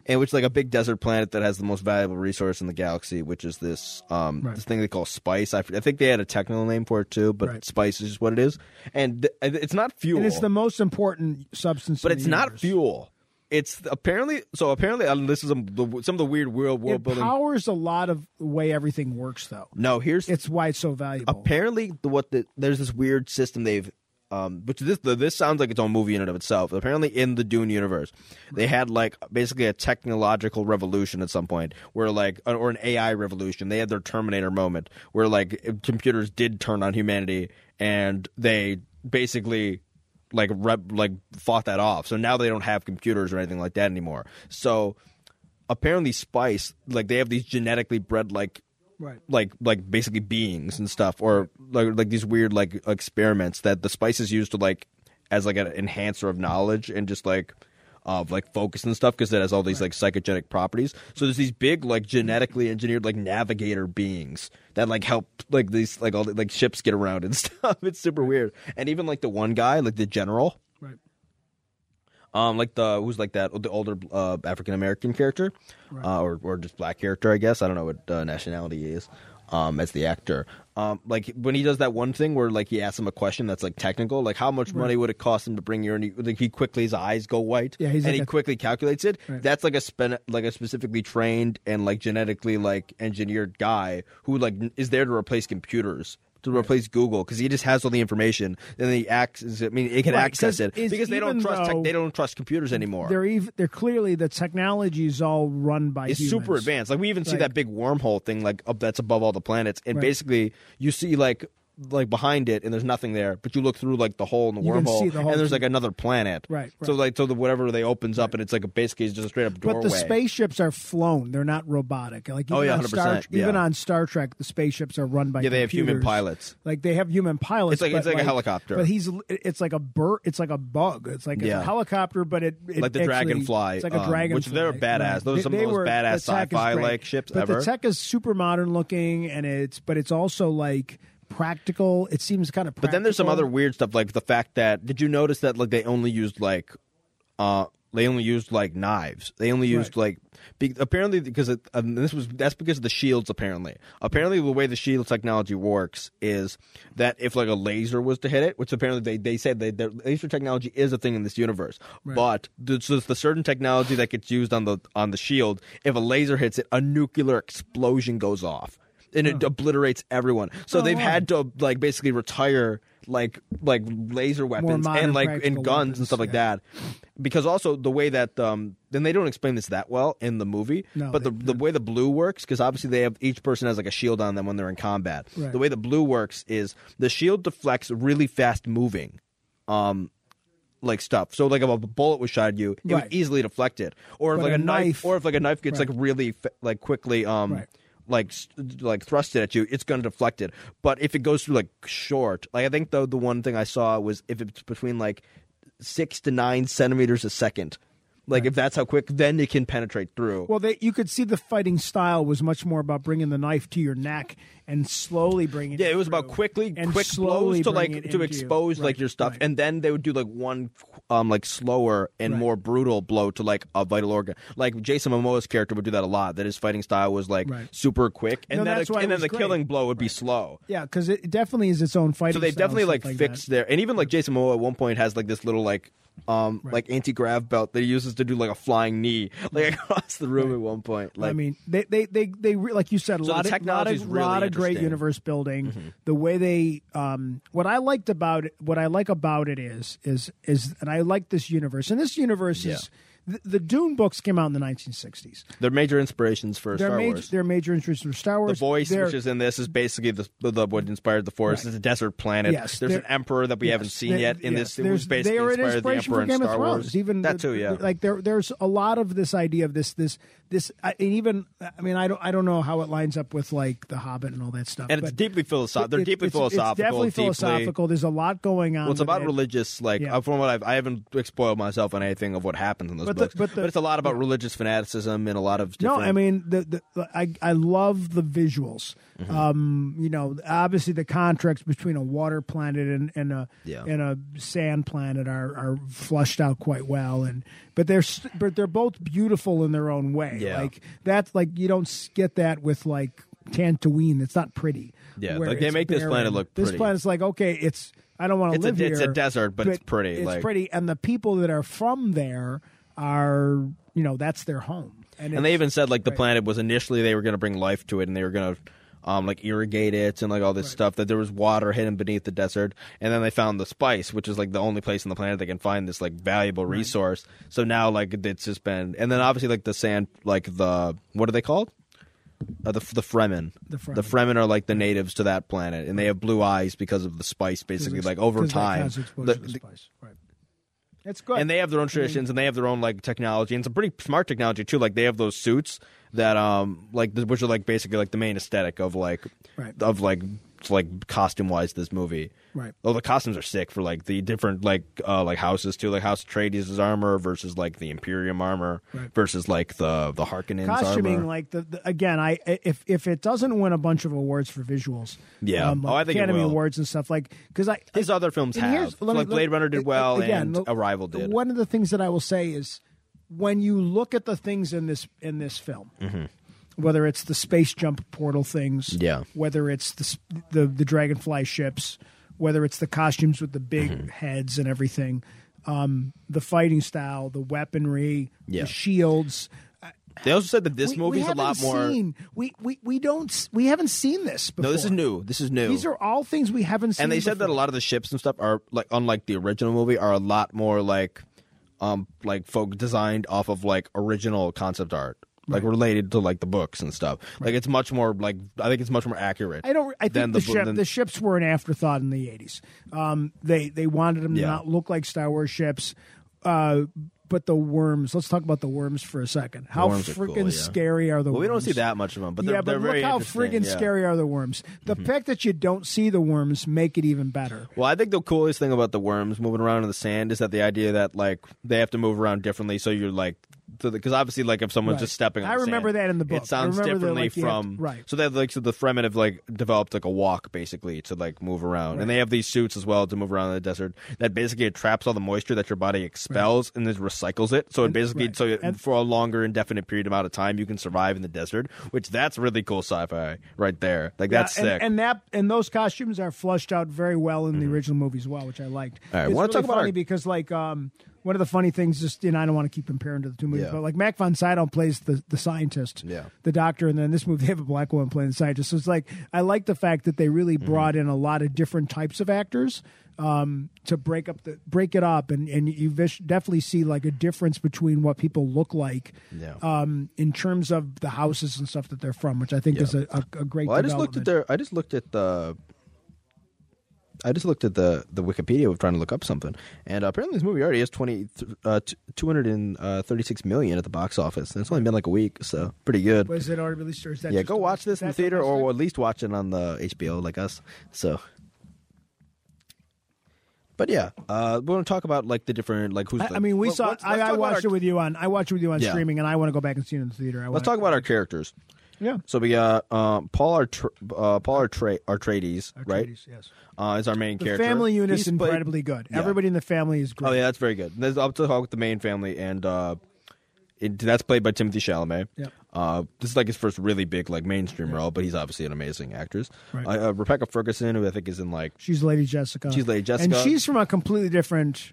Speaker 3: And which is like a big desert planet that has the most valuable resource in the galaxy, which is this um,
Speaker 2: Right.
Speaker 3: this thing they call spice. I, f- I think they had a technical name for it too, but
Speaker 2: Right.
Speaker 3: spice is just what it is. And th- and it's not fuel,
Speaker 2: and it's the most important substance.
Speaker 3: but
Speaker 2: in
Speaker 3: it's
Speaker 2: the
Speaker 3: not
Speaker 2: universe.
Speaker 3: fuel. It's apparently so. Apparently, um, this is a, the, some of the weird world world
Speaker 2: It
Speaker 3: building.
Speaker 2: powers a lot of the way everything works, though.
Speaker 3: no, here's
Speaker 2: It's why it's so valuable.
Speaker 3: apparently the, what the, there's this weird system they've um which this the, this sounds like its own movie in and of itself apparently in the dune universe they had like basically a technological revolution at some point where like uh, or an ai revolution they had their terminator moment where like computers did turn on humanity and they basically like rep, like fought that off so now they don't have computers or anything like that anymore so apparently spice like they have these genetically bred like
Speaker 2: right.
Speaker 3: like like basically beings and stuff or like like these weird like experiments that the spice is used to like as like an enhancer of knowledge and just like of like focus and stuff because it has all these like psychogenic properties so there's these big like genetically engineered like navigator beings that like help like these like all the like ships get around and stuff it's super weird and even like the one guy like the general
Speaker 2: Right.
Speaker 3: Um, like the who's like that the older uh, African American character, uh, or or just black character, I guess. I don't know what uh, nationality he is. Um, as the actor, um, like when he does that one thing where like he asks him a question that's like technical, like how much money would it cost him to bring here, and he, like, he quickly his eyes go white,
Speaker 2: Yeah, he's
Speaker 3: and
Speaker 2: like
Speaker 3: he
Speaker 2: a-
Speaker 3: quickly calculates it.
Speaker 2: Right.
Speaker 3: That's like a spen- like a specifically trained and like genetically like engineered guy who like n- is there to replace computers. To replace Google because he just has all the information, and he acts. I mean, it can
Speaker 2: Right,
Speaker 3: access
Speaker 2: 'cause
Speaker 3: it
Speaker 2: is
Speaker 3: because they
Speaker 2: even
Speaker 3: don't trust. tech,
Speaker 2: though-
Speaker 3: they don't trust computers anymore.
Speaker 2: They're ev- they're clearly the technology is all run by
Speaker 3: It's
Speaker 2: humans.
Speaker 3: super advanced. Like we even see
Speaker 2: Like-
Speaker 3: that big wormhole thing, like up that's above all the planets, and
Speaker 2: Right.
Speaker 3: basically you see like like behind it, and there's nothing there. But you look through like the hole in the
Speaker 2: You can see
Speaker 3: wormhole,
Speaker 2: the whole
Speaker 3: and there's
Speaker 2: thing.
Speaker 3: like another planet.
Speaker 2: Right,
Speaker 3: So
Speaker 2: right.
Speaker 3: like so the whatever they opens up, and it's like basically it's just a straight up doorway.
Speaker 2: But the spaceships are flown; they're not robotic. Like even
Speaker 3: Oh, yeah,
Speaker 2: on Star,
Speaker 3: 100%, yeah.
Speaker 2: even on Star Trek, the spaceships are run by
Speaker 3: Yeah, they have human
Speaker 2: computers.
Speaker 3: pilots.
Speaker 2: Like they have human pilots.
Speaker 3: It's like-
Speaker 2: but
Speaker 3: it's like a helicopter.
Speaker 2: But he's it's like a bird. It's like a bug. It's like
Speaker 3: Yeah.
Speaker 2: a helicopter, but it, it
Speaker 3: Like the
Speaker 2: actually-
Speaker 3: Dragonfly,
Speaker 2: It's like a
Speaker 3: um,
Speaker 2: dragonfly,
Speaker 3: which they're badass.
Speaker 2: right.
Speaker 3: Those are
Speaker 2: They-
Speaker 3: some of
Speaker 2: they
Speaker 3: those
Speaker 2: were-
Speaker 3: badass
Speaker 2: the tech is
Speaker 3: sci-fi,
Speaker 2: great.
Speaker 3: like, ships
Speaker 2: But
Speaker 3: ever.
Speaker 2: the tech is super modern looking, and it's but it's also like practical. It seems kind of. Practical.
Speaker 3: But then there's some other weird stuff, like the fact that did you notice that like they only used like, uh, they only used like knives. They only used like be, apparently because it, um, this was that's because of the shields. Apparently, apparently the way the shield technology works is that if like a laser was to hit it, which apparently they they said they, their laser technology is a thing in this universe, but there's just the certain technology that gets used on the on the shield. If a laser hits it, a nuclear explosion goes off. And it obliterates everyone. So
Speaker 2: Oh,
Speaker 3: they've
Speaker 2: wow.
Speaker 3: had to like basically retire like like laser weapons
Speaker 2: modern
Speaker 3: and like
Speaker 2: practical
Speaker 3: and guns and
Speaker 2: weapons,
Speaker 3: stuff like
Speaker 2: yeah.
Speaker 3: that because also the way that um then they don't explain this that well in the movie
Speaker 2: No,
Speaker 3: but
Speaker 2: they-
Speaker 3: the, the way the blue works because obviously they have each person has like a shield on them when they're in combat
Speaker 2: Right.
Speaker 3: the way the blue works is the shield deflects really fast moving um like stuff so like if a bullet was shot at you it
Speaker 2: Right.
Speaker 3: would easily deflect it or if
Speaker 2: But
Speaker 3: like
Speaker 2: a
Speaker 3: a, knife,
Speaker 2: knife-
Speaker 3: or if like a knife gets like really fa- like quickly um
Speaker 2: Right.
Speaker 3: like s- like thrusted at you, it's going to deflect it. But if it goes through like short, like I think though the one thing I saw was if it's between like six to nine centimeters a second, like if that's how quick, then it can penetrate through.
Speaker 2: Well, they, you could see the fighting style was much more about bringing the knife to your neck and slowly bringing.
Speaker 3: yeah, it was
Speaker 2: through
Speaker 3: about quickly,
Speaker 2: and
Speaker 3: quick
Speaker 2: slowly
Speaker 3: blows to
Speaker 2: bring
Speaker 3: like
Speaker 2: it
Speaker 3: to
Speaker 2: into
Speaker 3: expose
Speaker 2: you.
Speaker 3: like
Speaker 2: Right,
Speaker 3: your stuff,
Speaker 2: right.
Speaker 3: and then they would do like one, um, like slower and
Speaker 2: Right.
Speaker 3: more brutal blow to like a vital organ. Like Jason Momoa's character would do that a lot. That his fighting style was like
Speaker 2: Right.
Speaker 3: super quick, and
Speaker 2: No,
Speaker 3: then
Speaker 2: that's
Speaker 3: a-
Speaker 2: why it
Speaker 3: and then
Speaker 2: was
Speaker 3: the
Speaker 2: great.
Speaker 3: killing blow would be slow.
Speaker 2: yeah, because it definitely is its own fighting.
Speaker 3: so they
Speaker 2: style and
Speaker 3: definitely like,
Speaker 2: stuff like
Speaker 3: fixed
Speaker 2: that.
Speaker 3: their and even like Jason Momoa at one point has like this little like um like anti grav belt that he uses to do like a flying knee like across the room at one point. Like
Speaker 2: I mean, they they they, they re- like you said, a
Speaker 3: So the
Speaker 2: lot, of, lot,
Speaker 3: technology's
Speaker 2: of,
Speaker 3: really
Speaker 2: lot of great
Speaker 3: interesting. Mm-hmm.
Speaker 2: universe building. The way they, um, what I liked about it, what I like about it is is is, and I like this universe. And this universe is the, the Dune books came out in the 1960s.
Speaker 3: they're major inspirations for
Speaker 2: Their
Speaker 3: Star
Speaker 2: major
Speaker 3: Wars.
Speaker 2: their major interests were Star
Speaker 3: The
Speaker 2: Wars.
Speaker 3: voice,
Speaker 2: Their-
Speaker 3: which is in this, is basically the, the, the what inspired the Force. It's a desert planet.
Speaker 2: Yes,
Speaker 3: There's an
Speaker 2: they're-
Speaker 3: emperor that we haven't seen
Speaker 2: They-
Speaker 3: yet in
Speaker 2: yes,
Speaker 3: this. It was
Speaker 2: there's-
Speaker 3: basically
Speaker 2: they are an
Speaker 3: inspired the
Speaker 2: inspiration
Speaker 3: emperor
Speaker 2: for
Speaker 3: in
Speaker 2: Game of
Speaker 3: Star
Speaker 2: Thrones.
Speaker 3: Wars.
Speaker 2: Even
Speaker 3: that
Speaker 2: the-
Speaker 3: too, yeah.
Speaker 2: Like there, there's a lot of this idea of this, this, this, I- and even I mean, I don't, I don't know how it lines up with like the Hobbit and all that stuff.
Speaker 3: and it's
Speaker 2: but
Speaker 3: deeply philosophical. They're
Speaker 2: it-
Speaker 3: deeply
Speaker 2: it's-
Speaker 3: philosophical.
Speaker 2: It's definitely
Speaker 3: deeply-
Speaker 2: philosophical. There's a lot going on.
Speaker 3: Well, it's
Speaker 2: with
Speaker 3: about
Speaker 2: Um, it.
Speaker 3: religious, like
Speaker 2: Yeah.
Speaker 3: uh, from what I've, I haven't spoiled myself on anything of what happens in those
Speaker 2: But the-
Speaker 3: books,
Speaker 2: but the-
Speaker 3: it's a lot about religious fanaticism and a lot of
Speaker 2: No,
Speaker 3: different-
Speaker 2: I mean the, the, the I I love the visuals.
Speaker 3: Mm-hmm.
Speaker 2: Um, you know, obviously the contracts between a water planet and, and a
Speaker 3: Yeah.
Speaker 2: and a sand planet are are flushed out quite well, and but they're s- but they're both beautiful in their own way.
Speaker 3: Yeah.
Speaker 2: Like that's like you don't s- get that with like Tatooine. It's not pretty.
Speaker 3: Yeah,
Speaker 2: where
Speaker 3: like, they
Speaker 2: it's
Speaker 3: make this planet
Speaker 2: barren.
Speaker 3: look
Speaker 2: This
Speaker 3: pretty.
Speaker 2: planet's like okay, it's I don't want to
Speaker 3: It's a-
Speaker 2: live here.
Speaker 3: it's a desert, but it's pretty,
Speaker 2: It's
Speaker 3: like-
Speaker 2: pretty, and the people that are from there are you know that's their home.
Speaker 3: and
Speaker 2: it's-
Speaker 3: they even said like the planet was initially they were going to bring life to it and they were going to um, like irrigate it and like all this stuff that there was water hidden beneath the desert and then they found the spice which is like the only place on the planet they can find this like valuable resource so now like it's just been and then obviously like the sand like the what are they called uh, the the Fremen
Speaker 2: The
Speaker 3: the
Speaker 2: Fremen.
Speaker 3: Fremen are like the natives to that planet and they have blue eyes because of the spice basically
Speaker 2: ex-
Speaker 3: like over
Speaker 2: 'cause that
Speaker 3: time
Speaker 2: has exposure
Speaker 3: the-
Speaker 2: to
Speaker 3: the-
Speaker 2: spice. Right. That's good.
Speaker 3: and they have their own traditions and they have their own like technology and some pretty smart technology too like they have those suits that um like th- which are like basically like the main aesthetic of like
Speaker 2: Right.
Speaker 3: of like like costume wise this movie.
Speaker 2: Right.
Speaker 3: Oh, the costumes are sick for like the different like uh like houses too, like House Atreides' armor versus like the Imperium armor
Speaker 2: Right.
Speaker 3: versus like the the Harkonnen's
Speaker 2: Costuming,
Speaker 3: armor.
Speaker 2: like the, the again, I if if it doesn't win a bunch of awards for visuals,
Speaker 3: Yeah.
Speaker 2: um, like
Speaker 3: Oh, I think it
Speaker 2: Academy
Speaker 3: will.
Speaker 2: Awards and stuff like because I
Speaker 3: His other films
Speaker 2: and
Speaker 3: have
Speaker 2: here's- let me-
Speaker 3: like Blade
Speaker 2: let-
Speaker 3: Runner did well
Speaker 2: again,
Speaker 3: and
Speaker 2: the-
Speaker 3: Arrival did.
Speaker 2: One of the things that I will say is when you look at the things in this in this film, whether it's the space jump portal things,
Speaker 3: Mm-hmm. Yeah.
Speaker 2: whether it's the s- the, the dragonfly ships, whether it's the costumes with the big
Speaker 3: Mm-hmm.
Speaker 2: heads and everything, um, the fighting style, the weaponry,
Speaker 3: Yeah.
Speaker 2: the shields.
Speaker 3: They also said that this
Speaker 2: we,
Speaker 3: movie's
Speaker 2: we
Speaker 3: a lot
Speaker 2: haven't
Speaker 3: more.
Speaker 2: Seen, we, we we don't s- we haven't seen this. Before.
Speaker 3: no, this is new. This is new.
Speaker 2: These are all things we haven't seen.
Speaker 3: and they said that a lot of the ships and stuff are like unlike the original movie are a lot more like um like folk designed off of like original concept art like related to like the books and stuff like it's much more like i think it's much more accurate
Speaker 2: I don't. I
Speaker 3: than
Speaker 2: think the,
Speaker 3: bo-
Speaker 2: ship,
Speaker 3: than-
Speaker 2: the ships were an afterthought in the eighties. Um, they they wanted them to
Speaker 3: Yeah.
Speaker 2: not look like Star Wars ships. Uh, but the worms. Let's talk about the worms for a second. How
Speaker 3: worms are cool,
Speaker 2: freaking
Speaker 3: yeah.
Speaker 2: scary are the worms?
Speaker 3: well, we don't see that much of them but they're,
Speaker 2: yeah, but
Speaker 3: they're
Speaker 2: look
Speaker 3: very
Speaker 2: how
Speaker 3: interesting,
Speaker 2: friggin'
Speaker 3: yeah. Mm-hmm.
Speaker 2: scary are the worms. The fact that you don't see the worms make it even better.
Speaker 3: well, I think the coolest thing about the worms moving around in the sand is that the idea that like they have to move around differently. So you're like, because obviously, like if someone's
Speaker 2: Right.
Speaker 3: just stepping, on
Speaker 2: I
Speaker 3: the
Speaker 2: remember
Speaker 3: sand,
Speaker 2: that in the book. I
Speaker 3: It sounds
Speaker 2: remember that,
Speaker 3: differently
Speaker 2: like, you have
Speaker 3: from
Speaker 2: to- right.
Speaker 3: So they have like so the Fremen have like developed like a walk basically to like move around, and they have these suits as well to move around in the desert that basically it traps all the moisture that your body expels and then recycles it. So it basically
Speaker 2: right.
Speaker 3: so it-
Speaker 2: And-
Speaker 3: for a longer indefinite period amount of time you can survive in the desert, which that's really cool sci-fi right there. Like that's
Speaker 2: Yeah, and,
Speaker 3: sick.
Speaker 2: and that and those costumes are flushed out very well in the original movie as well, which I liked.
Speaker 3: Mm-hmm. All right,
Speaker 2: it's
Speaker 3: wanna
Speaker 2: really
Speaker 3: talk about
Speaker 2: funny
Speaker 3: our-
Speaker 2: because like um, one of the funny things just you know I don't want to keep comparing to the two movies,
Speaker 3: Yeah.
Speaker 2: but like Mac von Sydow plays the the scientist,
Speaker 3: Yeah.
Speaker 2: the doctor, and then in this movie they have a black woman playing the scientist. So it's like I like the fact that they really
Speaker 3: Mm-hmm.
Speaker 2: brought in a lot of different types of actors. Um, to break up the break it up, and and you vis- definitely see like a difference between what people look like,
Speaker 3: Yeah.
Speaker 2: um, in terms of the houses and stuff that they're from, which I think is a, a, a great.
Speaker 3: Well, I just looked
Speaker 2: development.
Speaker 3: at their. I just looked at the. I just looked at the the Wikipedia of trying to look up something, and uh, apparently this movie already has twenty uh, t- two hundred and uh, thirty six million at the box office, and it's only been like a week, so pretty good.
Speaker 2: Was it already released or is that
Speaker 3: yeah,
Speaker 2: just
Speaker 3: go
Speaker 2: a-
Speaker 3: watch this in the
Speaker 2: that's
Speaker 3: theater,
Speaker 2: domestic?
Speaker 3: or at least watch it on the HBO like us. So. But yeah, uh, we're gonna talk about like the different like who's.
Speaker 2: I,
Speaker 3: the-
Speaker 2: I mean, we
Speaker 3: Well,
Speaker 2: saw.
Speaker 3: let's-
Speaker 2: I,
Speaker 3: let's
Speaker 2: I
Speaker 3: talk about
Speaker 2: watched
Speaker 3: our-
Speaker 2: it with you on. I watched it with you on
Speaker 3: Yeah.
Speaker 2: streaming, and I want to go back and see it in the theater. I
Speaker 3: Let's talk about our characters.
Speaker 2: Yeah,
Speaker 3: So we got uh, Paul Artra- uh, Paul Artra- Artrades, right?
Speaker 2: Atreides, Yes,
Speaker 3: uh, is our main
Speaker 2: the
Speaker 3: character.
Speaker 2: family unit is
Speaker 3: He's played-
Speaker 2: incredibly good.
Speaker 3: Yeah.
Speaker 2: Everybody in the family is great.
Speaker 3: Oh yeah, that's very good. There's up to talk with the main family, and uh, it, that's played by Timothy Chalamet.
Speaker 2: Yep.
Speaker 3: Uh, this is like his first really big like mainstream role, but he's obviously an amazing actress.
Speaker 2: Right.
Speaker 3: Uh, uh, Rebecca Ferguson, who I think is in like
Speaker 2: She's Lady Jessica.
Speaker 3: She's Lady Jessica.
Speaker 2: and she's from a completely different.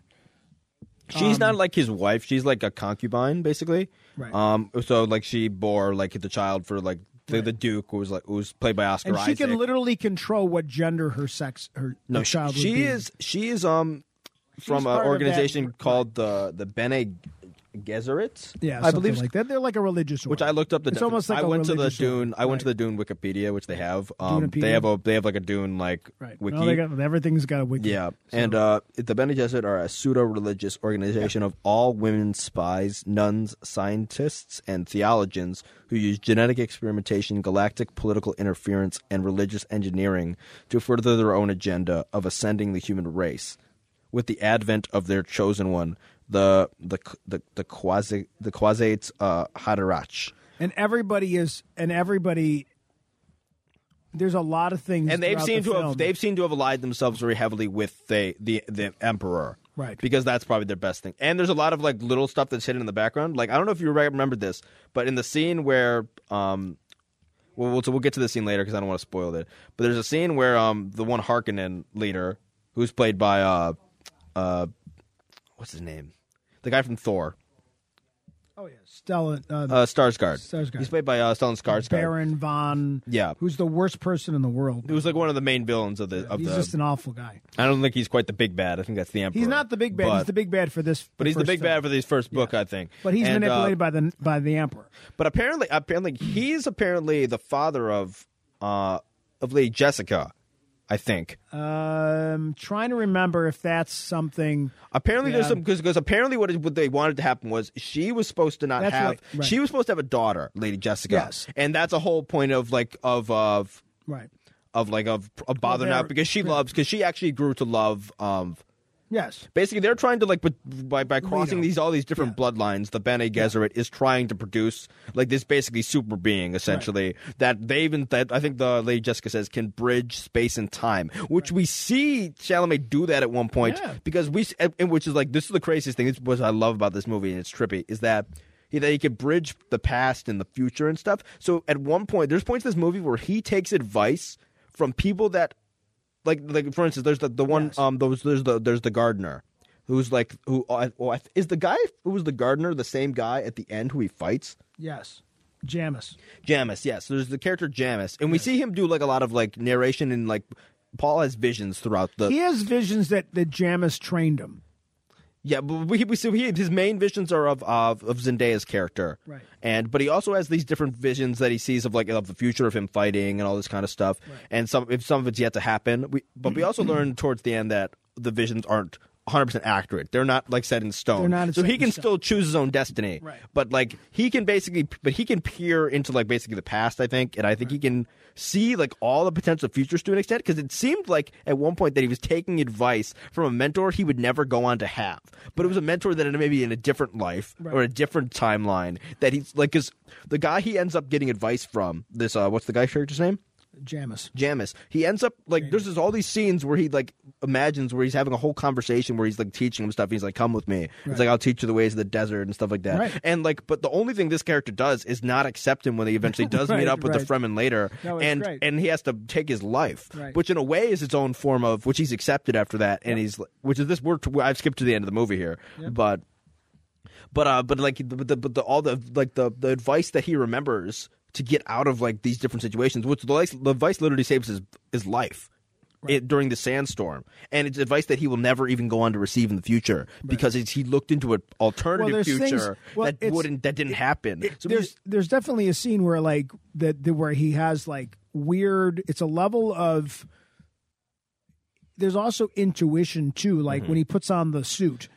Speaker 3: she's not like his wife; she's like a concubine, basically.
Speaker 2: Um, Right.
Speaker 3: Um. So like she bore like the child for like the, the Duke, who was like who was played by Oscar
Speaker 2: And she
Speaker 3: Isaac.
Speaker 2: can literally control what gender her sex her,
Speaker 3: no,
Speaker 2: her
Speaker 3: she-
Speaker 2: child. would
Speaker 3: she
Speaker 2: be.
Speaker 3: is. She is um from
Speaker 2: part of
Speaker 3: an
Speaker 2: that-
Speaker 3: organization called the the Bene Gesserit.
Speaker 2: Yeah,
Speaker 3: I
Speaker 2: something
Speaker 3: believe
Speaker 2: like that. They're like a religious.
Speaker 3: which
Speaker 2: order.
Speaker 3: I looked up. The
Speaker 2: It's
Speaker 3: defi-
Speaker 2: almost like
Speaker 3: I
Speaker 2: a
Speaker 3: went to the
Speaker 2: religious
Speaker 3: Dune.
Speaker 2: order.
Speaker 3: I went to
Speaker 2: Right.
Speaker 3: the Dune Wikipedia, which they have. Um,
Speaker 2: Dunepedia?
Speaker 3: they have a they have like a Dune like
Speaker 2: Right.
Speaker 3: wiki.
Speaker 2: No, they got, everything's got a wiki.
Speaker 3: yeah, and uh, the Bene Gesserit are a pseudo-religious organization of all women spies, nuns, scientists, and theologians who use genetic experimentation, galactic political interference, and religious engineering to further their own agenda of ascending the human race. With the advent of their chosen one, the the the the quasi the quasites uh, Hadarach.
Speaker 2: and everybody is and everybody. There's a lot of things,
Speaker 3: and they've
Speaker 2: throughout
Speaker 3: seemed
Speaker 2: the
Speaker 3: to have
Speaker 2: film.
Speaker 3: they've seemed to have allied themselves very heavily with the the the emperor
Speaker 2: Right.
Speaker 3: because that's probably their best thing and there's a lot of like little stuff that's hidden in the background like i don't know if you re- remember this but in the scene where um well, we'll, so we'll get to the scene later because i don't want to spoil it but there's a scene where um the one harkonnen leader who's played by uh uh what's his name the guy from thor
Speaker 2: Oh yeah, Stella uh,
Speaker 3: uh starsguard
Speaker 2: Skarsgård.
Speaker 3: he's played by uh stellan starsguard
Speaker 2: Baron von.
Speaker 3: Yeah.
Speaker 2: who's the worst person in the world.
Speaker 3: who's like one of the main villains of the of
Speaker 2: He's
Speaker 3: the
Speaker 2: just an awful guy.
Speaker 3: I don't think he's quite the big bad. I think that's the emperor.
Speaker 2: He's not the big bad. he's
Speaker 3: But-
Speaker 2: the big bad for this.
Speaker 3: But he's the
Speaker 2: first
Speaker 3: big
Speaker 2: film.
Speaker 3: bad for his first book, I think.
Speaker 2: But he's
Speaker 3: And,
Speaker 2: manipulated
Speaker 3: Uh,
Speaker 2: by the by the emperor.
Speaker 3: but apparently, apparently, he's apparently the father of uh of Lady Jessica, I think.
Speaker 2: Um, trying to remember if that's something.
Speaker 3: Apparently,
Speaker 2: Yeah.
Speaker 3: there's some because apparently what, it- what they wanted to happen was she was supposed to not
Speaker 2: That's
Speaker 3: have
Speaker 2: right, right.
Speaker 3: she was supposed to have a daughter, Lady Jessica.
Speaker 2: Yes.
Speaker 3: and that's a whole point of like of of
Speaker 2: Right.
Speaker 3: of like of, of bother
Speaker 2: they're-
Speaker 3: now because she loves because she actually grew to love um
Speaker 2: Yes.
Speaker 3: basically they're trying to like but by by
Speaker 2: Lead
Speaker 3: crossing
Speaker 2: 'em.
Speaker 3: these all these different bloodlines the Bene Gesserit is trying to produce like this basically super being essentially that they even that I think the lady Jessica says can bridge space and time which we see Chalamet do that at one point
Speaker 2: Yeah.
Speaker 3: because we s- and- and which is like this is the craziest thing this is what I love about this movie and it's trippy is that he- that he can bridge the past and the future and stuff so at one point there's points in this movie where he takes advice from people that like like for instance, there's the the one um those there's the there's the gardener who's like who oh, I- oh, I- is the guy who was the gardener the same guy at the end who he fights
Speaker 2: Yes. Jamis.
Speaker 3: Jamis yes there's the character Jamis and we see him do like a lot of like narration and like Paul has visions throughout the
Speaker 2: He has visions that that Jamis trained him.
Speaker 3: yeah but we we see he, his main visions are of of of Zendaya's character
Speaker 2: Right.
Speaker 3: and but he also has these different visions that he sees of like of the future of him fighting and all this kind of stuff and some if some of it's yet to happen we but we
Speaker 2: Mm-hmm.
Speaker 3: also learn towards the end that the visions aren't 100% accurate they're not like set in stone
Speaker 2: They're not
Speaker 3: so
Speaker 2: set
Speaker 3: he
Speaker 2: in
Speaker 3: can
Speaker 2: stone.
Speaker 3: still choose his own destiny
Speaker 2: Right.
Speaker 3: but like he can basically but he can peer into like basically the past i think and i think he can see like all the potential futures to an extent because it seemed like at one point that he was taking advice from a mentor he would never go on to have but it was a mentor that had maybe in a different life or a different timeline that he's like because the guy he ends up getting advice from this uh what's the guy's character's name
Speaker 2: Jamis.
Speaker 3: Jamis. He ends up like there's this, all these scenes where he like imagines where he's having a whole conversation where he's like teaching him stuff. He's like, "Come with me." It's like I'll teach you the ways of the desert and stuff like that.
Speaker 2: Right.
Speaker 3: And like, but the only thing this character does is not accept him when he eventually does
Speaker 2: Right,
Speaker 3: meet up with
Speaker 2: right.
Speaker 3: the Fremen later,
Speaker 2: No, it's
Speaker 3: and
Speaker 2: great.
Speaker 3: and he has to take his life,
Speaker 2: Right.
Speaker 3: which in a way is its own form of which he's accepted after that, and he's which is this we're I've skipped to the end of the movie here, but. But uh, but like the, the, but the all the like the the advice that he remembers to get out of like these different situations, which the, advice- the advice literally saves his his life. It, during the sandstorm, and it's advice that he will never even go on to receive in the future because it's, he looked into an alternative
Speaker 2: there's things-
Speaker 3: future
Speaker 2: well,
Speaker 3: that
Speaker 2: it's-
Speaker 3: wouldn't that didn't happen. so we
Speaker 2: there's
Speaker 3: just-
Speaker 2: there's definitely a scene where like that the, where he has like weird it's a level of there's also intuition too like
Speaker 3: Mm-hmm.
Speaker 2: when he puts on the suit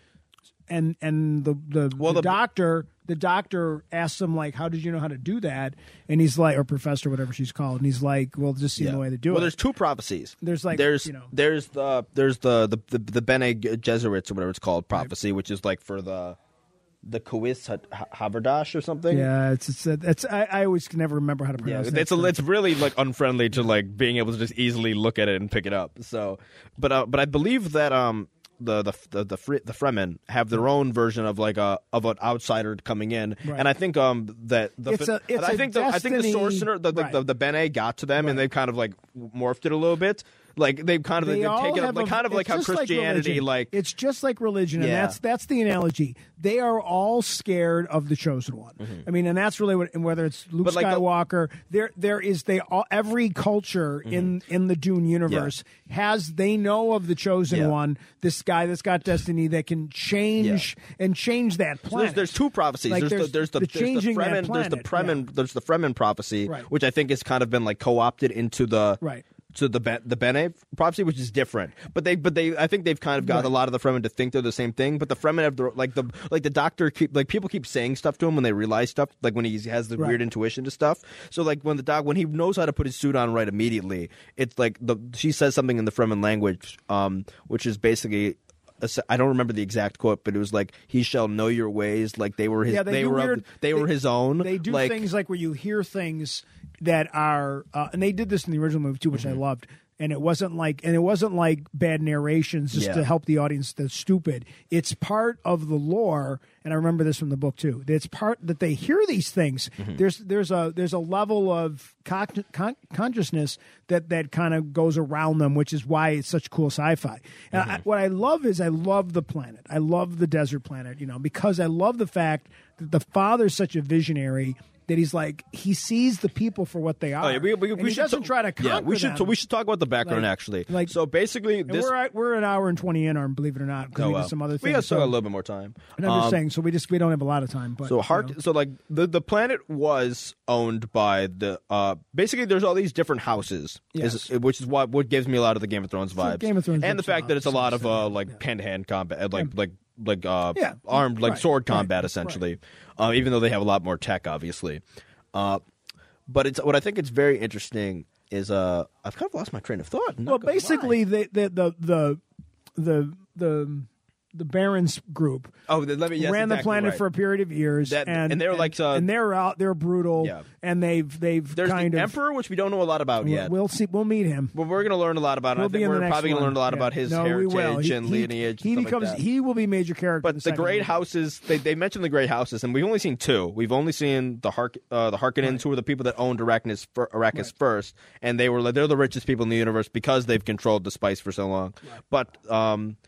Speaker 2: and and the the,
Speaker 3: Well,
Speaker 2: the
Speaker 3: the-
Speaker 2: doctor the doctor asks him like how did you know how to do that and he's like or professor whatever she's called and he's like well just see the way to do
Speaker 3: well,
Speaker 2: it
Speaker 3: there's two prophecies.
Speaker 2: There's, like,
Speaker 3: there's
Speaker 2: you know-
Speaker 3: there's the there's the the the, the Bene Gesserits or whatever it's called prophecy, which is like for the the Kuis Ha- Haberdash or something.
Speaker 2: yeah it's it's it's I, I always can never remember how to
Speaker 3: Yeah,
Speaker 2: pronounce it
Speaker 3: it's a, it's really like unfriendly to like being able to just easily look at it and pick it up. So, but uh, but I believe that um the the the the, Fre- the Fremen have their own version of like a of an outsider coming in,
Speaker 2: Right.
Speaker 3: and I think um that the
Speaker 2: It's a- it's
Speaker 3: I
Speaker 2: a
Speaker 3: think the, I think the
Speaker 2: destiny-
Speaker 3: sorcerer the the,
Speaker 2: Right.
Speaker 3: the the Bene got to them and they've kind of like morphed it a little bit. Like they've kind of
Speaker 2: They
Speaker 3: they have
Speaker 2: all
Speaker 3: taken
Speaker 2: have
Speaker 3: up like
Speaker 2: a-
Speaker 3: kind of like
Speaker 2: it's
Speaker 3: how
Speaker 2: just
Speaker 3: Christianity
Speaker 2: religion.
Speaker 3: like
Speaker 2: it's just like religion, and
Speaker 3: Yeah.
Speaker 2: that's that's the analogy. They are all scared of the chosen one. I mean, and that's really what. And whether it's Luke
Speaker 3: Mm-hmm. But like the-
Speaker 2: Skywalker, there there is they all every culture
Speaker 3: Mm-hmm.
Speaker 2: in in the Dune universe has they know of the chosen
Speaker 3: Yeah.
Speaker 2: one, this guy that's got destiny that can change and change that
Speaker 3: So there's,
Speaker 2: planet.
Speaker 3: there's two prophecies.
Speaker 2: Like,
Speaker 3: there's,
Speaker 2: there's
Speaker 3: the, there's the,
Speaker 2: the
Speaker 3: there's the
Speaker 2: changing that
Speaker 3: Fremen, there's the
Speaker 2: planet,
Speaker 3: Fremen, there's the Fremen prophecy,
Speaker 2: Right.
Speaker 3: which I think has kind of been like co-opted into the
Speaker 2: Right.
Speaker 3: to the Be- the Bene prophecy, which is different. But they but they I think they've kind of got a lot of the Fremen to think they're the same thing. But the Fremen have the like the like the doctor keep like people keep saying stuff to him when they realize stuff like when he has the
Speaker 2: Right.
Speaker 3: weird intuition to stuff. So like when the doc when he knows how to put his suit on right immediately, it's like the she says something in the Fremen language, um, which is basically a se- I don't remember the exact quote, but it was like he shall know your ways, like they were his.
Speaker 2: Yeah,
Speaker 3: they
Speaker 2: they do
Speaker 3: were of-
Speaker 2: weird-
Speaker 3: they, were
Speaker 2: they-
Speaker 3: his own.
Speaker 2: They do
Speaker 3: like,
Speaker 2: things like where you hear things that are, uh, and they did this in the original movie too, which
Speaker 3: Mm-hmm.
Speaker 2: I loved. And it wasn't like, and it wasn't like bad narrations just
Speaker 3: Yeah.
Speaker 2: to help the audience that's stupid. It's part of the lore, and I remember this from the book too. that It's part that they hear these things.
Speaker 3: Mm-hmm.
Speaker 2: There's there's a there's a level of cogn con- consciousness that that kind of goes around them, which is why it's such cool sci-fi. And
Speaker 3: Mm-hmm.
Speaker 2: I, what I love is I love the planet. I love the desert planet, you know, because I love the fact that the father's such a visionary that he's like he sees the people for what they are.
Speaker 3: Oh, yeah, we, we,
Speaker 2: and
Speaker 3: we
Speaker 2: he
Speaker 3: should
Speaker 2: doesn't
Speaker 3: ta-
Speaker 2: try to conquer
Speaker 3: Yeah, we should.
Speaker 2: them.
Speaker 3: So we should talk about the background
Speaker 2: Like-
Speaker 3: actually.
Speaker 2: like-
Speaker 3: so basically,
Speaker 2: And
Speaker 3: this
Speaker 2: we're at, we're an hour and twenty in, or believe it or not, because
Speaker 3: oh,
Speaker 2: we
Speaker 3: well.
Speaker 2: did some other
Speaker 3: We
Speaker 2: things.
Speaker 3: got still
Speaker 2: so-
Speaker 3: got a little bit more time.
Speaker 2: and I'm just
Speaker 3: Um,
Speaker 2: saying, so we just we don't have a lot of time. But
Speaker 3: So
Speaker 2: you
Speaker 3: heart.
Speaker 2: know.
Speaker 3: So like the the planet was owned by the. uh Basically, there's all these different houses, is,
Speaker 2: Yes.
Speaker 3: which is what what gives me a lot of the Game of Thrones vibes.
Speaker 2: Game of Thrones
Speaker 3: and the
Speaker 2: vibes,
Speaker 3: fact that it's a lot of
Speaker 2: obviously.
Speaker 3: uh like hand to hand combat, uh, like like like uh
Speaker 2: Yeah.
Speaker 3: armed like
Speaker 2: Right.
Speaker 3: sword
Speaker 2: Right.
Speaker 3: combat essentially. Uh, even though they have a lot more tech, obviously. Uh, but it's what I think it's very interesting is uh I've kind of lost my train of thought. not
Speaker 2: Well,
Speaker 3: gonna lie.
Speaker 2: basically, the the the the the the, the Barons group
Speaker 3: oh, then let me yes,
Speaker 2: ran the
Speaker 3: exactly
Speaker 2: planet
Speaker 3: right.
Speaker 2: for a period of years,
Speaker 3: That-
Speaker 2: and,
Speaker 3: and they were like, uh,
Speaker 2: and they're out, they're brutal,
Speaker 3: Yeah.
Speaker 2: and they've they've
Speaker 3: There's
Speaker 2: kind
Speaker 3: the
Speaker 2: of
Speaker 3: emperor, which we don't know a lot about
Speaker 2: we'll-
Speaker 3: yet.
Speaker 2: We'll see, we'll meet him.
Speaker 3: But we're going to learn a lot about. it.
Speaker 2: We'll
Speaker 3: I
Speaker 2: be
Speaker 3: think
Speaker 2: in
Speaker 3: we're
Speaker 2: the next
Speaker 3: probably going to
Speaker 2: one.
Speaker 3: learn a lot
Speaker 2: Yeah.
Speaker 3: about his
Speaker 2: no,
Speaker 3: heritage
Speaker 2: we will. He-
Speaker 3: and
Speaker 2: he-
Speaker 3: lineage.
Speaker 2: He
Speaker 3: and stuff like
Speaker 2: becomes
Speaker 3: that.
Speaker 2: he will be major character. in
Speaker 3: But the
Speaker 2: second
Speaker 3: great
Speaker 2: movie.
Speaker 3: houses, they, they mentioned the great houses, and we've only seen two. We've only seen the Hark, uh, the Harkonnens, who are the people that owned Arrakis, fir- Arrakis first, and they were like, they're the richest people in the universe because they've controlled the spice for so long. But um,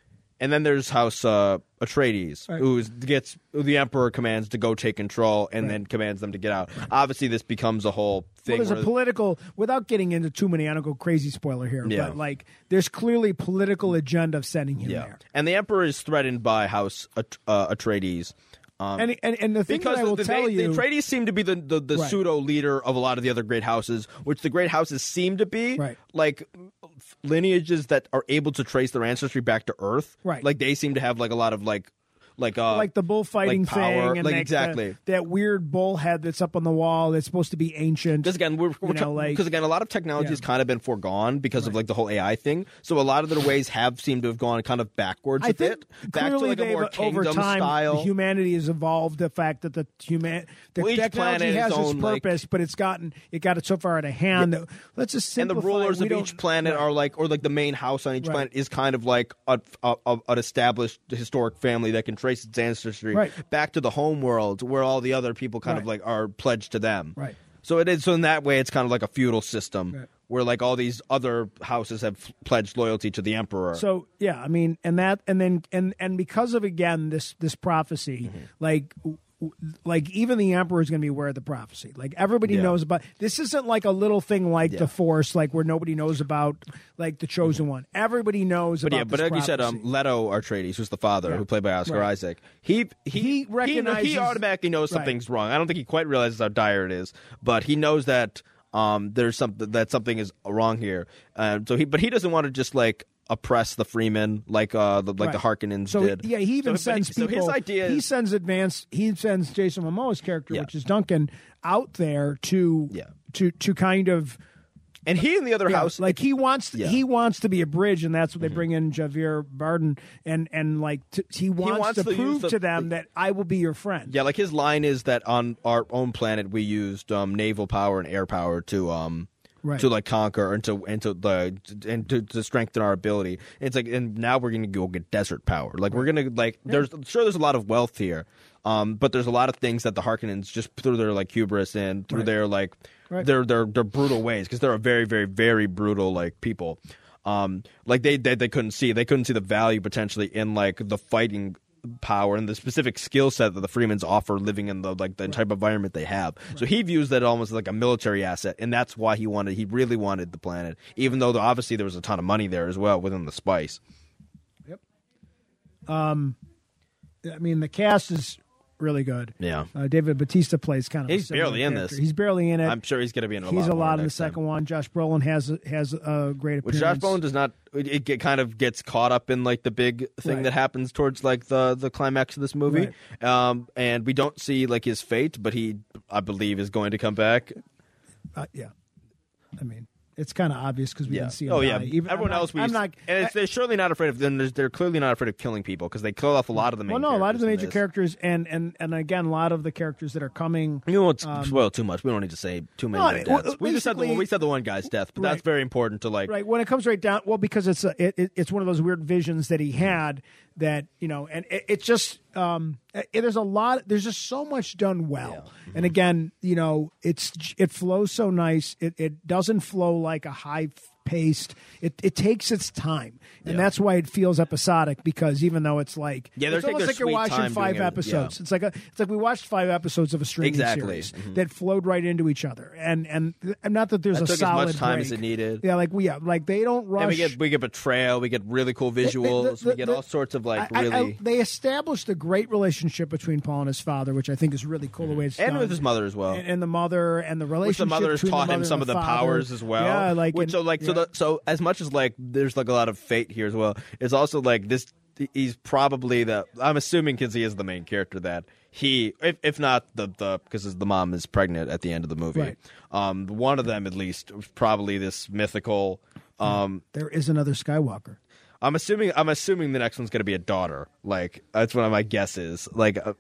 Speaker 3: and then there's House uh, Atreides, who is, gets who the Emperor commands to go take control, and then commands them to get out. Obviously, this becomes a whole
Speaker 2: Well,
Speaker 3: thing.
Speaker 2: there's a
Speaker 3: where-
Speaker 2: political, without getting into too many, I don't go crazy spoiler here,
Speaker 3: Yeah.
Speaker 2: but like there's clearly political agenda of sending him
Speaker 3: yeah,
Speaker 2: there.
Speaker 3: and the Emperor is threatened by House At- uh, Atreides. Um,
Speaker 2: And, and and the thing
Speaker 3: because
Speaker 2: that I will
Speaker 3: the, the,
Speaker 2: tell
Speaker 3: they-
Speaker 2: you,
Speaker 3: the Atreides seem to be the, the, the
Speaker 2: Right.
Speaker 3: pseudo leader of a lot of the other great houses, which the great houses seem to be
Speaker 2: Right.
Speaker 3: like f- lineages that are able to trace their ancestry back to Earth.
Speaker 2: Right.
Speaker 3: like they seem to have like a lot of like like uh
Speaker 2: like the bullfighting
Speaker 3: like power,
Speaker 2: thing, and
Speaker 3: like
Speaker 2: that-
Speaker 3: exactly.
Speaker 2: that, that weird bullhead that's up on the wall that's supposed to be ancient.
Speaker 3: Because again, we're, we're
Speaker 2: know,
Speaker 3: tra-
Speaker 2: like-
Speaker 3: 'cause again, a lot of technology
Speaker 2: Yeah.
Speaker 3: has kind of been foregone because of like the whole AI thing. So a lot of their ways have seemed to have gone kind of backwards
Speaker 2: I
Speaker 3: a
Speaker 2: think
Speaker 3: bit, back to
Speaker 2: clearly
Speaker 3: like a
Speaker 2: they've uh,
Speaker 3: more
Speaker 2: over
Speaker 3: kingdom
Speaker 2: time
Speaker 3: style.
Speaker 2: humanity has evolved. The fact that the human the
Speaker 3: Well, each planet
Speaker 2: technology
Speaker 3: has
Speaker 2: has
Speaker 3: its
Speaker 2: its
Speaker 3: own, like-
Speaker 2: purpose, but it's gotten it got it so far out of hand that let's just
Speaker 3: and
Speaker 2: simplify.
Speaker 3: the rulers
Speaker 2: it.
Speaker 3: of
Speaker 2: We
Speaker 3: each
Speaker 2: don't-
Speaker 3: planet are like, or like the main house on each
Speaker 2: Right.
Speaker 3: planet is kind of like a, a, a- an established historic family that can trace its ancestry
Speaker 2: Right.
Speaker 3: back to the home world, where all the other people kind of
Speaker 2: Right.
Speaker 3: like are pledged to them.
Speaker 2: Right.
Speaker 3: So it is. So in that way, it's kind of like a feudal system
Speaker 2: Right.
Speaker 3: where like all these other houses have f- pledged loyalty to the emperor.
Speaker 2: So yeah, I mean, and that, and then, and and because of again this this prophecy,
Speaker 3: Mm-hmm.
Speaker 2: like. w- w- Like even the emperor is going to be aware of the prophecy. Like everybody
Speaker 3: Yeah.
Speaker 2: knows about this. Isn't like a little thing like
Speaker 3: Yeah. Mm-hmm.
Speaker 2: the force, like where nobody knows about, like the chosen one. Everybody knows
Speaker 3: but
Speaker 2: about.
Speaker 3: yeah, but
Speaker 2: this
Speaker 3: like you said, um,
Speaker 2: prophecy.
Speaker 3: Leto Atreides, who's the father, who played by Oscar
Speaker 2: Right.
Speaker 3: Isaac, he
Speaker 2: He
Speaker 3: he he, kn-
Speaker 2: recognizes-
Speaker 3: he automatically knows
Speaker 2: Right.
Speaker 3: something's wrong. I don't think he quite realizes how dire it is, but he knows that um there's something that something is wrong here. Um, so he but he doesn't want to just like oppress the freemen like uh the, like the
Speaker 2: Right.
Speaker 3: Harkonnens
Speaker 2: so,
Speaker 3: did.
Speaker 2: Yeah, he even
Speaker 3: So- but
Speaker 2: sends
Speaker 3: he-
Speaker 2: people.
Speaker 3: So his idea
Speaker 2: he
Speaker 3: is
Speaker 2: sends advanced. He sends Jason Momoa's character,
Speaker 3: Yeah.
Speaker 2: which is Duncan, out there to
Speaker 3: Yeah.
Speaker 2: to to kind of
Speaker 3: and he and the other house
Speaker 2: like he wants
Speaker 3: Yeah. Mm-hmm.
Speaker 2: he wants to be a bridge, and that's what they bring in Javier Bardem, and and like t- he, wants
Speaker 3: wants
Speaker 2: to,
Speaker 3: to use
Speaker 2: prove
Speaker 3: the-
Speaker 2: to them that I will be your friend.
Speaker 3: Yeah, like his line is that on our own planet we used um, naval power and air power to um
Speaker 2: Right.
Speaker 3: to like conquer and to and to the and to, to strengthen our ability. And it's like and now we're gonna go get desert power. Like we're gonna like there's sure there's a lot of wealth here, um, but there's a lot of things that the Harkonnens just through their like hubris and through their like
Speaker 2: Right.
Speaker 3: their their their brutal ways because they're a very very very brutal like people. Um, like they, they they couldn't see they couldn't see the value potentially in like the fighting power and the specific skill set that the Freemans offer living in the like the type of environment they have. So he views that almost like a military asset, and that's why he wanted he really wanted the planet, even though the, obviously there was a ton of money there as well within the spice.
Speaker 2: I mean, the cast is really good.
Speaker 3: Yeah.
Speaker 2: uh, David Batista plays kind of. a
Speaker 3: He's
Speaker 2: similar
Speaker 3: barely in
Speaker 2: character.
Speaker 3: this.
Speaker 2: He's barely in it.
Speaker 3: I'm sure he's going to be in a
Speaker 2: He's a
Speaker 3: lot. more
Speaker 2: lot in the
Speaker 3: next time.
Speaker 2: second one. Josh Brolin has has a great appearance.
Speaker 3: Which Josh Brolin does not. It, it get- kind of gets caught up in like the big thing
Speaker 2: Right.
Speaker 3: that happens towards like the the climax of this movie, um, and we don't see like his fate, but he, I believe, is going to come back.
Speaker 2: Uh, yeah, I mean, it's kind of obvious because we
Speaker 3: Yeah.
Speaker 2: didn't see.
Speaker 3: oh
Speaker 2: him
Speaker 3: yeah.
Speaker 2: die. Even,
Speaker 3: Everyone
Speaker 2: I'm not-
Speaker 3: else, we
Speaker 2: I'm not.
Speaker 3: and it's, they're surely not afraid of. Then there's- they're clearly not afraid of killing people because they kill off a lot of the main.
Speaker 2: well, no, a lot of the
Speaker 3: characters
Speaker 2: major
Speaker 3: in this.
Speaker 2: characters, and and and again, a lot of the characters that are coming.
Speaker 3: You won't spoil too much. We don't need to say too many
Speaker 2: um, No,
Speaker 3: of
Speaker 2: I mean,
Speaker 3: their
Speaker 2: well,
Speaker 3: deaths. we just said the
Speaker 2: basically-
Speaker 3: one, we said the one guy's death, but
Speaker 2: Right.
Speaker 3: that's very important to like.
Speaker 2: Right when it comes right down, well, because it's a, it, it- it's one of those weird visions that he had that you know, and it, it's just um, it, there's a lot, there's just so much done well,
Speaker 3: Mm-hmm.
Speaker 2: and again, you know, it's it flows so nice, it it doesn't flow like a high paced, it it takes its time, and
Speaker 3: Yeah.
Speaker 2: that's why it feels episodic because even though it's like
Speaker 3: Yeah, they're
Speaker 2: it's
Speaker 3: taking
Speaker 2: almost like
Speaker 3: their
Speaker 2: you're
Speaker 3: sweet
Speaker 2: watching
Speaker 3: time doing
Speaker 2: five
Speaker 3: it, yeah.
Speaker 2: episodes. It's like a, it's like we watched five episodes of a streaming
Speaker 3: Exactly. Mm-hmm.
Speaker 2: series that flowed right into each other, and and, and not that there's
Speaker 3: That
Speaker 2: a
Speaker 3: took as
Speaker 2: solid
Speaker 3: much time as
Speaker 2: break.
Speaker 3: it needed.
Speaker 2: Yeah, like we yeah, like they don't rush.
Speaker 3: And we get we get betrayal. We get really cool
Speaker 2: the- the-
Speaker 3: visuals.
Speaker 2: the-
Speaker 3: we get
Speaker 2: the-
Speaker 3: all sorts of like
Speaker 2: I- I-
Speaker 3: really.
Speaker 2: I- they established a great relationship between Paul and his father, which I think is really cool the way it's
Speaker 3: Mm-hmm. and
Speaker 2: done.
Speaker 3: with his mother as well.
Speaker 2: and, and the mother and the
Speaker 3: which
Speaker 2: relationship.
Speaker 3: the mother has
Speaker 2: between
Speaker 3: taught him
Speaker 2: mother
Speaker 3: some
Speaker 2: and
Speaker 3: of the
Speaker 2: father.
Speaker 3: powers as well.
Speaker 2: Yeah, like
Speaker 3: which
Speaker 2: and-
Speaker 3: so like so
Speaker 2: yeah.
Speaker 3: the, so as much as like there's like a lot of fate here as well. It's also like this he's probably the I'm assuming because he is the main character that he if if not the the because the mom is pregnant at the end of the movie.
Speaker 2: Right.
Speaker 3: Um, one of them at least was probably this mythical.
Speaker 2: Hmm.
Speaker 3: Um,
Speaker 2: There is another Skywalker.
Speaker 3: I'm assuming I'm assuming the next one's gonna be a daughter. Like that's one of my guesses. Like uh,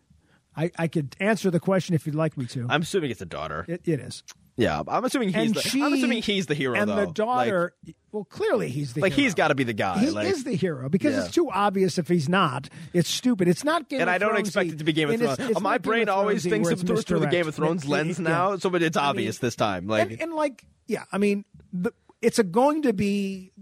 Speaker 2: I, I could answer the question if you'd like me to.
Speaker 3: I'm assuming it's a daughter.
Speaker 2: it, it is.
Speaker 3: yeah, I'm assuming he's
Speaker 2: And
Speaker 3: the,
Speaker 2: she,
Speaker 3: I'm assuming he's the hero
Speaker 2: And
Speaker 3: though.
Speaker 2: the
Speaker 3: Like-
Speaker 2: daughter, well, clearly he's the
Speaker 3: Like,
Speaker 2: hero.
Speaker 3: he's got to be the guy.
Speaker 2: He
Speaker 3: like,
Speaker 2: is the hero because
Speaker 3: Yeah.
Speaker 2: it's too obvious if he's not. It's stupid. It's not Game
Speaker 3: and
Speaker 2: of
Speaker 3: I don't
Speaker 2: Thrones-y,
Speaker 3: expect it to be Game of
Speaker 2: and it's-
Speaker 3: Thrones.
Speaker 2: it's
Speaker 3: My
Speaker 2: not Game of
Speaker 3: brain always
Speaker 2: Thrones-y
Speaker 3: thinks
Speaker 2: where
Speaker 3: of
Speaker 2: it's
Speaker 3: through, through the
Speaker 2: misdirect.
Speaker 3: Game of Thrones
Speaker 2: It- it-
Speaker 3: lens
Speaker 2: yeah.
Speaker 3: now, so but it's
Speaker 2: I mean,
Speaker 3: obvious this time. Like,
Speaker 2: and, and like yeah i mean the, it's a going to be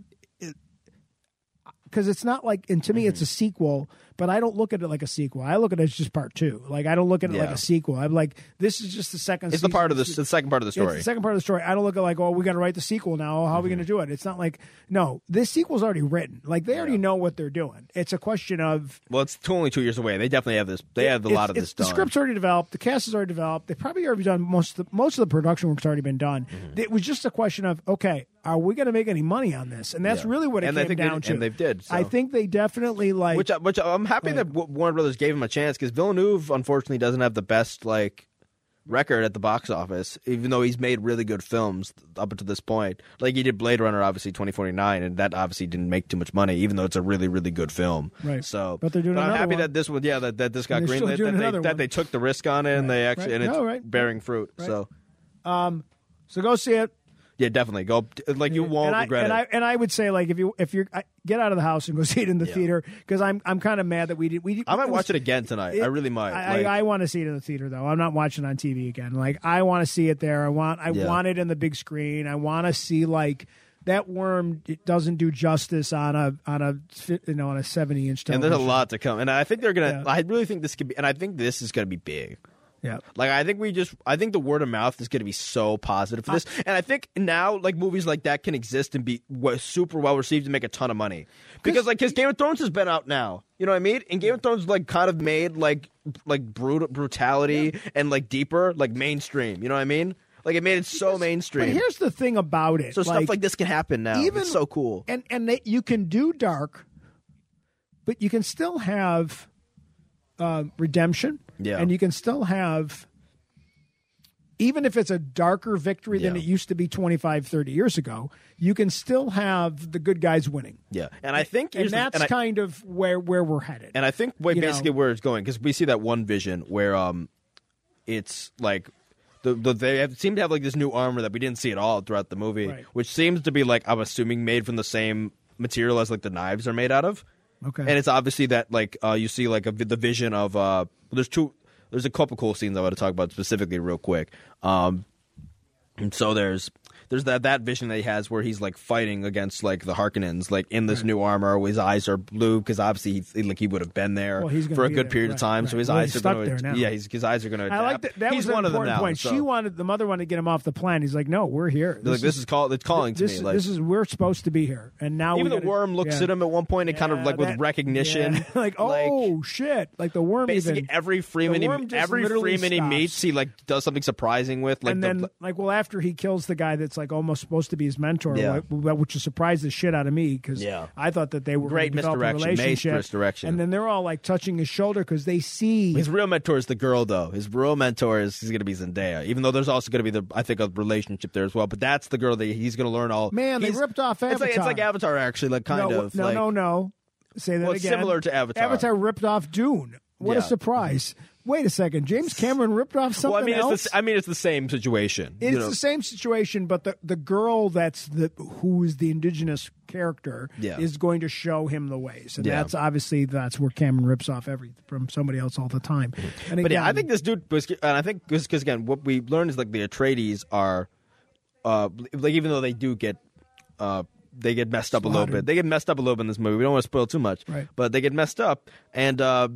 Speaker 2: because it's not like and to me
Speaker 3: Mm-hmm.
Speaker 2: it's a sequel but i don't look at it like a sequel i look at it as just part two like i don't look at it like
Speaker 3: Yeah.
Speaker 2: a sequel i'm like this is just the second
Speaker 3: it's the
Speaker 2: season.
Speaker 3: part of the,
Speaker 2: It's
Speaker 3: the second part of the
Speaker 2: it's
Speaker 3: story. Mm-hmm.
Speaker 2: the second part of the story. I don't look at like, oh, we got to write the sequel now. How are we going to do it? It's not like, no, this sequel's already written. Like they already know what they're doing. It's a question of
Speaker 3: well, it's two- only two years away. They definitely have this. They have a
Speaker 2: it's-
Speaker 3: lot of
Speaker 2: it's-
Speaker 3: this
Speaker 2: The
Speaker 3: done.
Speaker 2: script's already developed. The cast is already developed. They probably already done most of the most of the production work's already been done.
Speaker 3: Mm-hmm.
Speaker 2: It was just a question of okay, are we going to make any money on this? And that's
Speaker 3: Yeah.
Speaker 2: really what it
Speaker 3: And I
Speaker 2: came
Speaker 3: think they-
Speaker 2: down to.
Speaker 3: and they did, so.
Speaker 2: I think they definitely like.
Speaker 3: which, I- which I'm happy that Wa- Warner Brothers gave him a chance because Villeneuve unfortunately doesn't have the best like record at the box office, even though he's made really good films up until this point. Like he did Blade Runner, obviously 2049, and that obviously didn't make too much money, even though it's a really really good film.
Speaker 2: Right.
Speaker 3: So,
Speaker 2: But they're doing
Speaker 3: I'm
Speaker 2: another
Speaker 3: happy
Speaker 2: one.
Speaker 3: that this one, yeah, that, that this got
Speaker 2: And they're still
Speaker 3: greenlit,
Speaker 2: doing
Speaker 3: that they,
Speaker 2: another
Speaker 3: that
Speaker 2: one.
Speaker 3: they took the risk on it, and they actually
Speaker 2: Right.
Speaker 3: and it's
Speaker 2: No, right.
Speaker 3: bearing fruit. So.
Speaker 2: so go see it.
Speaker 3: Yeah, definitely go. Like you won't
Speaker 2: and I,
Speaker 3: regret
Speaker 2: and
Speaker 3: it.
Speaker 2: I and I would say like if you if you're I, get out of the house and go see it in the theater because I'm I'm kind of mad that we did we.
Speaker 3: I might watch it again tonight. I really might.
Speaker 2: I,
Speaker 3: Like-
Speaker 2: I, I want to see it in the theater though. I'm not watching it on TV again. Like I want to see it there. I want I
Speaker 3: Yeah.
Speaker 2: want it in the big screen. I want to see like that worm. It doesn't do justice on a on a fi- you know on a 70 inch
Speaker 3: and
Speaker 2: television.
Speaker 3: there's a lot to come. And I think they're gonna.
Speaker 2: Yeah.
Speaker 3: I really think this could be. And I think this is gonna be big.
Speaker 2: Yeah.
Speaker 3: Like I think we just. I think the word of mouth is gonna be so positive for this. and I think now, like movies like that can exist and be wa- super well received and make a ton of money. Because like, because Game of Thrones has been out now. You know what I mean? And Game of Thrones like kind of made like like brutal brutality and like deeper like mainstream. You know what I mean? Like it made it so
Speaker 2: But
Speaker 3: mainstream.
Speaker 2: here's the thing about it.
Speaker 3: so stuff like this can happen now.
Speaker 2: even-
Speaker 3: it's so cool.
Speaker 2: and and they, you can do dark, but you can still have uh, redemption.
Speaker 3: Yeah.
Speaker 2: and you can still have even if it's a darker victory than
Speaker 3: Yeah.
Speaker 2: it used to be 25 30 years ago you can still have the good guys winning
Speaker 3: yeah, and I think
Speaker 2: and
Speaker 3: here's the-
Speaker 2: that's
Speaker 3: and I-
Speaker 2: kind of where where we're headed
Speaker 3: And I think wait,
Speaker 2: You know?
Speaker 3: basically where it's going because we see that one vision where um, it's like the, the they have, seem to have like this new armor that we didn't see at all throughout the movie,
Speaker 2: Right.
Speaker 3: which seems to be like I'm assuming made from the same material as like the knives are made out of.
Speaker 2: Okay.
Speaker 3: and it's obviously that like uh, you see like a, vi- the vision of uh, well, there's two there's a couple cool scenes I want to talk about specifically real quick. Um, and so there's there's that that vision that he has where he's like fighting against like the Harkonnens, like in this new armor. His eyes are blue because obviously he, like he would have been there
Speaker 2: Well, he's gonna
Speaker 3: for a
Speaker 2: be
Speaker 3: good
Speaker 2: there,
Speaker 3: period
Speaker 2: right,
Speaker 3: of time, so
Speaker 2: right.
Speaker 3: his
Speaker 2: Well,
Speaker 3: eyes
Speaker 2: he's
Speaker 3: are going
Speaker 2: stuck there now.
Speaker 3: yeah, he's, his eyes are going to.
Speaker 2: I like that. That
Speaker 3: he's
Speaker 2: was an
Speaker 3: one of them
Speaker 2: important
Speaker 3: now.
Speaker 2: point.
Speaker 3: so-
Speaker 2: She wanted the mother wanted to get him off the plan. He's like, "No, we're here.
Speaker 3: like this is call it's calling to
Speaker 2: this,
Speaker 3: me.
Speaker 2: is-
Speaker 3: Like
Speaker 2: this is we're supposed to be here." And now
Speaker 3: even
Speaker 2: we
Speaker 3: the
Speaker 2: gotta-
Speaker 3: worm looks
Speaker 2: yeah.
Speaker 3: at him at one point and kind of
Speaker 2: Yeah,
Speaker 3: like with
Speaker 2: that-
Speaker 3: recognition,
Speaker 2: yeah. like, oh shit! Like the worm
Speaker 3: basically
Speaker 2: even.
Speaker 3: every Freeman
Speaker 2: the worm
Speaker 3: he,
Speaker 2: just
Speaker 3: every
Speaker 2: literally
Speaker 3: Freeman he
Speaker 2: stops.
Speaker 3: meets, he like does something surprising with, like
Speaker 2: and
Speaker 3: the,
Speaker 2: then, like, well, after he kills the guy that's like almost supposed to be his mentor,
Speaker 3: Yeah.
Speaker 2: wh- wh- which surprised the shit out of me because
Speaker 3: Yeah.
Speaker 2: I thought that they were
Speaker 3: Great
Speaker 2: gonna develop a
Speaker 3: misdirection, mace
Speaker 2: relationship.
Speaker 3: misdirection.
Speaker 2: and then they're all like touching his shoulder because they see
Speaker 3: His real mentor is the girl, though. His real mentor is he's going to be Zendaya. Even though there's also going to be the I think a relationship there as well. But that's the girl that he's going to learn all.
Speaker 2: Man, they
Speaker 3: he's-
Speaker 2: ripped off
Speaker 3: It's like, it's
Speaker 2: Avatar.
Speaker 3: like Avatar, actually, like kind
Speaker 2: no,
Speaker 3: of.
Speaker 2: no,
Speaker 3: like,
Speaker 2: no, no. Say that
Speaker 3: Well, it's
Speaker 2: again.
Speaker 3: similar to Avatar.
Speaker 2: Avatar ripped off Dune. What a
Speaker 3: Yeah.
Speaker 2: surprise! Wait a second, James Cameron ripped off something
Speaker 3: Well, I mean,
Speaker 2: else.
Speaker 3: it's the, s- I mean, it's the same situation.
Speaker 2: It's
Speaker 3: you know.
Speaker 2: the same situation, but the, the girl that's the who is the indigenous character
Speaker 3: Yeah.
Speaker 2: is going to show him the ways, and
Speaker 3: Yeah.
Speaker 2: that's obviously that's where Cameron rips off every from somebody else all the time. And
Speaker 3: Mm-hmm. But
Speaker 2: again,
Speaker 3: yeah, I think this dude was, and I think because again, what we learned is like the Atreides are, uh, like even though they do get, uh, they get messed up a little
Speaker 2: Slaughtered.
Speaker 3: bit. They get messed up a little bit in this movie. We don't want to spoil too much,
Speaker 2: Right.
Speaker 3: But they get messed up, and uh,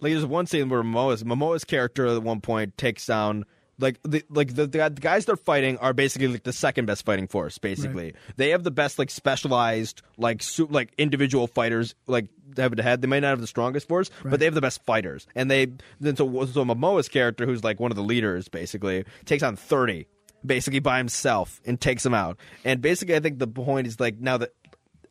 Speaker 3: like there's one scene where Momoa's Momoa's character at one point takes down. Like the like the, the guys they're fighting are basically like the second best fighting force. Basically, they have the best like specialized like su- like individual fighters like head to head. They may not have the strongest force, but they have the best fighters. And they then so, so Momoa's character, who's like one of the leaders, basically takes on thirty basically by himself and takes him out. And basically, I think the point is like now that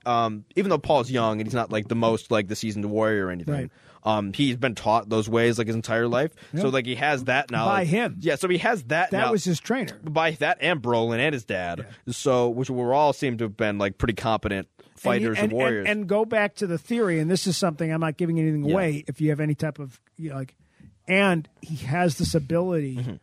Speaker 3: um, even though Paul's young and he's not like the most like the seasoned warrior or anything,
Speaker 2: Right.
Speaker 3: um, he's been taught those ways like his entire life. So like he has that knowledge
Speaker 2: him.
Speaker 3: Yeah, so he has that.
Speaker 2: That
Speaker 3: knowl-
Speaker 2: was his trainer.
Speaker 3: by that and Brolin and his dad. So which were all seem to have been like pretty competent fighters
Speaker 2: and,
Speaker 3: and,
Speaker 2: you- and,
Speaker 3: warriors.
Speaker 2: and, and go back to the theory, and this is something I'm not giving anything
Speaker 3: Yeah.
Speaker 2: away. If you have any type of you know, like, and he has this ability, to
Speaker 3: Mm-hmm.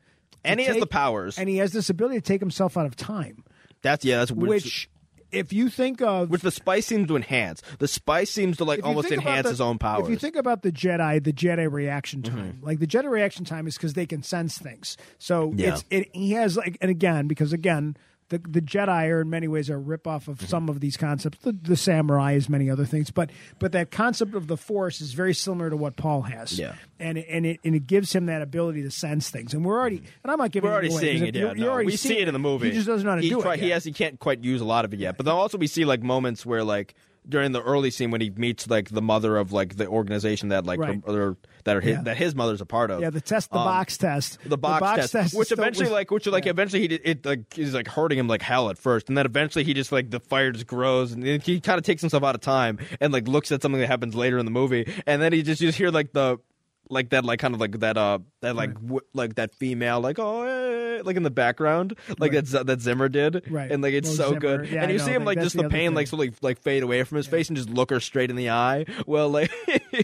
Speaker 3: And he has
Speaker 2: take-
Speaker 3: the powers.
Speaker 2: and he has this ability to take himself out of time,
Speaker 3: that's yeah, that's weird.
Speaker 2: which, if you think of
Speaker 3: which the spice seems to enhance. The spice seems to like
Speaker 2: if you
Speaker 3: almost
Speaker 2: think about
Speaker 3: enhance
Speaker 2: the-
Speaker 3: his own powers. Mm-hmm.
Speaker 2: If you think about the Jedi, the Jedi reaction time, like the Jedi reaction time is because they can sense things. So
Speaker 3: Yeah.
Speaker 2: it's it he has like and again because again the the Jedi are in many ways a rip off
Speaker 3: Mm-hmm.
Speaker 2: of some of these concepts. The, the samurai is many other things, but but that concept of the Force is very similar to what Paul has.
Speaker 3: Yeah.
Speaker 2: and it- and it and it gives him that ability to sense things. And we're already and I'm not giving
Speaker 3: Mm-hmm. we're already
Speaker 2: it away, 'cause
Speaker 3: seeing
Speaker 2: if
Speaker 3: it.
Speaker 2: you-
Speaker 3: Yeah,
Speaker 2: you're
Speaker 3: no,
Speaker 2: already
Speaker 3: we see
Speaker 2: seeing
Speaker 3: it in the movie.
Speaker 2: He just doesn't know how to
Speaker 3: He
Speaker 2: do
Speaker 3: try-
Speaker 2: it.
Speaker 3: He
Speaker 2: yet.
Speaker 3: has. He can't quite use a lot of it yet. But then also we see like moments where like during the early scene when he meets like the mother of like the organization that like
Speaker 2: Right.
Speaker 3: her, or that are his,
Speaker 2: Yeah.
Speaker 3: that his mother's a part of.
Speaker 2: yeah, the test, the
Speaker 3: Um,
Speaker 2: box test,
Speaker 3: the box, test,
Speaker 2: is
Speaker 3: which
Speaker 2: still-
Speaker 3: eventually
Speaker 2: was-
Speaker 3: like which like eventually he did, it like is like hurting him like hell at first and then eventually he just like the fire just grows and then he kind of takes himself out of time and like looks at something that happens later in the movie and then he just you just hear like the like that like kind of like that uh that like w- like that female like oh eh, like in the background like that Z- that Zimmer did
Speaker 2: Right.
Speaker 3: and like it's
Speaker 2: Well,
Speaker 3: so
Speaker 2: Zimmer.
Speaker 3: good
Speaker 2: Yeah,
Speaker 3: and
Speaker 2: I
Speaker 3: you
Speaker 2: know.
Speaker 3: see him
Speaker 2: Like,
Speaker 3: like
Speaker 2: that's
Speaker 3: just
Speaker 2: the
Speaker 3: the
Speaker 2: other
Speaker 3: pain
Speaker 2: thing.
Speaker 3: like slowly like fade away from his face and just look her straight in the eye well like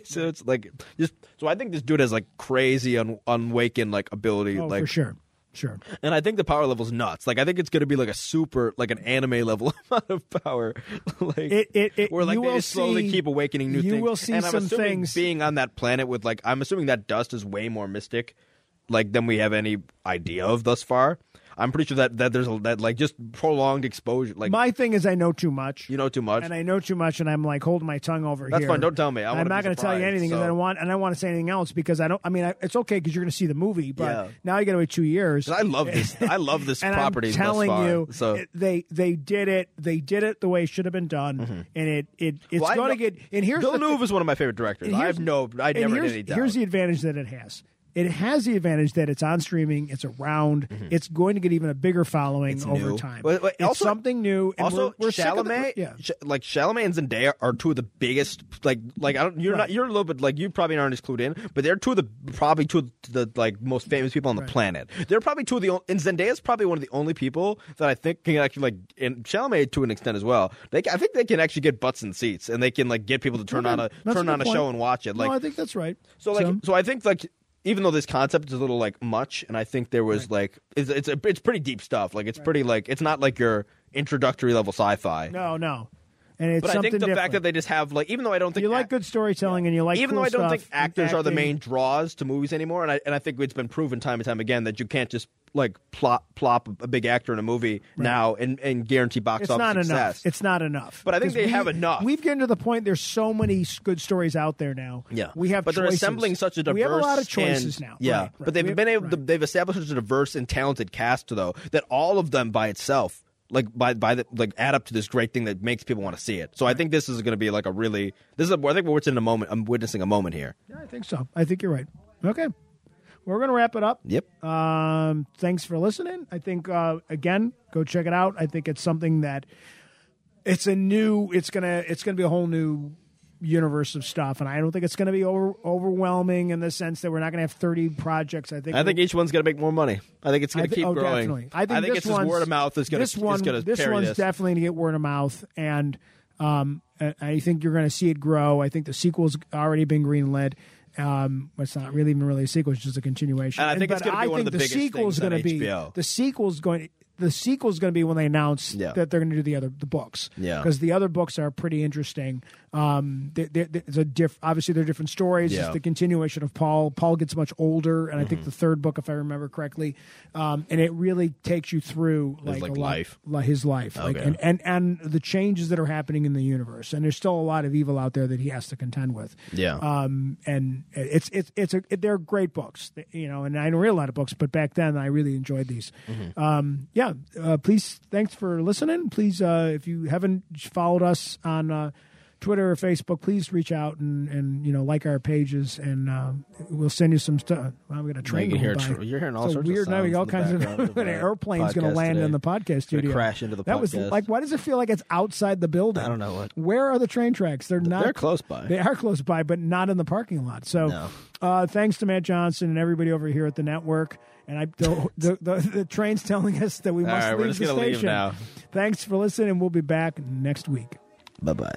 Speaker 3: so it's like just so I think this dude has like crazy un- unwakened like ability
Speaker 2: oh,
Speaker 3: like
Speaker 2: for sure, sure.
Speaker 3: and I think the power level's nuts. Like I think it's going to be like a super, like an anime level amount of power. like
Speaker 2: It- it- it-
Speaker 3: where like
Speaker 2: you
Speaker 3: they
Speaker 2: will
Speaker 3: just slowly
Speaker 2: see-
Speaker 3: keep awakening new
Speaker 2: you
Speaker 3: things.
Speaker 2: will see
Speaker 3: and I'm
Speaker 2: some
Speaker 3: assuming
Speaker 2: things-
Speaker 3: Being on that planet with like, I'm assuming that dust is way more mystic, like than we have any idea of thus far. I'm pretty sure that that there's a, that like just prolonged exposure, like
Speaker 2: My thing is I know too much.
Speaker 3: you know too much.
Speaker 2: and I know too much, and I'm like holding my tongue over
Speaker 3: That's
Speaker 2: here.
Speaker 3: fine. Don't tell me. I
Speaker 2: I'm
Speaker 3: wanna
Speaker 2: not
Speaker 3: be
Speaker 2: gonna tell you
Speaker 3: surprised,
Speaker 2: anything, and
Speaker 3: so-
Speaker 2: I don't want, and I want to say anything else because I don't. I mean, I, it's okay because you're going to see the movie, but
Speaker 3: Yeah.
Speaker 2: now you got to wait two years.
Speaker 3: I love this. I love this
Speaker 2: and
Speaker 3: property.
Speaker 2: I'm
Speaker 3: thus
Speaker 2: telling
Speaker 3: far.
Speaker 2: you,
Speaker 3: so
Speaker 2: it- they they did it. They did it the way it should have been done, and it it it's
Speaker 3: Mm-hmm. Well, I
Speaker 2: going
Speaker 3: know-
Speaker 2: to get. And here's the
Speaker 3: Villeneuve
Speaker 2: thi-
Speaker 3: is one of my favorite directors.
Speaker 2: and
Speaker 3: I
Speaker 2: here's-
Speaker 3: have no, I
Speaker 2: and
Speaker 3: never had
Speaker 2: here's,
Speaker 3: any doubt.
Speaker 2: Here's the advantage that it has. It has the advantage that it's on streaming. It's around. It's going to get even a bigger following over
Speaker 3: Mm-hmm. new.
Speaker 2: time.
Speaker 3: Well, well,
Speaker 2: it's
Speaker 3: also-
Speaker 2: something new. And
Speaker 3: also,
Speaker 2: we're, we're sick of the-
Speaker 3: Chalamet,
Speaker 2: yeah.
Speaker 3: Ch- like Chalamet and Zendaya are two of the biggest. Like, like I don't, you're not, you're a little bit like you probably aren't as clued in, but they're two of the probably two of the like most famous people on the planet. They're probably two of the, on- and Zendaya's probably one of the only people that I think can actually like, and Chalamet to an extent as well. They, can, I think they can actually get butts in seats, and they can like get people to turn on a
Speaker 2: That's
Speaker 3: turn
Speaker 2: good
Speaker 3: on a
Speaker 2: point.
Speaker 3: show and watch it. Like,
Speaker 2: no, I think that's right.
Speaker 3: so like, so, I think like even though this concept is a little like much, and I think there was like it's it's, a, it's pretty deep stuff. Like it's pretty like it's not like your introductory level sci-fi.
Speaker 2: no, no, and it's
Speaker 3: But I
Speaker 2: something
Speaker 3: think the
Speaker 2: different.
Speaker 3: fact that they just have like, even though I don't think
Speaker 2: you like
Speaker 3: ac-
Speaker 2: good storytelling and you like
Speaker 3: even
Speaker 2: cool
Speaker 3: though I don't think
Speaker 2: stuff and
Speaker 3: actors are the
Speaker 2: acting-
Speaker 3: main draws to movies anymore, and I and I think it's been proven time and time again that you can't just like plop plop a big actor in a movie now and, and guarantee box
Speaker 2: It's
Speaker 3: office
Speaker 2: not
Speaker 3: success.
Speaker 2: enough. It's not enough.
Speaker 3: But I think
Speaker 2: 'Cause
Speaker 3: they have enough.
Speaker 2: We've gotten to the point. There's so many s- good stories out there now.
Speaker 3: Yeah,
Speaker 2: we have.
Speaker 3: but they're
Speaker 2: choices.
Speaker 3: assembling such a diverse.
Speaker 2: We have a lot of choices
Speaker 3: and-
Speaker 2: now.
Speaker 3: Yeah,
Speaker 2: Right, right.
Speaker 3: but they've
Speaker 2: We-
Speaker 3: been able.
Speaker 2: right.
Speaker 3: They've established such a diverse and talented cast, though, that all of them by itself, like by by the like, add up to this great thing that makes people want to see it. So I think this is going to be like a really. This is. A, I think we're in a moment. I'm witnessing a moment here.
Speaker 2: Yeah, I think so. I think you're right. Okay, we're gonna wrap it up.
Speaker 3: Yep.
Speaker 2: Um, thanks for listening. I think uh, again, go check it out. I think it's something that it's a new. It's gonna it's gonna be a whole new universe of stuff, and I don't think it's gonna be over, overwhelming in the sense that we're not gonna have thirty projects. I think
Speaker 3: I think each one's going to make more money. I think it's
Speaker 2: I
Speaker 3: going to
Speaker 2: thi-
Speaker 3: keep
Speaker 2: oh,
Speaker 3: growing.
Speaker 2: definitely. I think, this
Speaker 3: it's just
Speaker 2: one's-
Speaker 3: word of mouth is going
Speaker 2: this
Speaker 3: to
Speaker 2: one.
Speaker 3: is going to
Speaker 2: this
Speaker 3: carry
Speaker 2: one's
Speaker 3: this.
Speaker 2: definitely going to get word of mouth, and um, I- I think you're going to see it grow. I think the sequel's already been greenlit. Um, but it's not really even really a sequel; it's just a continuation.
Speaker 3: And I think it's
Speaker 2: but
Speaker 3: gonna be
Speaker 2: I
Speaker 3: one of
Speaker 2: think
Speaker 3: the biggest
Speaker 2: sequel's
Speaker 3: things on
Speaker 2: gonna
Speaker 3: HBO.
Speaker 2: Be, the sequel's going. The sequel's going to be when they announce
Speaker 3: Yeah.
Speaker 2: that they're going to do the other the books.
Speaker 3: Yeah.
Speaker 2: because the other books are pretty interesting. Um, they they- they- it's a diff. Obviously, they're different stories. It's
Speaker 3: Yeah. Mm-hmm.
Speaker 2: the continuation of Paul. Paul gets much older, and I think the third book, if I remember correctly, um, and it really takes you through like,
Speaker 3: like,
Speaker 2: a lot-
Speaker 3: life.
Speaker 2: li- his life, like,
Speaker 3: Okay.
Speaker 2: and, and and the changes that are happening in the universe. And there's still a lot of evil out there that he has to contend with.
Speaker 3: Yeah.
Speaker 2: Um, and it's it's it's a it, they're great books, you know. And I don't read a lot of books, but back then I really enjoyed these.
Speaker 3: Mm-hmm.
Speaker 2: Um, yeah. Uh, please, thanks for listening. Please, uh, if you haven't followed us on. Uh, Twitter or Facebook, please reach out and, and you know like our pages, and um, we'll send you some stuff. Well, we got a train
Speaker 3: you can
Speaker 2: going
Speaker 3: hear
Speaker 2: by.
Speaker 3: tr- you're hearing all
Speaker 2: It's a
Speaker 3: sorts of
Speaker 2: weird. now we
Speaker 3: sounds
Speaker 2: got all
Speaker 3: in the
Speaker 2: kinds
Speaker 3: background of
Speaker 2: of an
Speaker 3: our
Speaker 2: airplane's going to
Speaker 3: podcast
Speaker 2: land in
Speaker 3: today.
Speaker 2: the podcast
Speaker 3: gonna
Speaker 2: studio.
Speaker 3: crash into the
Speaker 2: That was
Speaker 3: podcast.
Speaker 2: like, why does it feel like it's outside the building?
Speaker 3: I don't know what-
Speaker 2: Where are the train tracks? They're not.
Speaker 3: They're close by.
Speaker 2: They are close by, but not in the parking lot. So,
Speaker 3: No.
Speaker 2: uh, thanks to Matt Johnson and everybody over here at the network. And I, the, the, the, the train's telling us that we must
Speaker 3: right,
Speaker 2: leave
Speaker 3: we're just
Speaker 2: the
Speaker 3: gonna leave
Speaker 2: station.
Speaker 3: now.
Speaker 2: Thanks for listening. We'll be back next week.
Speaker 3: Bye bye.